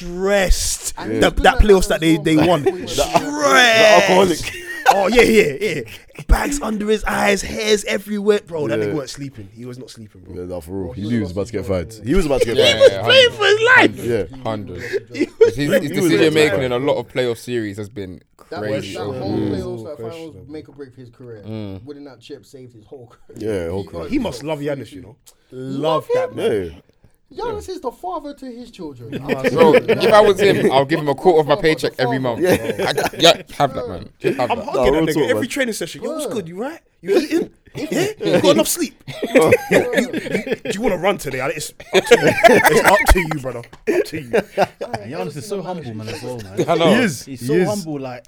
stressed.
And he
That,
stood
that
like
playoffs that
that
they,
as
they
well.
won.
The- the- the
stressed. oh, yeah, yeah, yeah. Bags under his eyes, hairs everywhere. Bro, that
Yeah.
nigga weren't sleeping. He was not sleeping, bro.
Yeah, nah, for real. He
he
knew he was
was
about to get
about
fired. He was about to get fired.
playing
for his life.
Yeah.
Hundred.
Yeah.
His, his
was
decision
there.
making in a lot of playoff series has been
That,
crazy. Mm.
that
bro.
whole playoffs, that finals, make or break for his career. Winning that chip saved his whole career.
Yeah, whole
got
career.
it.
He must love Yanis, you know.
Love
Love that
him.
man.
Yeah.
Giannis is the father to his children.
Mm. Bro, if I was him, I'll give him a quarter of my paycheck every month. I, yeah, have that, man. Just have
I'm
that.
hugging
real
that
talk,
nigga every
man.
training session. Yo, what's good? You right? You eating? Yeah? You got enough sleep? Do you want to run today? I- It's up to you. It's up to you, brother. Up to you.
And Giannis is so humble, man. As well, man.
I know.
He is.
He's
he
so
is.
humble. Like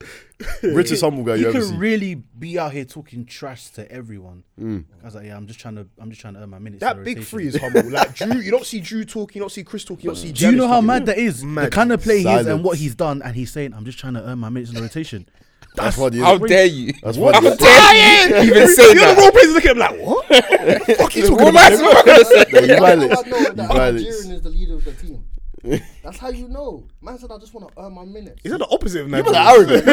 Richest humble guy
he
you ever
can
seen.
really be out here talking trash to everyone.
Mm.
I was like, yeah, I'm just trying to, I'm just trying to earn my minutes.
That
in
big
rotation.
three is humble. Like Drew, you don't see Drew talking. You don't see Chris talking. You don't see.
Do you
Giannis
know how
talking.
mad that is? The
Mad.
kind of play he is and
Silence.
what he's done, and he's saying, "I'm just trying to earn my minutes in the rotation."
That's what he is.
How dare you?
That's what
How
he is.
dare you even say
The other
that?
role players looking at him like, what? What the fuck you talking
What am
about?
I supposed to say?
No, you
That's
violate.
how I know that
You violate.
Algerian is the leader of the team. That's how you know. Man said, I just want to earn my minutes.
Is that the opposite of
That's
Nigeria?
arrogant.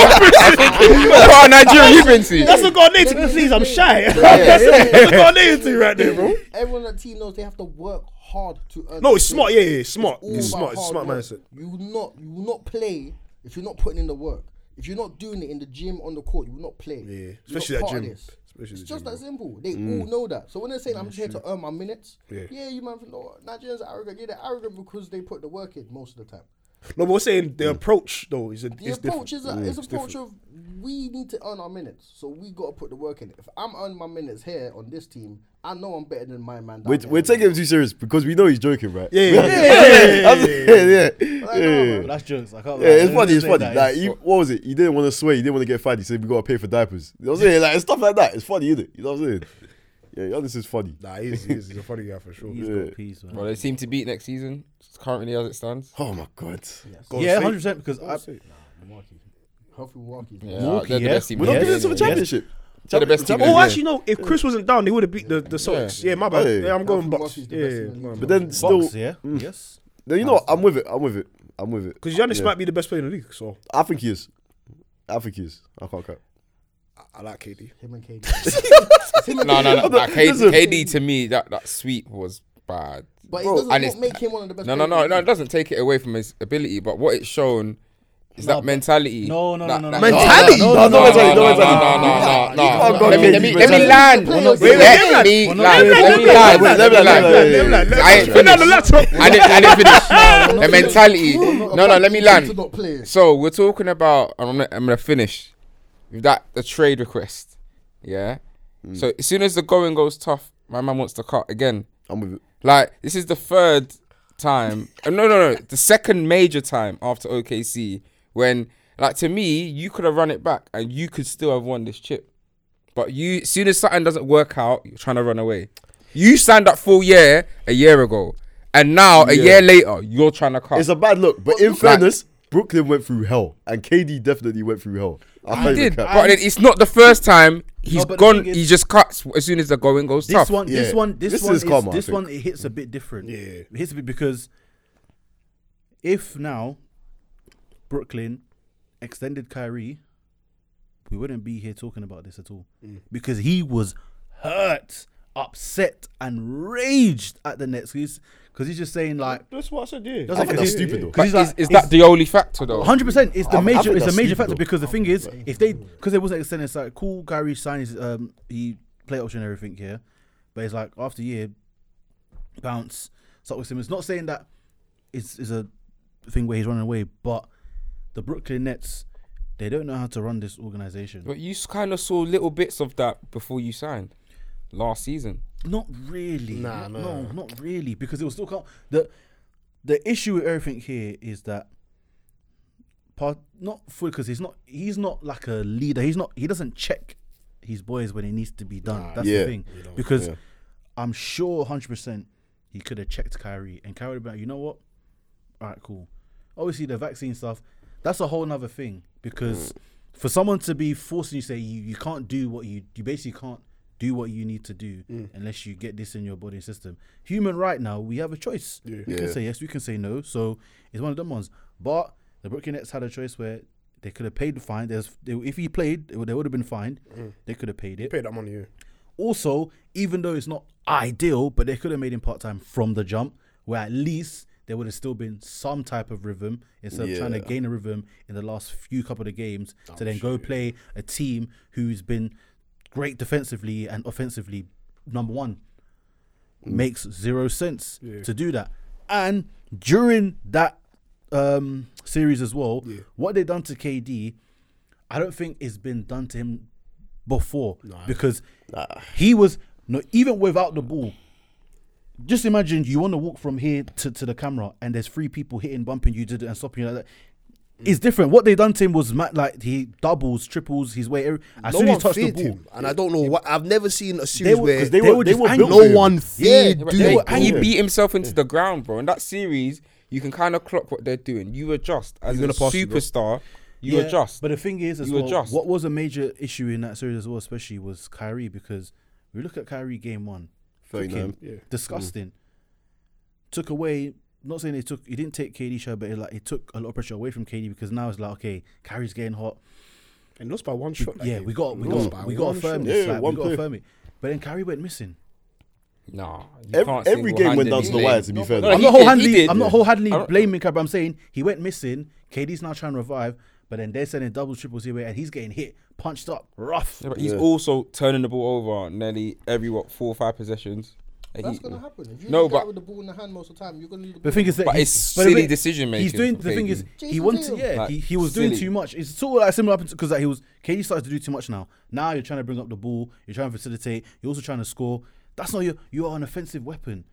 What part of Nigeria you been to?
That's the Ghanaian. Please, I'm shy. that's, the Ghanaian thing right there, bro.
Everyone on the team knows they have to work hard to earn.
No,
their
it's smart. Yeah,
minutes.
yeah, it's smart.
all
It's
about
smart. It's
hard
smart
work.
mindset.
You will not, you will not play if you're not putting in the work. If you're not doing it in the gym on the court, you will not play.
Yeah,
You're
especially
not
that
part of
gym.
this.
Especially
it's
the
just
gym, Mm.
that simple. They all know that. So when they're saying I'm just here to earn my minutes,
Yeah.
yeah, you man, no, Nigerians are arrogant. Yeah, they're arrogant because they put the work in most of the time.
No, but we're saying the approach though is a
The
is
approach
different.
is a, is approach of we need to earn our minutes, so we got to put the work in. If I'm earning my minutes here on this team, I know I'm better than my man. down
We're,
there.
we're taking him too serious because we know he's joking, right?
Yeah, yeah, yeah.
yeah, yeah. yeah.
Well, that's jokes. I can't.
Yeah,
lie.
it's funny. It's
Just saying
funny.
that
Like,
is-
he, what was it? He didn't want to swear. He didn't want to get fired. He said we gotta pay for diapers. You know what I'm saying? Like it's stuff like that. It's funny, isn't it? You know what I'm saying? Yeah, Giannis is funny.
Nah, he's, he's, he's a funny guy for sure.
He's
Yeah.
got peas, man.
Well, they seem to beat next season. Currently, as it stands.
Oh my god.
Go
Yeah,
State.
hundred percent. Because I,
Hopefully, Milwaukee's
Yeah,
Milwaukee,
they're the
yeah.
best team.
We're not
Yeah.
getting
in
into the
the league.
championship.
They're the best team. in
Oh,
the
actually, no. If Chris wasn't down, they would have beat the the Celtics. Yeah, my bad.
Yeah.
Yeah, I'm going
Milwaukee
Bucks.
is the
Yeah,
best
yeah,
in the
I'm
league.
going
But
Bucks.
then still, Mm.
Bucks, yeah, yes.
then you know, what? I'm with it. I'm with it. I'm with it.
because Giannis
Yeah.
might be the best player in the league, so
I think he is. I think he is. I can't cap.
I like KD.
him and KD.
league. No, no, no. nah, K-
Listen.
KD to me, that that sweep was bad.
But
Bro,
it doesn't
and
not
it's-
make him one of the best.
No, no,
players
no,
in
no.
the
It doesn't take it away from his ability, but what it's shown is
No,
that mentality.
No, no, no,
that-
no,
that-
no. no,
Mentality?
No,
No,
no,
no,
No,
no,
mentality,
no,
no
no, no,
mentality.
no, no,
You
no,
can't
no.
go
Let me, let me,
against
let me
mentality.
land.
We're not-
Let me land.
not-
Let me land. Let me land.
Let me land.
I ain't
Put down the
finished.
laptop.
I didn't, I didn't finish. the
not-
mentality.
Ooh,
No, no, let me
to
land.
not play.
So we're talking about. I'm gonna, I'm gonna finish with that. The trade request. Yeah. So as soon as the going goes tough, my man wants to cut again.
I'm with it.
Like this is the third time. uh, no, no, no. The second major time after OKC when, like, to me, you could have run it back and you could still have won this chip. But you, as soon as something doesn't work out, you're trying to run away. You stand up full year a year ago, and now a year later, you're trying to cut.
It's a bad look, but in
look-
fairness, Brooklyn went through hell, and KD definitely went through hell. I
He
can't even
did,
cap.
but it- it's not the first time he's
but the
gone.
thing is-
he just cuts as soon as the going goes
This
tough.
one, this
Yeah.
one, this,
This
one,
is
is,
karma, I
this
think.
one, it hits a bit different.
Yeah.
it hits a bit because if now Brooklyn extended Kyrie,
Mm.
we wouldn't be here talking about this at all because he was hurt. upset and raged at the Nets because he's, just saying like
That's what I said, yeah.
I think Oh, that's stupid though.
because
is,
he's like
is that the only factor though?
hundred percent is the
I- I
major
think
is a
that's
major
stupid
factor
though.
because the thing is if they because they wasn't extending it's like cool Kyrie signed his um he play option and everything here, but it's like after year bounce start with Simmons. Not saying that it's is a thing where he's running away, but the Brooklyn Nets they don't know how to run this organization.
But you kind of saw little bits of that before you signed last season.
Not really. Nah, no, not really, because it was still count. The the issue with everything here is that part not fully because he's not he's not like a leader. He's not he doesn't check his boys when it needs to be done. That's
yeah.
the thing. Because
yeah.
I'm sure hundred percent he could have checked Kyrie and Kyrie would have been like, you know what? All right, cool. Obviously the vaccine stuff, that's a whole nother thing because
Mm.
for someone to be forcing you to say you, you can't do what you you basically can't do what you need to do
Mm.
unless you get this in your body and system. Human right now, we have a choice. We can
Yeah.
say yes, we can say no. So it's one of them ones. But the Brooklyn Nets had a choice where they could have paid the fine. There's they, if he played, they would- they would have been fined.
Mm.
They could have paid it.
Pay that money, yeah.
Also, even though it's not ideal, but they could have made him part time from the jump, where at least there would have still been some type of rhythm instead of trying to
Yeah.
gain a rhythm in the last few couple of games to then go play a team who's been great defensively and offensively number one. Makes zero sense to do that. And during that um, series as well, what they done to KD, I don't think it's been done to him before because he was no even without the ball. Just imagine you want to walk from here to, to the camera and there's three people hitting, bumping you, did it and stopping you like that. It's different. What they done to him was ma- like he doubles, triples his way. Every, as
No
soon as
one
he touched the
feared
ball,
him, and I don't know what I've never seen a series
were-
where
'cause they were- they
just
were
angry.
built
no
with
one
him.
feared.
Yeah,
Yeah,
but they-
were
he
angry.
beat himself into the ground, bro. In that series, you can kind of clock what they're doing. You adjust as a
gonna pass it, bro.
superstar. You
Yeah,
adjust.
But the thing is, as
You
well,
adjust.
what was a major issue in that series as well, especially was Kyrie because we look at Kyrie game one,
39.
cooking, disgusting. Took away. Not saying it took. He didn't take KD show, but it like it took a lot of pressure away from KD because now it's like okay, Kyrie's getting hot.
and lost by one shot. that
yeah,
game.
we got we
Lost
got
by
we got
one
to firm
shot.
Yeah,
this. like, we
one
got to
play.
firm it. But then Kyrie went missing.
nah, you
Every,
can't
every game went down to the
single-handedly.
wire. To be fair,
no,
though.
I'm
he did,
not
he
wholeheartedly.
did.
I'm not
I
wholeheartedly
don't-
blaming Kyrie. but I'm saying he went missing. KD's now trying to revive, but then they're sending doubles, triples here, and he's getting hit, punched up, rough.
Yeah, but he's also turning the ball over nearly every what four or five possessions. Like,
That's
he-
gonna happen. If you
No,
no,
but-
with the ball in the hand most of the time, you're gonna lose the
The
ball.
thing is that
But
he-
it's
the
silly
thing-
decision
He's
making
doing
for
the thing is
KD.
he
Jason
wants
Tatum.
yeah
Like,
he, he was doing
silly.
too much. It's sort of like similar because like he was KD started to do too much now. Now you're trying to bring up the ball, you're trying to facilitate, you're also trying to score. That's not your you are an offensive weapon.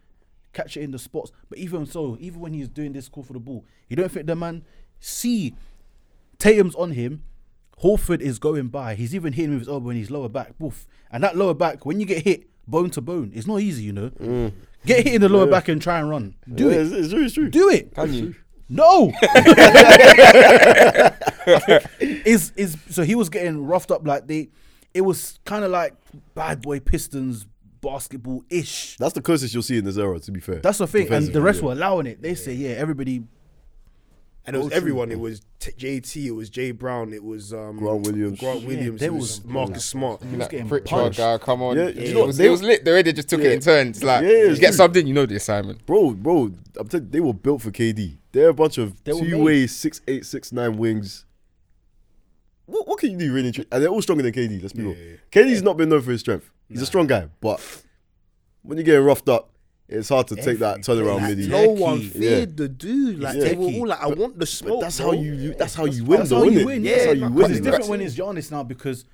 Catch it in the spots. But even so, even when he's doing this call for the ball, you don't think the man see Tatum's on him. Horford is going by. He's even hitting with his elbow and his lower back. Woof. And that lower back, when you get hit bone to bone, it's not easy, you know.
Mm.
Get hit in the lower back and try and run. Do
Yeah,
it.
it's, it's true. It's true.
Do it.
Can you?
No. is is so he was getting roughed up like they it was kind of like bad boy pistons basketball ish.
That's the closest you'll see in this era. To be fair,
That's the thing. And the rest
Defensively,
were allowing it. They say, yeah, everybody
And it was everyone. It was t- JT. It was Jay Brown. It was um,
Grant Williams.
Grant
Yeah,
Williams.
they
it was,
was-
Marcus Smart.
he was getting
Pritchard
punched.
guy, come on.
Yeah, you
it,
know,
was,
they-
it was lit. The way they just took it in turns. Like,
Yeah, it's
you get
true.
something, you know the assignment.
Bro, bro, I'm telling you, they were built for KD. They're a bunch of
were
two-way six eight six nine wings. What, what can you do really? tr- And they're all stronger than KD. Let's be real. KD's not been known for his strength. He's a strong guy, but when you're getting roughed up, it's hard to take that turnaround midi.
No one
Techie.
feared the dude. Like
Yeah.
they were all like, "I want the
But
smoke."
that's
bro.
how you, you that's how you win
That's
though,
how
isn't
you
it?
win.
that's
Yeah,
how you
because
win.
it's
in
different
that.
when it's Giannis now because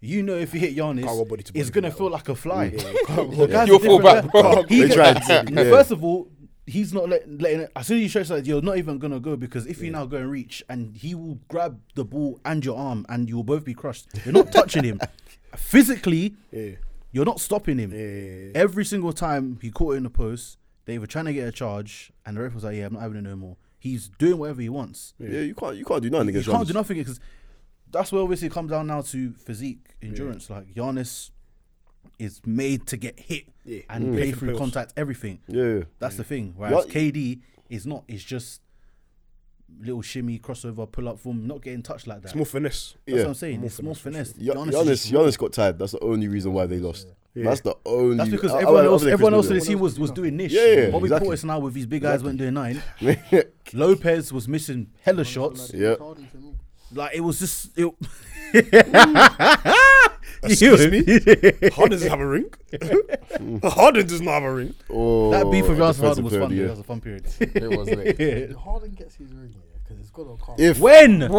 you know if you hit
Can't go
Giannis,
body to
it's
body
gonna
for
feel
that
like a fly. The guy's
You'll
a
fall
different
back,
guy.
bro.
He
They
can-
tried to, yeah.
First of all, he's not let, letting it. As soon as you stretch like you're not even gonna go because if you now go and reach, and he will grab the ball and your arm, and you will both be crushed. You're not touching him physically. You're not stopping him. Every single time he caught it in the post, they were trying to get a charge, and the ref was like, "Yeah, I'm not having it no more." He's doing whatever he wants
Yeah, you can't you can't do nothing
you
against
can't
Giannis.
do nothing because that's where obviously it comes down now to physique, endurance. Like Giannis is made to get hit and play through contact, everything.
Mm. Yeah.
That's the thing. Whereas
Yeah.
KD is not. It's just little shimmy, crossover, pull up form, not getting touched like that.
More finesse.
That's
Yeah.
what I'm saying. It's more finesse.
Gian-
Giannis, is
Giannis,
just-
Giannis got tired. That's the only reason why they lost. That's the only.
That's because
I- I
everyone
like
else,
Chris
everyone else in
Middleton.
the team was, was doing niche.
Yeah, yeah,
Bobby
exactly.
Portis now with his big eyes weren't doing nine. Lopez was missing hella shots.
Yeah.
Harden to me.
Like it was just it,
Excuse me? Harden doesn't have a ring. Harden does not have a ring.
Oh,
that beef with
a
Johnson Harden was
defensive
fun.
player
That
of
was a fun period.
It was late.
Harden gets his ring because it's got on card.
the year. If
when
When?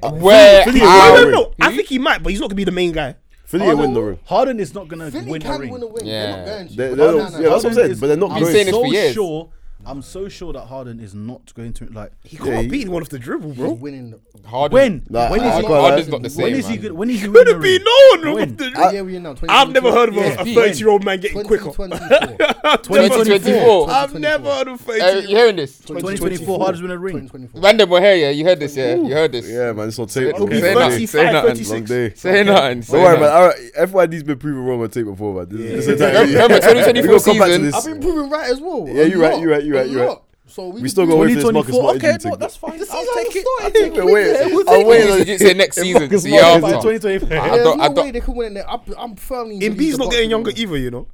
Where?
Philly-
are
No, no,
ring.
no. I think he might, but he's not gonna be the main guy.
Philly ain't win the ring,
Harden is not gonna
Philly
win the
can
ring.
win a win.
Yeah.
They're not
They- they don't-
going to. But Harden and
yeah, that's what
Harden
I'm saying,
is-
but they're not
I'm
going
saying this
so
for years.
sure. I'm so sure that Harden is not going to like.
He can't
he-
beat one off the dribble,
he's
bro.
winning. The,
Harden.
When?
Nah,
when
I-
is
I
he?
can't lie.
Harden's not the same.
When is he?
man.
good? When is he?
Could
winning
have
the
been
ring?
no one off
When?
the
what
dribble.
year we in now?
I've never heard of a- a
2024.
30 year old man getting quicker.
2024.
Twenty-four.
2024.
I've never heard of a 30
Hey, you
year old.
hearing this?
2024 Harden's winning a ring.
2024.
Random will hear you. You heard this, yeah? You heard this.
yeah, man. It's on tape.
It'll be
Say
Long day.
nothing. Say
35,
nothing.
36.
Long day.
Say nothing. Say
Don't worry, man.
nothing.
All right, FYD's been proven wrong on tape before, man. This, this is
Remember- remember 2024
We're gonna come back to
season.
this.
I've been proven right as well.
Yeah,
A
you right,
lot,
you right, you
a
right, you right.
lot. So we
We still go away for this Marcus
2024.
Martin
Okay,
thing,
no,
but-
that's fine.
The
I'll
season
take it. I'll
hasn't
take
started.
it.
Wait, wait,
Yeah, we'll
I'll
take
wait
it.
till
You say next season.
Marcus
The year
Martin.
after.
2025.
I
There's
don't.
no
I
way
don't.
they could win it. I'm, I'm firmly. in
Embiid's not
the box
getting
to
younger
win.
either, you know.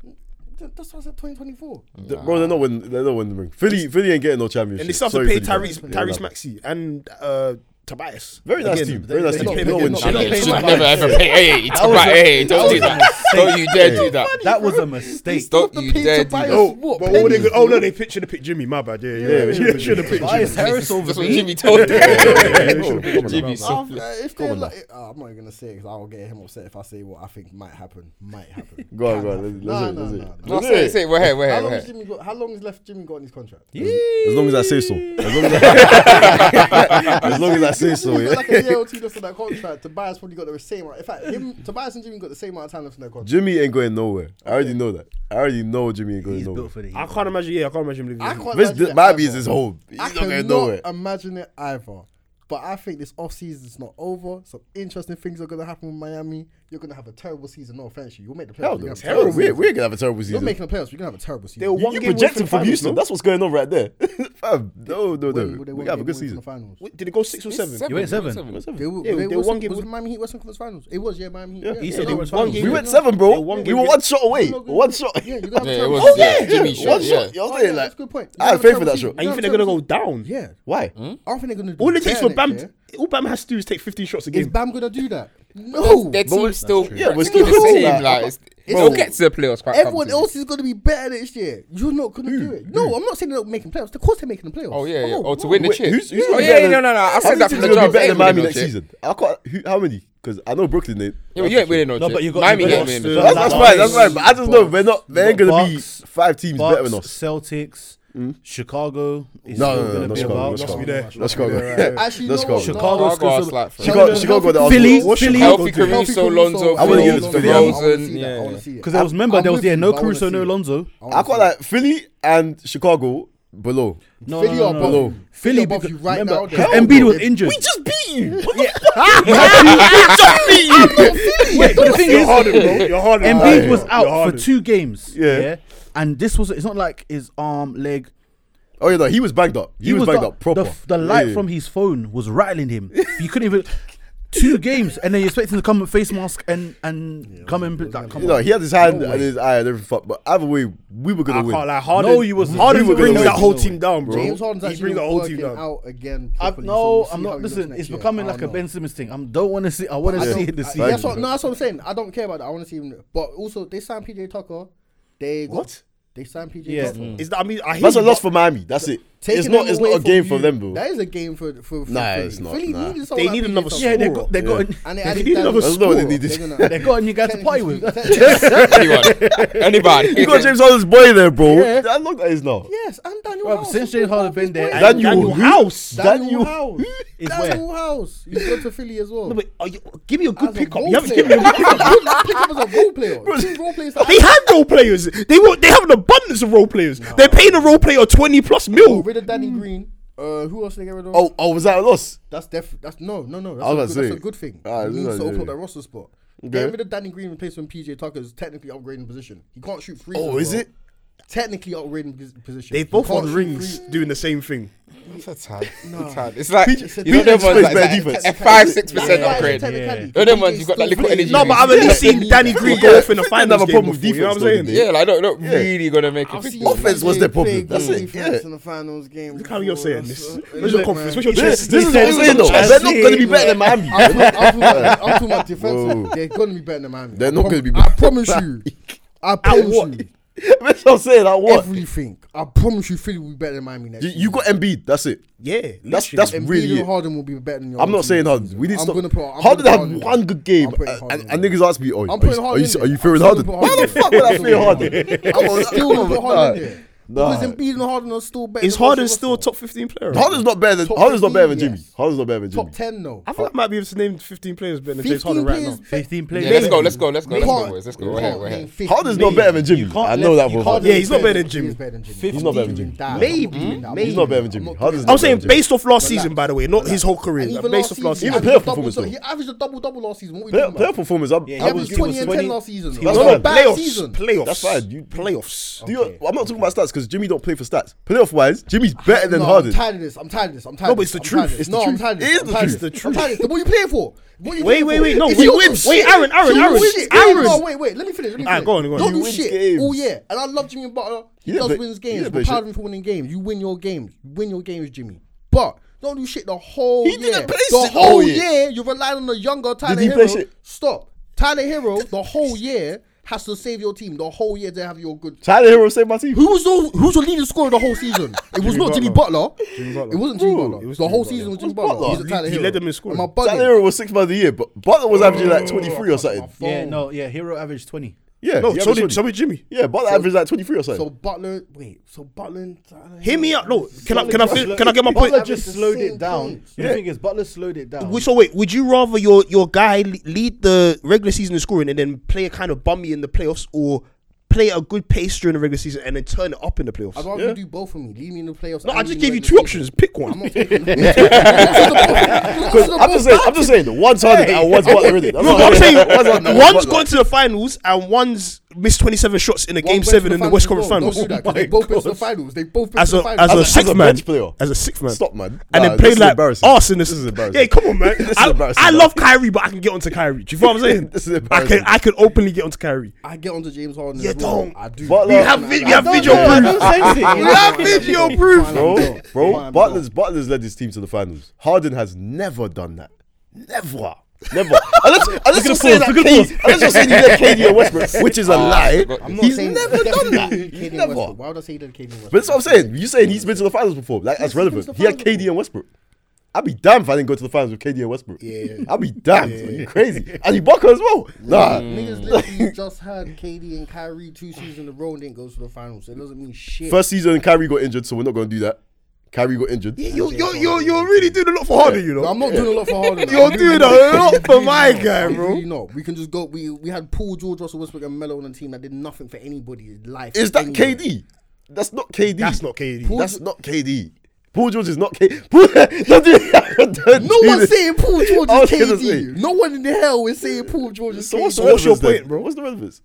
Th- That's what I said. 2024.
Ah, Bro, they're not winning. They're not winning the ring. Philly, Philly ain't getting no championship.
And they still have to
Sorry,
pay
Philly, man.
Tyrese,
Yeah,
Tyrese
man.
Maxey and uh, Tobias.
Very nice
Again,
team. Very nice
they-
team.
they-
They're
they-
not winning
they-
shit.
they-
You
they-
should never ever pay. Hey, it's
was
about-
a-
hey,
that
don't
was
do
a
that. Don't you dare do that.
That was a mistake.
Don't
The
you
Peter
dare do
Tobias
that.
what?
But all they
Pennies?
go- oh no, they picture the pick Jimmy. My bad. Yeah, yeah,
Yeah,
yeah.
we
Should have picked Jimmy.
Bias Harris over
That's what
me.
Jimmy told me.
Jimmy,
Jimmy's
Um,
soft.
uh, if they're like, uh, I'm not even gonna say because I'll get him upset if I say what I think might happen. Might happen.
Go on,
Can
go on,
happen.
let's- let's
Nah,
hear it,
nah,
let's
nah,
hear
nah.
No, say, say, we're here, we're
How
here,
long
we're
has
here.
Jimmy got? How long is left? Jimmy got in his contract.
As long as I say so. As long as I, as, long as I say so.
He's got
Yeah.
like a year or two left on that contract. Tobias probably got the same. amount- In fact, him, Tobias and Jimmy got the same amount of time left on their contract.
Jimmy ain't going nowhere. I already know that. I already know Jimmy ain't going
He's
nowhere.
built for the
I
heat.
can't imagine. Yeah, I can't imagine him
I
leaving.
can't
This,
imagine
this
it
might
either.
be his home. He's
I
not going
cannot
nowhere.
imagine it either. But I think this offseason is not over. Some interesting things are going to happen with Miami. You're going to have a terrible season. No offense, you. You'll make the playoffs.
Hell no.
you're gonna have a
Terrible.
terrible
We're,
season.
we're gonna have a terrible
You're
season.
making the playoffs. You're going to have a terrible season.
They were one
you
game away
projected
the
from
finals,
Houston.
no?
That's what's going on right there. Fam, no, no,
When
no.
were they
We have a
one game
good
away from
season.
The finals.
Wait, Did it go six or seven?
You went seven.
They were,
Yeah,
they
they
were
won
one
game
game. Was
away-
it Miami Heat Western Conference Finals? It was yeah, Miami Heat.
Yeah.
Yeah,
He
yeah,
said they
no,
were
it's
one
fine.
game
We
Yeah.
went seven, bro.
Yeah, one
we
game
were
in-
one shot away.
You're not gonna-
One shot.
Yeah, you're gonna have a
Yeah, it
terrible
was
season.
yeah, Jimmy's shot.
One shot.
Yeah.
I was saying like,
That's a good point.
I had faith in that shot.
And you think they're gonna go down?
Yeah.
why?
I don't think they're gonna do
All it takes
that
for
next
Bam,
year.
all Bam has to do is take 15 shots a
Is
game.
Bam gonna do that? No.
Their team's still. Yeah,
we're
we're
still
still the
cool.
same.
Like,
Like, it's-
bro.
they'll get to the playoffs quite
Everyone
comfortably.
else is going to be better next year. You're not going to do it. No, I'm not saying they're not making playoffs. Of course they're making the playoffs.
Oh yeah, yeah.
Oh,
Oh, to win the
Wait,
chip.
who's- who's
oh,
gonna be
yeah,
better
yeah, no,
than-
no, no. I
How
said
many
that from
teams
the
are gonna
jump.
be better than
They ain't
Miami
winning no
next
chip.
season? I can't. Who, how many? Because I know Brooklyn. They,
Yeah, but you ain't winning no
No,
chip.
but you got-
Miami
you got
ain't winning
lost,
no
uh,
chip.
that's, that's fine. That's fine. But I just know we're not. They ain't gonna be
Bucks,
five teams better than
Bucks,
us. Hmm?
Celtics, Chicago is still
No, no, no,
going to
not
be
Chicago,
about.
not Chicago.
there.
Let's go. Let's
Actually, no,
go.
no.
Chicago's
Chicago,
still-
like,
Chicago. Chicago got the Arsenal.
Philly,
What's
Philly.
Healthy Caruso, Lonzo,
I wouldn't give it to Philly, I
Rosen,
Because
yeah.
Because I was remember there was yeah no Caruso, no Alonso.
I got like Philly and Chicago below.
No,
Philly
no,
are
no,
above
no.
you.
Philly
Philly above
because-
you right
remember,
now.
'cause
Hell
Embiid
no.
was injured. We
just beat you.
Wait, but the thing
You're
is,
harder, bro. You're harder.
Embiid was
You're
out for
harder.
two games.
Yeah.
Yeah. And this was it's not like his arm, leg.
Oh yeah, no, he was banged up. He, was, banged
the,
up proper.
The, the light from his phone was rattling him. you couldn't even two games, and then you expect him to come with face mask and and come and like, come
You know,
on.
he had his hand and his eye and everything. fucked, But either way, we were
I
gonna
can't
win.
lie. Harden,
No, you wasn't.
Harden
We were gonna
brings
win.
that whole
No
team down, bro.
James Harden's
he
actually
brings that whole team
working
down.
out again.
I,
properly, so
no,
we'll see
I'm
how
not.
he looks
Listen,
next
it's
year.
becoming
I
like a
don't know.
Ben Simmons thing. I don't want to see. I want to see it this
I-
season.
That's what, no, that's what I'm saying. I don't care about that. I want to see him. But also, they signed PJ Tucker. They got,
What?
They signed PJ
Yeah.
Tucker.
Is that? I mean, I hear
That's a
you,
loss
but
for Miami. That's it.
Taking
it's not.
them
It's
away
not a
from
game for
you,
them, though.
That is a game for for. for
Nah,
for-
it's not,
Philly
nah.
needed
They
someone
need
like
another
PJ Tucker.
yeah, they got they got
And they
they
added
need
Dan-
another
That's not what they needed.
They're gonna-
they got a new guy to play with.
Anyone? Anybody?
You got James Harden's boy there, bro. I looked at his now.
Yes, and Daniel
Bro,
House.
since James Harden been there,
That you-
Daniel
who?
House.
That you-
Daniel House.
Is
Daniel House. He's gone to Philly as well.
No, but are you- give me a
As
good
a
pickup.
role
You haven't
player.
given me a good pickup.
Good pickup as a role player. Two role players that
They have role players. They want, they have an abundance of role players. They're paying a role player twenty plus
got
mil.
rid of Danny Green. Uh, who else they get rid of?
Oh, oh, was that a loss?
That's def. That's no, no, no.
I was
That's, a, good,
gonna
that's a good thing.
Ah,
he
this
needs
is
to
a-
open up
yeah.
that roster spot.
Okay.
Getting rid of Danny Green replacement PJ Tucker is technically upgrading position. He can't shoot free.
Oh, is it?
technically upgrading pos- position.
They've
You
both
can't
won
shoot
rings
free-
doing the same thing.
It's a tad. It's a tad. It's like you know
Peter
them ones
explains
like,
bad
like
defense.
a five six percent
Yeah,
upgrade. You
technically.
know them ones
He's
you got that
still
little energy.
No, but I've
drink.
at least seen Danny Green go off in the finals
have a
game
problem with
before. You know what I'm
defense, though,
saying?
did they?
Yeah, like not not
Yeah.
really gonna make a
I've
big
seen
deal.
Offense
Danny
was their
Green
problem,
play
that's
good
it,
defense
yeah.
in the finals game.
Look how you're saying this. Where's your
Look,
confidence? Where's
man.
your
This,
chest?
this is what I'm saying, though.
I
They're not going to
see.
be better than Miami.
I'm talking- I'm talking about- I'm talking about
Whoa.
defensive. They're gonna be better than Miami.
They're
I
not
prom-
gonna be
I
better
promise
than
you. I promise you
That's what I'm saying. Like, what?
everything. I promise you, Philly will be better than Miami next.
You,
year.
you got Embiid. That's it.
Yeah,
That's
literally.
that's
Embiid
really
and
it.
Harden will be better than your
I'm not
team
saying
next
Harden.
year.
We need to
I'm
stop.
gonna put- I'm
Harden
gonna put
had
Harden
one
in.
good game,
I'm putting
and,
Harden
and,
in.
and niggas asked me, "Oh,
I'm
are
putting
you, are
Harden
you,
in
are you
there.
fearing
I'm
Harden?"
putting
Why the
Harden in
fuck would I
there.
fear Harden?
I'm still gonna put Harden
Nah.
there.
Nah.
Because Embiid and Harden are still better.
Is
than
Harden
Russell
still a
Westbrook.
top 15 player?
Harden's not better than
Top
Harden's not better than
15,
Jimmy.
yes.
Harden's not better than Jimmy.
Top ten though.
I think I might be able to name 15 players better than James Harden right now.
15 players.
Yeah, let's go, let's go, let's go, let's go, boys. Let's go. We're here, we're here.
Harden's not better than Jimmy. I know that for a fact.
Yeah, he's not better than Jimmy.
He's not better than Jimmy.
Maybe,
He's not better than Jimmy. Harden's
I'm
not
saying
better than Jimmy.
based off last season, by the way, not his whole career.
And
like,
even
Based
last
off last
season,
season.
Even
he
player
averaged double-
performance,
so
though.
He averaged a double double last season. What we
Player,
talking
player
about?
performance. I'm,
He
I was,
averaged 20 and 10
20
last season. though.
No,
was
no,
like
playoffs,
bad season.
playoffs.
That's fine. You-
playoffs.
do you, I'm not talking about stats because Jimmy don't play for stats. Playoff wise, Jimmy's better than
no,
Harden.
I'm tired of this. I'm tired of this. I'm tired.
No,
of
but
this.
it's the
I'm tired
truth.
of this.
It's the
no, I'm
truth.
tired. of this.
It is
I'm
the
tired
truth.
of
It's
this.
the
I'm tired of this. What are you playing for? What are you
Wait,
playing
wait,
for?
wait. No,
If
we
you
win.
do
Wait,
shit-
Aaron, Aaron,
if you
Aaron.
do shit-
Aaron.
No, wait, wait. Let me finish. Let me finish.
Alright, go on, go on.
Don't
He
do
wins
shit
games.
all year. And I love Jimmy Butler. He
Yeah,
does
but-
win his
yeah,
games.
but
We're proud
shit.
of him for winning games. You win your games. You win your games, Jimmy. But don't do shit the whole
He
year.
didn't play
the
shit all
Oh,
whole
year.
year. You relied on the younger Tyler
he
Hero.
play shit?
Stop. Tyler Hero. The whole year has to save your team. The whole year to have your good
Tyler Hero saved my team.
who was your who's your leading scorer the whole season? It was not Jimmy Butler. It wasn't Jimmy Butler. the whole season was Jimmy Butler.
Butler.
He's a Tyler
He- he
Hero.
led them in scoring.
Am I
Tyler
bugging?
Hero was six months of the year, but Butler was averaging
Oh,
like 23 or something.
Yeah, no, yeah, Hero averaged 20.
Yeah,
No,
he
so
averaged
did,
20.
so did Jimmy.
Yeah, Butler averaged like 23 or something.
So Butler, wait. So Butler, and Tyler
Hear me
Hero-
out. No, can I can I fin- can I get my point?
Butler just
It's the
slowed
same
it down.
point.
The thing is, Butler slowed it down.
Wait, So wait, would you rather your your guy le- lead the regular season in scoring and then play a kind of bummy in the playoffs, or play a good pace during the regular season and then turn it up in the
I'd
playoffs?
rather you do both of me. Leave me in the playoffs.
No, I
and
just
leave
gave you
in the
two
season.
options. Pick one.
I'm not taking Because
I'm just saying, I'm just saying, the one's Harden and one's Butler in it.
No, I'm saying one's gone to the finals and one's missed 27 shots in a game seven in the West Conference Finals. Oh
They both been to the finals. They both been
As
to the
a
finals.
as a
As a- as
sixth
a
man,
bench player.
as a sixth man,
Stop, man.
and
Nah,
then played
this is
like
embarrassing.
arse in this.
This is embarrassing.
Yeah, come on, man.
This is
I,
embarrassing,
I
man.
love Kyrie, but I can get onto Kyrie. Do you know what I'm saying?
This is
I can
embarrassing.
I can openly get onto Kyrie.
I get onto James Harden.
You
as well.
don't.
I do.
Butler-
We have vi- we have video proof. We have video proof.
Bro, bro, Butler's
Butler's.
Butler's led his team to the finals. Harden has never done that. Never. Never. unless unless you're saying that KD, unless you're saying he led KD and Westbrook, which is a lie. He's never done that. He's never. But
Why would I say he did KD Westbrook?
that's what I'm saying. You saying he's been to the finals before? Like that's
Yes, he's been to
relevant.
the
He had
finals
KD and Westbrook. I'd be damned if I didn't go to the finals with KD and Westbrook.
Yeah.
I'd be damned. Are you crazy? And Ibaka as well. Nah.
Mm.
Niggas literally just had KD and Kyrie two seasons in a row and didn't go to the finals. So it doesn't mean shit.
First season, Kyrie got injured, so we're not going to do that. Kyrie got injured.
You you you you're really doing a lot for Harden, you
No,
know.
I'm not doing a lot for Harden.
You're
I'm really
doing a
not.
lot
I'm
for
really
my
not.
guy,
I'm
bro.
Really not. We can just go. We we had Paul George, Russell Westbrook, and Melo on a team that did nothing for anybody's life.
Is that
Anyway.
KD? That's not KD.
That's not KD.
Paul
That's
Ge-
not KD. Paul George is not KD. Paul, don't do, don't
No
do
one's
this.
saying Paul George
I
is
was gonna
KD.
say.
No one in the hell is saying Paul George is
So
KD.
what's, the
What's your
relevance then? Uh,
point, bro?
What's the relevance?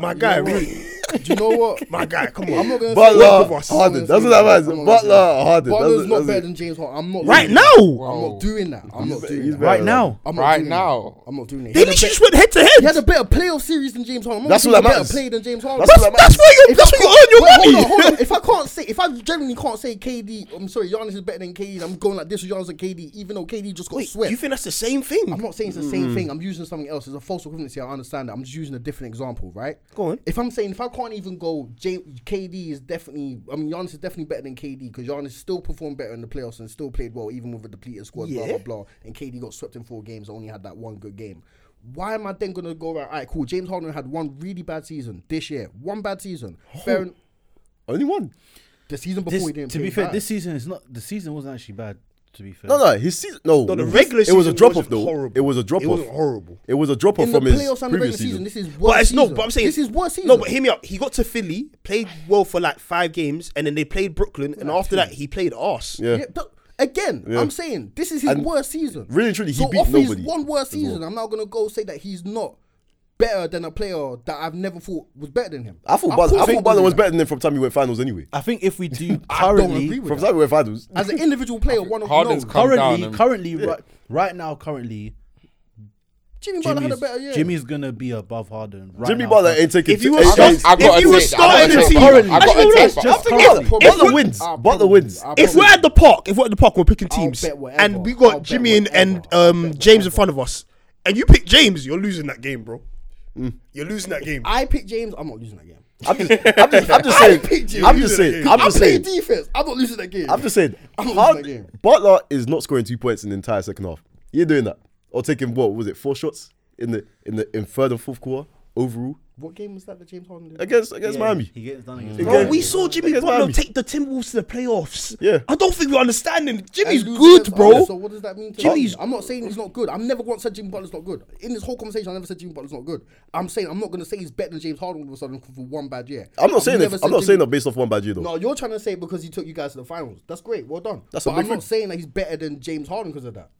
My guy, really.
Do you know what?
My guy, come
I'm
on.
not gonna say
Butler,
work with us.
Harden.
I'm
That's what
gonna say-
that matters.
I'm gonna say-
Butler, Harden.
Butler's
That's-
not
that's
better
it.
than James Harden. I'm not
Right
doing
now,
I'm not doing that. I'm not doing
he's
that.
better
right
than
now.
I'm not
Right
doing
now.
That. I'm not doing that.
they
He had, a
literally
better,
just went head to
he had
head.
a better playoff series than James Harden. I'm
That's
not
what that
saying
matters.
he's a better play than James Harden.
That's what that
That's where you
If
that's
I
where you
can't-
earn your
wait,
money.
Hold on, hold on. If I can't say, if I generally can't say KD, I'm sorry, Giannis is better than KD. I'm going like this with Giannis and KD, even though KD just got swept.
You think that's the same thing?
I'm not saying it's the same thing. I'm using something else. It's a false equivalency. I understand that. I'm just using a different example, right?
Go on.
If I'm saying if I can't even go, J- KD is definitely. I mean, Giannis is definitely better than KD because Giannis still performed better in the playoffs and still played well, even with a depleted squad. Blah
Yeah.
blah blah. And KD got swept in four games. and Only had that one good game. Why am I then gonna go right? All right, cool. James Harden had one really bad season this year. One bad season. Fair. en-
Only one.
The season before
This-
he didn't.
to
play
be fair,
bad.
this season is not the season wasn't actually bad. To be fair,
No, no, his season. No,
No, the regular
It was a
season
drop off
wasn't
though.
horrible.
It was a
It
drop off.
wasn't horrible.
It was a drop off
in the
from his
playoffs and the regular
previous
season,
season.
this is worse.
But it's
season.
no. But I'm saying
this is worse season.
No, but hear me out. He got to Philly, played well for like five games, and then they played Brooklyn, and after that he played arse.
Yeah.
Yeah, but again,
Yeah.
I'm saying this is his
And
worst season.
really and truly, he
so
beat
off
nobody
his one worst
as well.
season, I'm not gonna go say that he's not better than a player that I've never thought was better than him.
I thought, Bal- I thought Ballon was better than him from the time he went finals anyway.
I think if we do
I don't agree
currently,
From
with
the
that.
time he went finals.
As an individual player, one of
Harden's
no.
come down
currently,
and-
currently, right, right now, currently,
Jimmy Butler had a
Jimmy's,
better year.
Jimmy's gonna be above Harden. Right
Jimmy
now,
Butler ain't taking
If you
two-
were
ain't-
start-
ain't-
I've got
if you
a
were
tape, I've got
starting
a
the
tape,
team,
I've got
Actually,
a
no,
tape,
no,
I've got
just
a
think
tape.
about-
Butler
if we-
wins.
I'll
Butler
bet-
wins.
I'll
If
bet-
we're at the park, if we're at the park, we're picking
I'll
teams,
bet whatever.
and we
I'll
got
bet
Jimmy and, and
whatever. I'll
um,
bet
James in
whatever.
front of us, and you pick James, you're losing that game, bro. You're losing that game.
Mm. I pick James, I'm not losing that game.
I'm just, I'm just, I'm just saying. I'm just saying. I'm
I
just
play
saying.
defense. I'm not losing that game.
I'm just saying.
I'm losing
Hard-
that game.
Butler is not scoring two points in the entire second half. You're doing that or taking what was it four shots in the in the in third and fourth quarter overall
what game was that that James Harden did?
against against
Yeah,
Miami.
he gets done against
Again.
Bro, we saw Jimmy
Against
Butler
Miami.
take the Timberwolves to the playoffs.
Yeah.
I don't think we're understanding.
And
Jimmy's
lose
good,
against
bro.
Arsenal, So what does that mean? To
Jimmy's-
Jimmy's. I'm not saying he's not good. I'm never once said Jimmy Butler's not good. In this whole conversation, I never said Jimmy Butler's not good. I'm saying I'm not going to say he's better than James Harden all of a sudden for one bad year.
I'm not
I've
saying
never
that.
said
I'm not
Jimmy-
saying that based off one bad year though.
No, you're trying to say it because he took you guys to the finals. That's great. Well done.
That's a
but
big
I'm not
thing.
saying that he's better than James Harden because of that.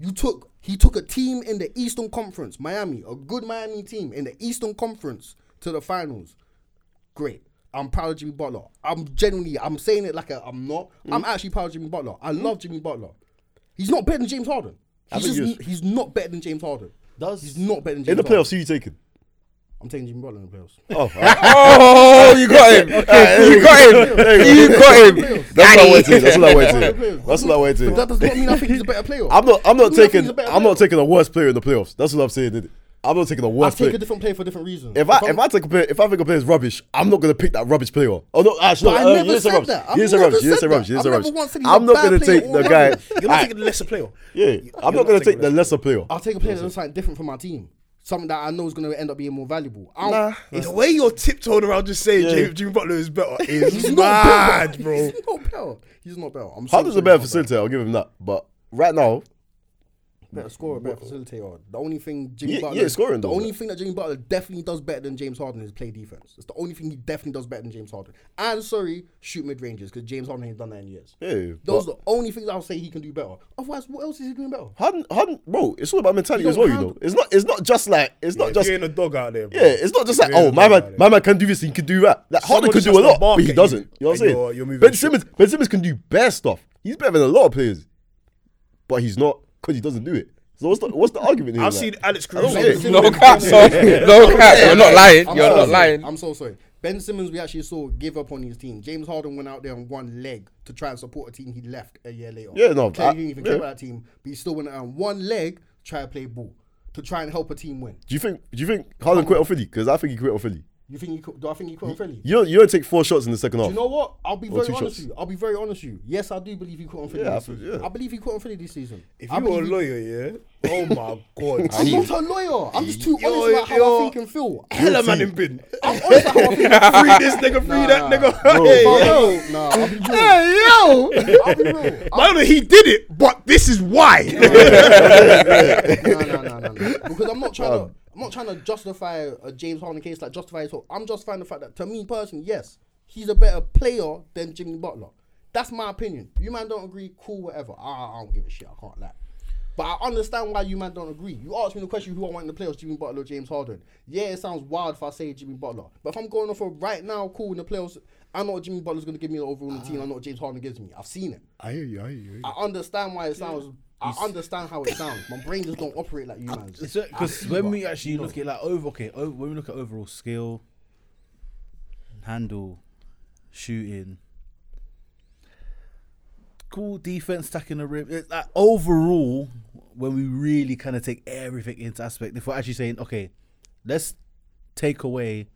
You took he took a team in the Eastern Conference, Miami, a good Miami team in the Eastern Conference to the finals. Great. I'm proud of Jimmy Butler. I'm genuinely I'm saying it like i I'm not. I'm
Mm-hmm.
actually proud of Jimmy Butler. I love Jimmy Butler. He's not better than James Harden. He's,
think
just,
he is.
n- he's not better than James Harden.
Does-
he's not better than James
in the
Harden.
playoffs, who you taking?
I'm taking Jimmy Butler in the playoffs.
Oh, alright.
Oh, you got him. you got him. You got him.
that's what I wanted to hear.
Daddy.
That's what I wanted to hear. That's what I wanted to
But
hear.
that does not mean I think he's a better player.
I'm not. I'm not
Doesn't mean I think
taking.
he's a better
I'm not
player.
taking the worst player in the playoffs. That's what I'm saying. innit? I'm not taking the
I
worst
take
player.
a different player for different reasons.
If I
I'm-
if I take a player, if I think a player's rubbish, I'm not gonna pick that rubbish player. Oh no, actually,
But
no,
I
uh,
never
you didn't say
said
rubbish.
that.
You
I've
didn't say
never
rubbish. You didn't
said
say
that.
rubbish. You didn't
I've
say
never
rubbish.
once said he's
I'm
a
not
bad
gonna
player
take
or
the
whatever.
guy.
You're not
Alright,
taking the lesser player.
Yeah, I'm not gonna take the lesser player.
I'll take a player that's something different from my team. Something that I know is going to end up being more valuable. I don't-
The way you're tiptoeing around just saying Jimmy, Jimmy Butler is better is
he's not
mad,
better.
bro.
He's not better. He's not better. I'm
Harden's a
sorry,
better
he's not
facilitator. I'll give him that. But right now,
Better scorer, better facilitator. The only thing Jimmy
Yeah,
Butler,
yeah, scoring
the
does
only
that.
thing that Jimmy Butler definitely does better than James Harden is play defense. It's the only thing he definitely does better than James Harden. And sorry, shoot mid ranges because James Harden ain't done that in years.
yeah,
Those
but
are the only things I'll say he can do better. Otherwise, what else is he doing better?
Harden, Harden, bro, it's all about mentality
You
as well. You
don't
know,
have-
it's not. It's not just like. It's not
If
just.
you ain't a dog out there, bro.
Yeah, it's not just
If
like
you ain't
oh
a
my
dog out
man,
there.
my man can do this, he can do that. Like Harden
Someone
could do
just
a
has
lot,
to bark
but he
at
doesn't.
you
You know what I'm
and
saying?
you're- you're moving
ben
shit.
Simmons, Ben Simmons can do bare stuff. He's better than a lot of players, but he's not because he doesn't do it. So what's the what's the argument here?
I've
like?
seen Alex Caruso.
don't get it.
No cap, son. No cap. You're not lying. You're
so
not
sorry.
lying.
I'm so sorry. Ben Simmons, we actually saw give up on his team. James Harden went out there on one leg to try and support a team he left a year later.
Yeah, no,
Clearly
I-
he didn't even care
yeah.
about that team, but he still went out on one leg to try and play ball to try and help a team win.
Do you think? Do you think Harden quit on Philly? Because I think he quit on Philly.
You think he? could- Do I think he caught on Philly?
You don't, you don't take four shots in the second half.
Do you know what? I'll be very
two
honest
shots.
with you. I'll be very honest with you. Yes, I do believe he caught on Philly
Yeah,
this
I-
season.
yeah.
I believe he caught on Philly this season.
If
I
you were a
believe he-
lawyer, yeah. Oh my god.
I'm not a lawyer. I'm just too
Yo,
honest about how
yo.
I think and feel.
Hella man in bin.
I'm honest about how I think.
free this nigga, free that nigga. Hey, yo.
Yo, nah, I'll be real. I'll be real. I'll
Not only he did it, but this is why.
no, no, no, no, no. Because I'm not trying to. I'm not trying to justify a James Harden case like justify his whole. I'm justifying the fact that to me personally, yes, he's a better player than Jimmy Butler. That's my opinion. You man don't agree, cool, whatever. I, I don't give a shit. I can't lie. But I understand why you man don't agree. You asked me the question who I want in the playoffs, Jimmy Butler or James Harden. Yeah, it sounds wild if I say Jimmy Butler. But if I'm going off of right now, cool in the playoffs, I know what Jimmy Butler's gonna give me the overall in the team, I know what James Harden gives me. I've seen it.
I hear you, I hear you.
I understand why it sounds. I understand how it sounds. My brain just don't operate like you man's.
Because when we actually look at like over, okay, o- when we look at overall skill, handle, shooting, cool defense, stacking the rim. It's like overall, when we really kind of take everything into aspect, if we're actually saying, okay, let's take away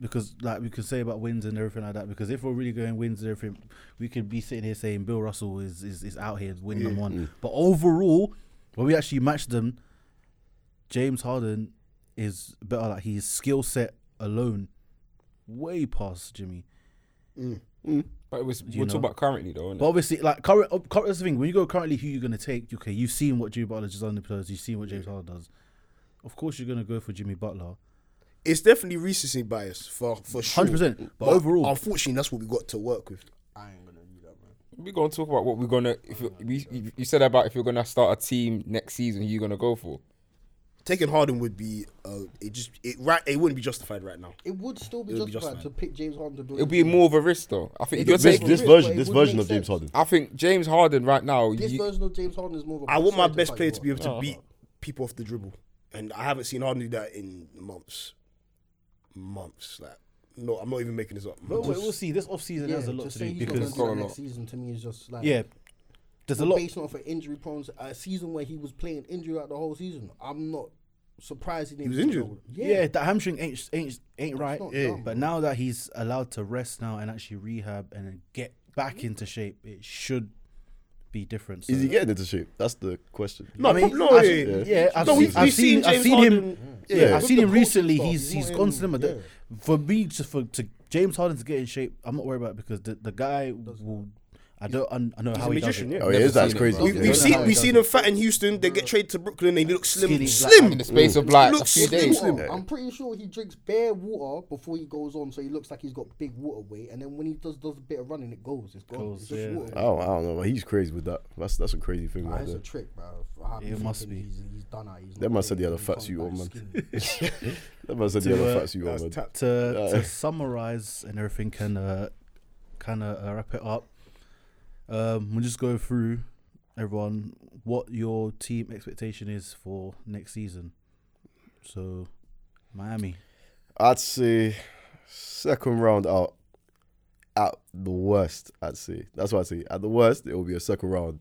because like we can say about wins and everything like that. Because if we're really going wins and everything, we could be sitting here saying Bill Russell is is, is out here winning them one. But overall, when we actually match them, James Harden is better. Like his skill set alone, way past Jimmy.
But it was, we're
know.
talking about currently though. innit?
But obviously, like current, uh, current that's the thing. When you go currently, who you're gonna take? Okay, you've seen what Jimmy Butler does on the players. You've seen what James Harden does. Of course, you're gonna go for Jimmy Butler,
It's definitely recency bias for, for sure.
hundred percent. But overall,
Unfortunately, that's what we got to work with.
We're gonna talk about what we're gonna. If you, we, you- you said about if you're gonna start a team next season, who you gonna go for?
taking Harden would be uh, it just it right it wouldn't be justified right now.
It would still be
It would
justified
be
to
justified.
pick James Harden to do
It'll be more of a risk though. I think if you're
This, this
taking,
Risk, but
version,
it
this
would
version
make
of James
sense.
Harden.
I think James Harden right now.
This
you-
version of James Harden is more of a
I want my
percentage
best player
type
to be able to
guy.
beat people off the dribble, and I haven't seen Harden do that in months. Months, like no, I'm not even making this up.
But we'll,
Months.
we'll see. This offseason
Yeah,
has a lot
just
to
say
do
he's not
because
gonna do
Got a
that next
lot.
season to me is just like
yeah, there's a lot.
based off an injury prone a season where he was playing injury out the whole season. I'm not surprised he didn't.
was
get
injured.
trouble.
Yeah, that hamstring ain't ain't ain't right.
not Yeah. dumb,
But now that he's allowed to rest now and actually rehab and then get back
Mm-hmm.
into shape, it should be different.
Is he
So-
getting into shape? That's the question. Oh,
No,
I mean,
prob- no,
I've-
yeah, yeah,
yeah, I've
No,
seen,
we've-
I've
we've
seen,
seen
I've
James
seen him.
Harden-
Yeah,
Yeah.
I've seen
the
him
coaching
recently.
staff,
He's
he's
he's
not
gone
in-
slimmer. The- For me, to, for to James Harden to get in shape, I'm not worried about it because the, the guy will. I don't. I know how he does
magician,
it.
yeah.
Oh, yeah,
Never
is that
seen it,
crazy?
bro.
We,
Yeah.
we've
how
seen
he
we've
does
seen them fat in Houston. They get traded to Brooklyn. They look slim,
Skinny, black.
slim.
in the space of like a
Looks
few
slim.
days.
Slim.
Water. I'm pretty sure he drinks bare water before he goes on, so he looks like he's got big water weight. And then when he does does a bit of running, it goes. It's gone.
Goes,
it's just
yeah.
water.
I
Weight.
don't, I don't know. but He's crazy with that. That's that's a crazy thing right
That's a
there.
trick, bro. for how
It
people
must
think
be.
He's, he's done out. He's
That
not
man said
big
he had a
and
fat
comes
suit
back
on, man.
skinny.
That man said the other
uh,
facts you
That's
on, man.
tap-
To to summarize and everything, can uh, kind of uh, wrap it up. Um, we'll just go through everyone what your team expectation is for next season. So, Miami.
I'd say second round out. At the worst, I'd say. That's what I'd say. At the worst, it will be a second round.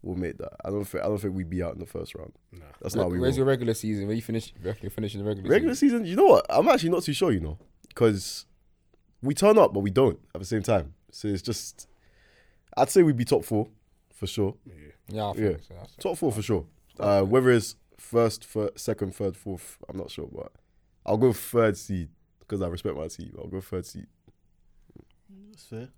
We'll make that. I don't think. I don't think we be out in the first round. That's not. how we
Where's
roll.
your regular season? Where you finish? You reckon you're finishing the regular,
Regular season, you know what? I'm actually not too sure, you know, because we turn up, but we don't at the same time. So it's just, I'd say we'd be top four for sure.
Yeah, I
Yeah,
think so. That's-
top four for sure. Uh, whether it's first, fir- second, third, fourth, I'm not sure, but I'll go third seed because I respect my team. I'll go third seed.
That's fair.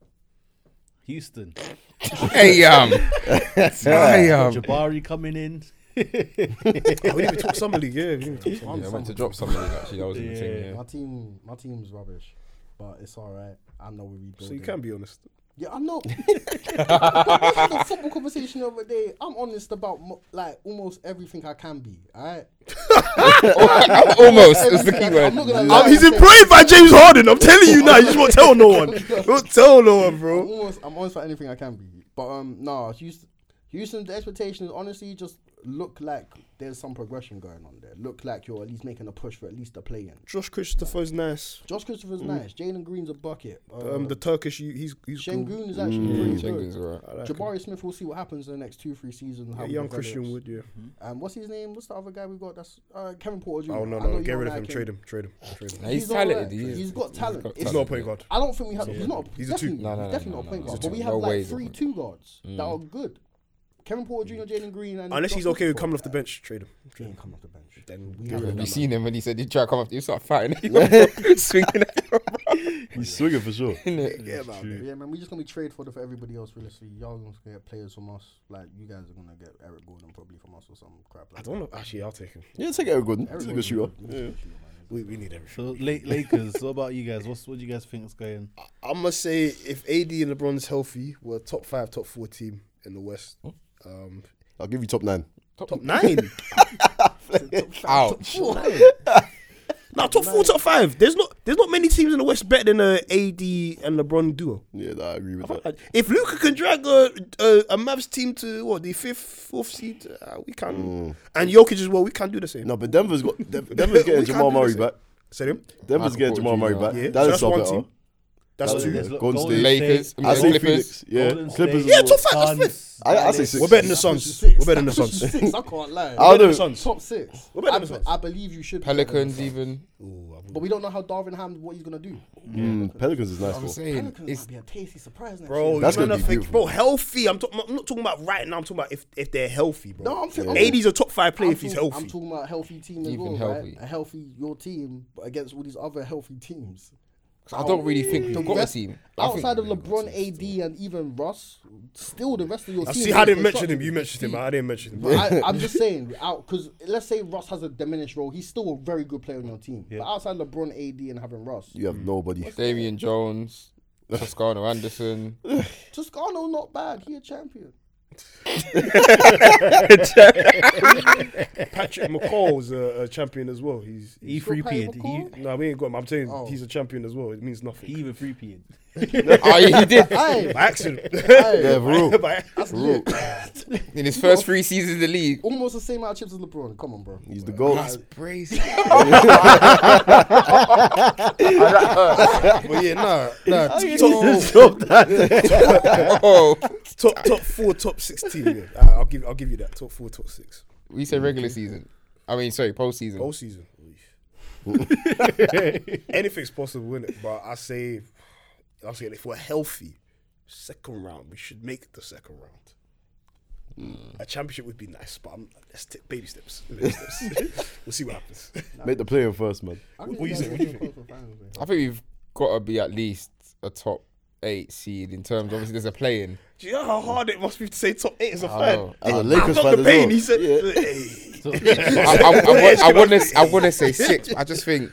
Houston.
Hey, um, hey, um,
Jabari coming in.
Oh, we didn't even talk summer league. Yeah, we didn't even talk summer.
yeah, I went to drop something actually. That was in the thing. Yeah.
My team, my team's rubbish, but it's all right. I know we rebuild.
So you can be honest.
Yeah, I know. we had a football conversation the other day. I'm honest about mo- like almost everything I can be. All right.
Almost. It's the key
Everything I- I'm not
word.
gonna
Um,
lie,
he's
I'm
employed by James Harden. I'm telling you now. You just won't tell no one. You won't tell no one, bro.
almost, I'm honest for anything I can be. But um, no, Houston, Houston. The expectations honestly just look like there's some progression going on there. Look like you're at least making a push for at least a play-in.
Josh Christopher's nice.
Josh Christopher's nice. Jalen Green's a bucket.
Mm. Um,
Um,
the Turkish, you- he's he's cool.
Shengun is actually
Mm,
pretty
Jenkins,
good.
alright.
Jabari Smith, we'll see what happens in the next two, three seasons. how
Yeah,
he
young
develops.
Christian Wood, yeah.
Mm-hmm.
Um, what's his name? What's the other guy we got? That's uh, Kevin Porter Jr.
Oh no,
I
no,
know
get
you
rid
don't
of him.
like
Trade him. Trade him. Trade him.
Nah, He's
alright.
talented. He is.
He's got talent.
got
It's-
He's not a point guard.
I don't think we have. He's not.
He's
He's
a two.
definitely,
No, no, no,
he's definitely
no,
not
no,
a point
no,
guard.
no.
But we
No
have
way
like
he's a
three
point Mm.
two guards that are good. Kevin Porter Jr., Jalen Green, and
Unless
Josh
he's okay with
Christopher.
coming off the bench, trade him.
He ain't coming off the bench.
Then
we
get
have
rid
Have
of
you
him.
seen him when he said he'd try to come up? You start fighting. him, swinging at him,
He's swinging for sure.
innit?
Yeah, man.
Yeah, man, we're just gonna be trade for for everybody else. Realistically, y'all gonna get players from us. Like you guys are gonna get Eric Gordon probably from us or some crap
I
like.
don't know. Actually, I'll take him.
Yeah, take Eric Gordon.
that.
He's a
Eric
good shooter.
Gordon, he's a good shooter, man.
We, we need
So
everything.
La- Lakers. what about you guys? What's what do you guys think is going?
I must say, if AD and LeBron's healthy, we're a top five, top four team in the West. Um,
I'll give you top nine.
top nine.
Ouch.
no, top four, top five. There's not there's not many teams in the West better than a AD and LeBron duo.
Yeah, nah, I agree with that.
If Luca can drag a, a, a Mavs team to what the fifth, fourth seed, uh, we can. And Jokic as well, we can do the same.
No, but Denver's got Dev- Denver's
We
getting
can't
Jamal
do
Murray
this.
back.
Say them.
Denver's
Michael
getting
Porter
Jamal Murray
Jr.
back.
Yeah,
That
so
is
that's one
top
team.
team.
That's
That's
two.
it.
There's lo-
Golden State.
Lakers.
I
Yeah,
say
Clippers.
Phoenix. Yeah,
Golden
Clippers.
State,
as
Yeah,
well.
top five. That's
Suns,
I- I say
Dallas.
six.
We're better than the Suns.
Six.
We're better than the
Top
Suns.
Six, I can't lie.
I
Better
don't
than
know.
the Suns.
Top six.
We're better
I,
than the
be-
Suns.
I believe you should. be better than
Pelicans
the Suns.
even.
But we don't know how Darvin Ham what he's gonna do.
Mm, Pelicans is nice.
I'm
though.
saying
Pelicans
it's
might be a tasty surprise next
Bro,
year.
That's
you man
gonna
are
be
fake-
beautiful.
Bro, healthy. I'm, talking. I'm not talking about right now. I'm talking about if, if they're healthy, bro.
No, I'm fi- I'm-
80's a top five player
I'm
if he's
talking-
healthy.
I'm talking about healthy team as
Even
well,
healthy.
right? A healthy your team but against all these other healthy teams.
I don't really think
The
we've got a
rest-
team. I think
Outside of
we've got
LeBron,
a team.
AD, and even Russ, still the rest of your
I
team.
see.
is
I didn't mention him.
constructed
You mentioned him. I didn't mention him.
But I, I'm just saying, out because let's say Russ has a diminished role, he's still a very good player on your team. But outside LeBron, AD, and having Russ,
You
Mm.
have nobody.
Damian Jones, Toscano Anderson.
Toscano not bad. He a champion.
Patrick McCall's a, a champion as well. He's,
He
he's
free peed.
McCall?
He,
no, we ain't got him. I'm telling you,
Oh.
he's a champion as well. It means nothing.
he even free peed.
oh, yeah, he did.
Aye,
By accident.
aye.
By-
That's lit.
In his first three seasons in the league.
Almost the same amount of chips as LeBron. Come on, bro.
He's the goat.
But yeah, nah, nah.
Oh.
top top four, top sixteen. Yeah. Uh, I'll give I'll give you that. Top four, top six.
We say regular season. I mean, sorry, postseason.
Whole season. Anything's possible, innit? But I say, I say if we're healthy, second round we should make the second round. A championship would be nice, but I'm, let's take baby steps. Baby steps. we'll see what happens.
Make the player first, man.
What do you say? What do you think?
I think we've got to be at least a top eight seed in terms. Obviously, there's a play in.
Do you know how hard it must be to say top eight as a
I
fan?
know.
As a
I'm
Lakers
not
fan
the
as
pain.
well.
He said,
Yeah.
"Hey."
I, I, I, want to. I want to say six. But I just think,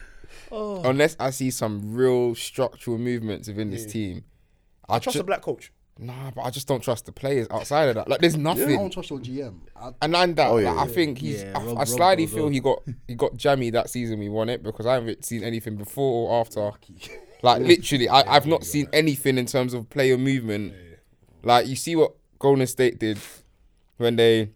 unless I see some real structural movements within this team, I
"Trust
ju-
a black coach."
Nah, but I just don't trust the players outside of that. Like, there's
I
nothing.
don't trust your GM. I,
And and that,
Oh, yeah,
like, I think he's.
Yeah,
I,
Rob-
I
Rob
slightly
goes
feel
on.
he got he got jammy that season. We won it because I haven't seen anything before or after. Like literally, I, I've not seen anything in terms of player movement. Like you see what Golden State did when they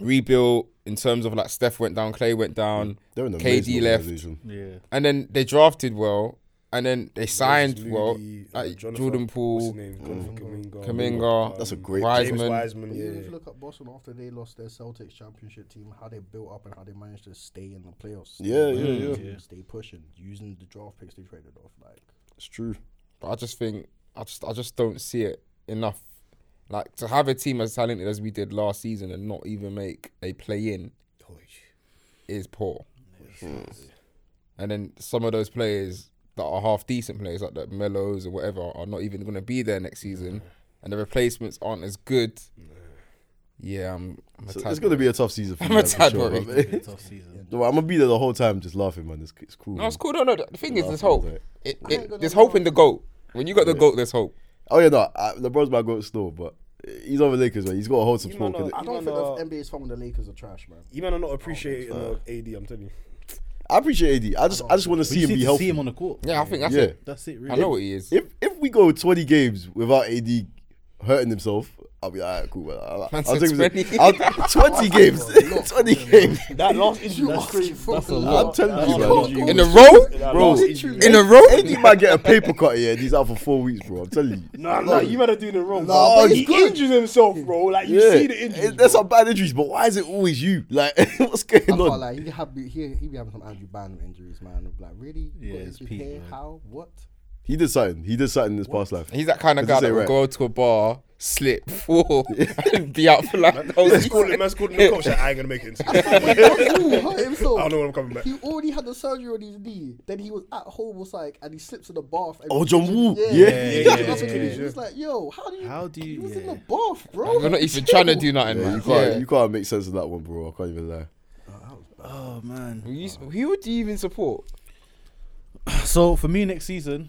rebuilt in terms of like Steph went down, Clay went down,
Mm. They're an
KD
amazing
left,
organization.
Yeah.
and then they drafted well, and then they signed well.
Moody, uh,
Like
Jonathan-
Jordan
what's his
Poole,
name? Jonathan Kuminga.
Kaminga,
That's a great
James
Wiseman.
Wiseman.
even if
Yeah.
you look at Boston after they lost their Celtics championship team, how they built up and how they managed to stay in the playoff.
Yeah, yeah, yeah.
Stay pushing, using the draft picks they traded off. Like,
It's true.
But I just think I just I just don't see it enough. Like to have a team as talented as we did last season and not even make a play in is poor.
Hmm.
And then some of those players that are half decent players, like the Mellows or whatever, are not even going to be there next season, and the replacements aren't as good. Yeah, I'm. I'm a
So
tad
it's gonna
worried.
be a tough season. For
I'm
me,
a
for
tad
sure,
worried.
man.
Tough season.
No, I'm gonna be there the whole time, just laughing, man. It's, it's cool.
No, it's
man.
cool. No, no. The thing is,
No,
there's
I think
hope.
it's
It, it, there's hope in the goat. When you got the goat, there's hope.
Oh yeah, no, I, LeBron's my goat still, but he's over Lakers, man. He's got to hold some
You
smoke.
man
innit?
are-
I don't
No, no.
think the NBA's fun when the Lakers are trash, man.
You man are not appreciating uh, AD. I'm telling you.
I appreciate AD. I just, I just want to
But you
see him
just
be
need to
healthy.
see him on the court.
Yeah, I think that's
Yeah.
it.
That's it,
I
really.
know what he is.
if if we go 20 games without AD hurting himself, I'll be like, alright, cool. Man. I'll,
Man
I'll
said
take it.
20.
I'll, 20 games, 20 games.
That last injury.
That's,
that's a
I'm
lot.
telling you,
That's
man.
a lot.
In a row.
that
Bro,
last injury.
In a row.
AD might get a paper cut here. and He's out for four weeks, bro. I'm telling you.
Nah, nah, you man are doing it wrong.
Nah,
bro.
but
he
he's good.
injured himself, bro. Like you
Yeah,
see the injury.
it- there's some bad injuries, but why is it always you? Like, what's going
I can't
on?
lie, he, have, be- he, he be having some Andrew Bynum injuries, man. Like, really? You
Yeah,
got
it's
injured
peak,
here?
man.
How? What?
he did something. He did something in his past life.
He's that kind of
Does it
guy
say
that will
rep?
go to a bar, slip, fall, and be out for like the whole
Let's call it.
season.
Let's call it. Coach, I ain't gonna make it. I
Ooh, hurt himself.
don't know when I'm coming back.
He already had the surgery on his knee. Then he was at home, was like, and he slips in the bath. And
Oh, John Woo.
Yeah,
Yeah.
yeah,
Yeah,
yeah,
yeah, yeah.
He was like, yo, how do you?
How do
He
you?
was in the
Yeah.
bath, bro.
You're not even trying to do nothing,
Yeah,
man.
you can't,
Yeah.
you can't make sense of that one, bro. I can't even lie.
Oh man.
You, who do you even support?
So for me next season,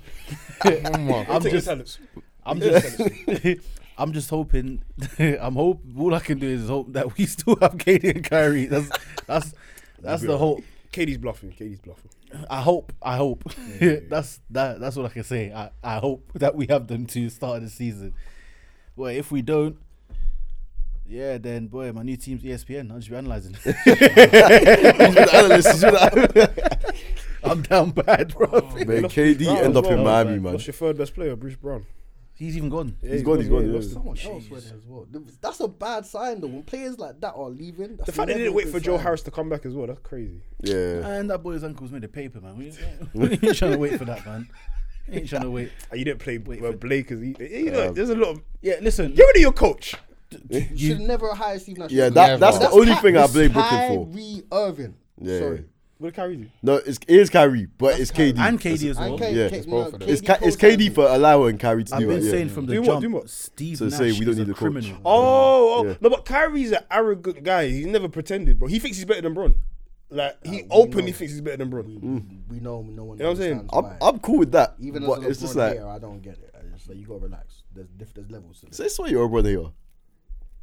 Oh my God.
I'm
Take your
just,
talents.
I'm just, I'm just hoping. I'm hope. All I can do is hope that we still have Katie and Kyrie. That's that's that's the hope.
Katie's bluffing. Katie's bluffing.
I hope. I hope. that's that. That's what I can say. I, I hope that we have them to start the season. Well, if we don't, yeah, then boy, my new team's E ESPN. I'll just be analyzing.
He's been an analyst, he's been an-
I'm down bad, bro.
Man, KD
Brown
end
as
up
well.
in Miami, man.
What's your third best player, Bruce Brown?
He's even gone.
He's gone, he's gone.
yeah,
yeah.
lost
Someone else went as well. That's a bad sign, though. When players like that are leaving, that's
The fact they
never
didn't
a
wait
good
for Joe
sign.
Harris to come back as well. That's crazy.
Yeah.
And that boy's uncle's made a paper, man. We we ain't trying to wait for that, man. Ain't trying to wait.
And you didn't play
Wait
uh,
for-
Blake because he. You know,
Um,
there's a lot of.
Yeah, listen.
Get rid of your coach.
You should never hire Steve Nash.
Yeah, that, that's the
That's
only thing I blame Brooklyn
Brooklyn
for.
Kyrie Irving.
Yeah.
Sorry.
What did Kyrie do?
No, it's, it is Kyrie, but it's KD.
and KD as well.
And K-
Yeah.
K-
It's
both of them.
It's, Ka- it's KD for allowing Kyrie to
I've
do
been
that. yeah.
saying from the
Do what,
jump,
do what?
Steve
So
Nash
say we don't
is
need
a
a coach.
criminal.
Oh, oh
Yeah.
no, but Kyrie's an arrogant guy. He's never pretended, bro. He thinks he's better than Bron. Like he openly thinks he's better than Bron.
We know no one.
You know what I'm saying?
understands
I'm,
why.
I'm cool with that.
Even
but
as a
it's just
LeBron
like,
hater, I don't get it. It's like you gotta relax. There's diff- there's levels. To this.
say so you're a brother here.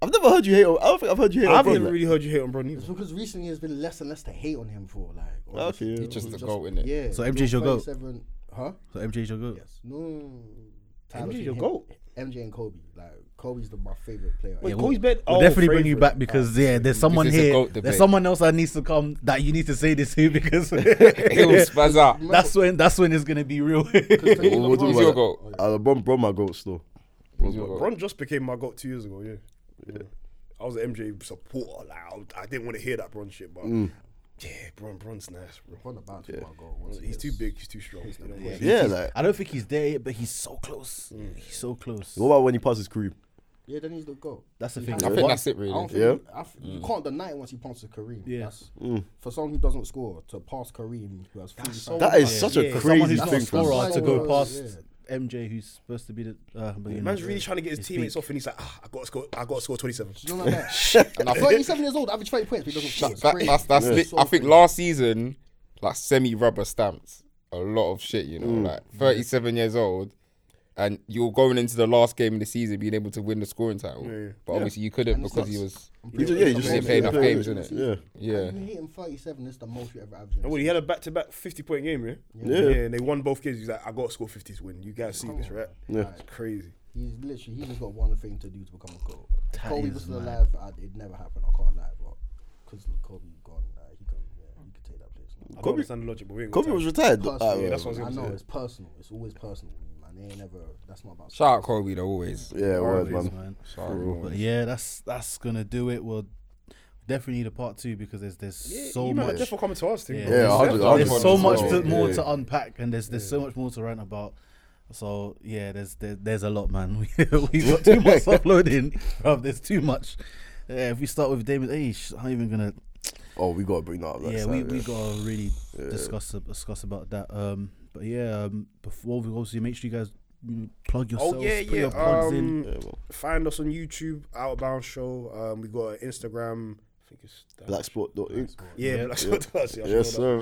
I've never heard you hate. On, I don't think I've heard you hate.
I've
on
never
Bron,
really heard you hate on Bron
It's
either.
because recently there's been less and less to hate on him for. Like,
like.
honestly.
Okay.
He's just the goat, innit?
Yeah.
So MJ's your goat?
37 Huh?
So MJ's your goat.
Yes. No.
MJ's your
him-
goat.
MJ and Kobe. Like Kobe's the, my favorite player.
Wait,
we'll-
Kobe's bed.
We'll
oh,
definitely bring you
favorite.
back because yeah, there's someone
This is a
here.
goat
There's
debate.
someone else that needs to come that you need to say this to because that's
spaz out.
when that's when it's gonna be real.
We'll- we'll talk
Who's
about
your
that.
goat?
Uh, Bron, Bron, my goat still.
Who's your goat?
Bron just became my goat two years ago. Yeah. Yeah. I was an MJ supporter. Like, I, was- I didn't want to hear that Bron shit, but yeah, Bron, Bron's nice, bro.
On the bounce yeah.
He's too big. He's too strong. You know, yeah.
Yeah, like.
I don't think he's there yet, but he's so close.
Mm.
He's so close.
What about when he passes Kareem?
yeah, then he's the goat.
That's the
He
thing.
has
I
to
think
be.
that's it,
I don't
really.
think
Yeah.
you, I th-
Mm.
you can't deny it once he passes Kareem.
Yeah.
That's, For someone who doesn't score, to pass Kareem, who has three so
That is such a
For someone
crazy
who's not
thing
a
for
scorer
us.
to go
Yeah.
past MJ, who's supposed to be the uh, but, you know,
Man's really trying to get his
It's
teammates
big.
off, and he's like, ah, I got to score. I got to score 27.
You know like that. and I'm 37 years old, average 30 points, but he doesn't score.
That,
It's
that,
crazy.
that's that's.
It's
Lit.
so
I think
crazy.
last season, like semi rubber stamped a lot of shit. You know, like thirty seven years old, and you're going into the last game of the season being able to win the scoring title. But obviously you couldn't because he was.
He just, yeah, he
He
just
played enough games,
yeah,
innit?
Yeah.
Yeah.
You hit him 37, it's the most you ever averaged.
And well, he had a back-to-back 50-point game, yeah?
Yeah.
and they won both games. He's like, I got to score 50 to win. You guys see this, right?
Yeah.
It's crazy.
He's literally, he just got one thing to do to become a goal. If
That
Kobe
is
was still
mad.
alive, I, it'd never happen. I can't lie, but because Kobe gone, like, he can, yeah, he could take that place. Now.
I don't understand the logic, but we ain't got
Kobe
time.
was retired.
Personal,
Ah, yeah,
that's what I was
I
gonna
know
say.
it's personal. It's always personal, man. They ain't never. That's not about.
Shout out Kobe though, always.
yeah, word, man.
man.
Sorry,
But yeah, that's that's gonna do it. We'll definitely need a part two because there's there's so
you might
much.
have definitely come to us, thing.
Yeah.
bro.
Yeah,
It's
100,
definitely-
100.
There's so
as
much
well.
to, more
Yeah.
to unpack, and there's there's so much more to rant about. So yeah, there's there, there's a lot, man. We we got too much uploading. Bruv, there's too much. Yeah, if we start with Damon, hey, sh- I'm even gonna.
Oh, we gotta bring that up.
yeah, we, we gotta really discuss discuss about that. Um, but yeah, um, before we obviously make sure you guys mm, plug yourselves,
Oh yeah,
put
yeah.
your plugs in.
um, Find us on YouTube, Out of Bounds Show. Um, we got an Instagram. I think it's
Blacksport.inc.
yeah,
Yeah.
Black Spot. Yes,
Yes, sir.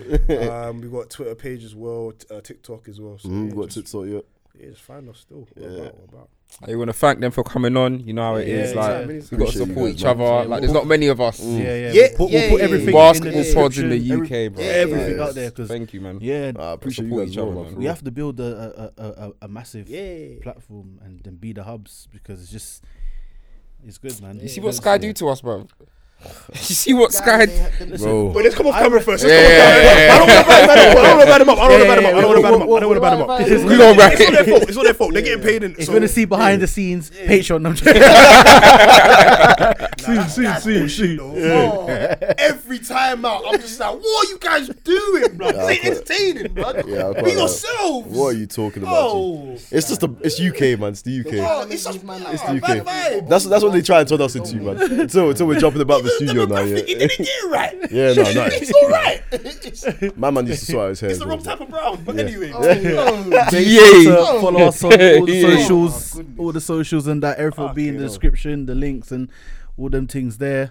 Um, we got a Twitter page as well, t- uh, TikTok as well. So
Mm,
yeah,
got
just,
TikTok, yeah.
yeah, just find us still. We're about, we're about.
You want to thank them for coming on. You know how it
Yeah,
is.
yeah,
Like
yeah.
we got to
Appreciate you
support
guys,
each
man.
other. like there's not many of us.
Yeah, yeah.
Yeah,
we'll put, we'll
yeah,
put
yeah,
everything in
Basketball pods
the
in
description, every-
the UK, bro.
Everything
Yeah.
out there because
Thank you, man.
yeah,
I appreciate you
Support
guys,
each other,
well,
man.
man.
we have to build a a, a, a, a massive
Yeah.
platform and then be the hubs because it's just it's good, man.
You see what Sky do to us, bro? you see what Sky? d-
Bro,
Wait, let's come off camera first.
Yeah, yeah, yeah,
I don't want to bad them up. I don't want to bad them up. I don't want to bad them up. I don't want to bad them up.
Why-
I
why-
don't want to bad them up.
We gonna wrap
It's not their
it.
fault. It's not their fault. They're getting paid in.
It's
so-
gonna see behind the scenes Patreon. I'm joking.
Nah, that's bullshit, though. Oh, Every time out, I'm just like, what are you guys doing, bro? This ain't entertaining, bro.
Yeah, I quite
Be
like-
yourselves.
What are you talking about? G?
Oh,
It's just the it's UK, man. It's the UK.
oh, it's such
It's
a
the
bad
UK.
vibe.
That's that's what they try and turn us into, man. Until until we're jumping about the studio now,
Demographic, It
yeah.
didn't get right.
Yeah, no, no.
It's all right. It's
My man used to swear his hair.
it's the wrong type of brown. But anyway,
Oh,
So follow us on all the
Yeah.
Oh,
socials, all the socials, and that everything will be in the description, the links, and all them things there.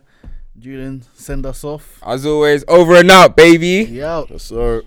Julian, send us off.
As always, over and out, baby.
Yeah.
Yes, sir.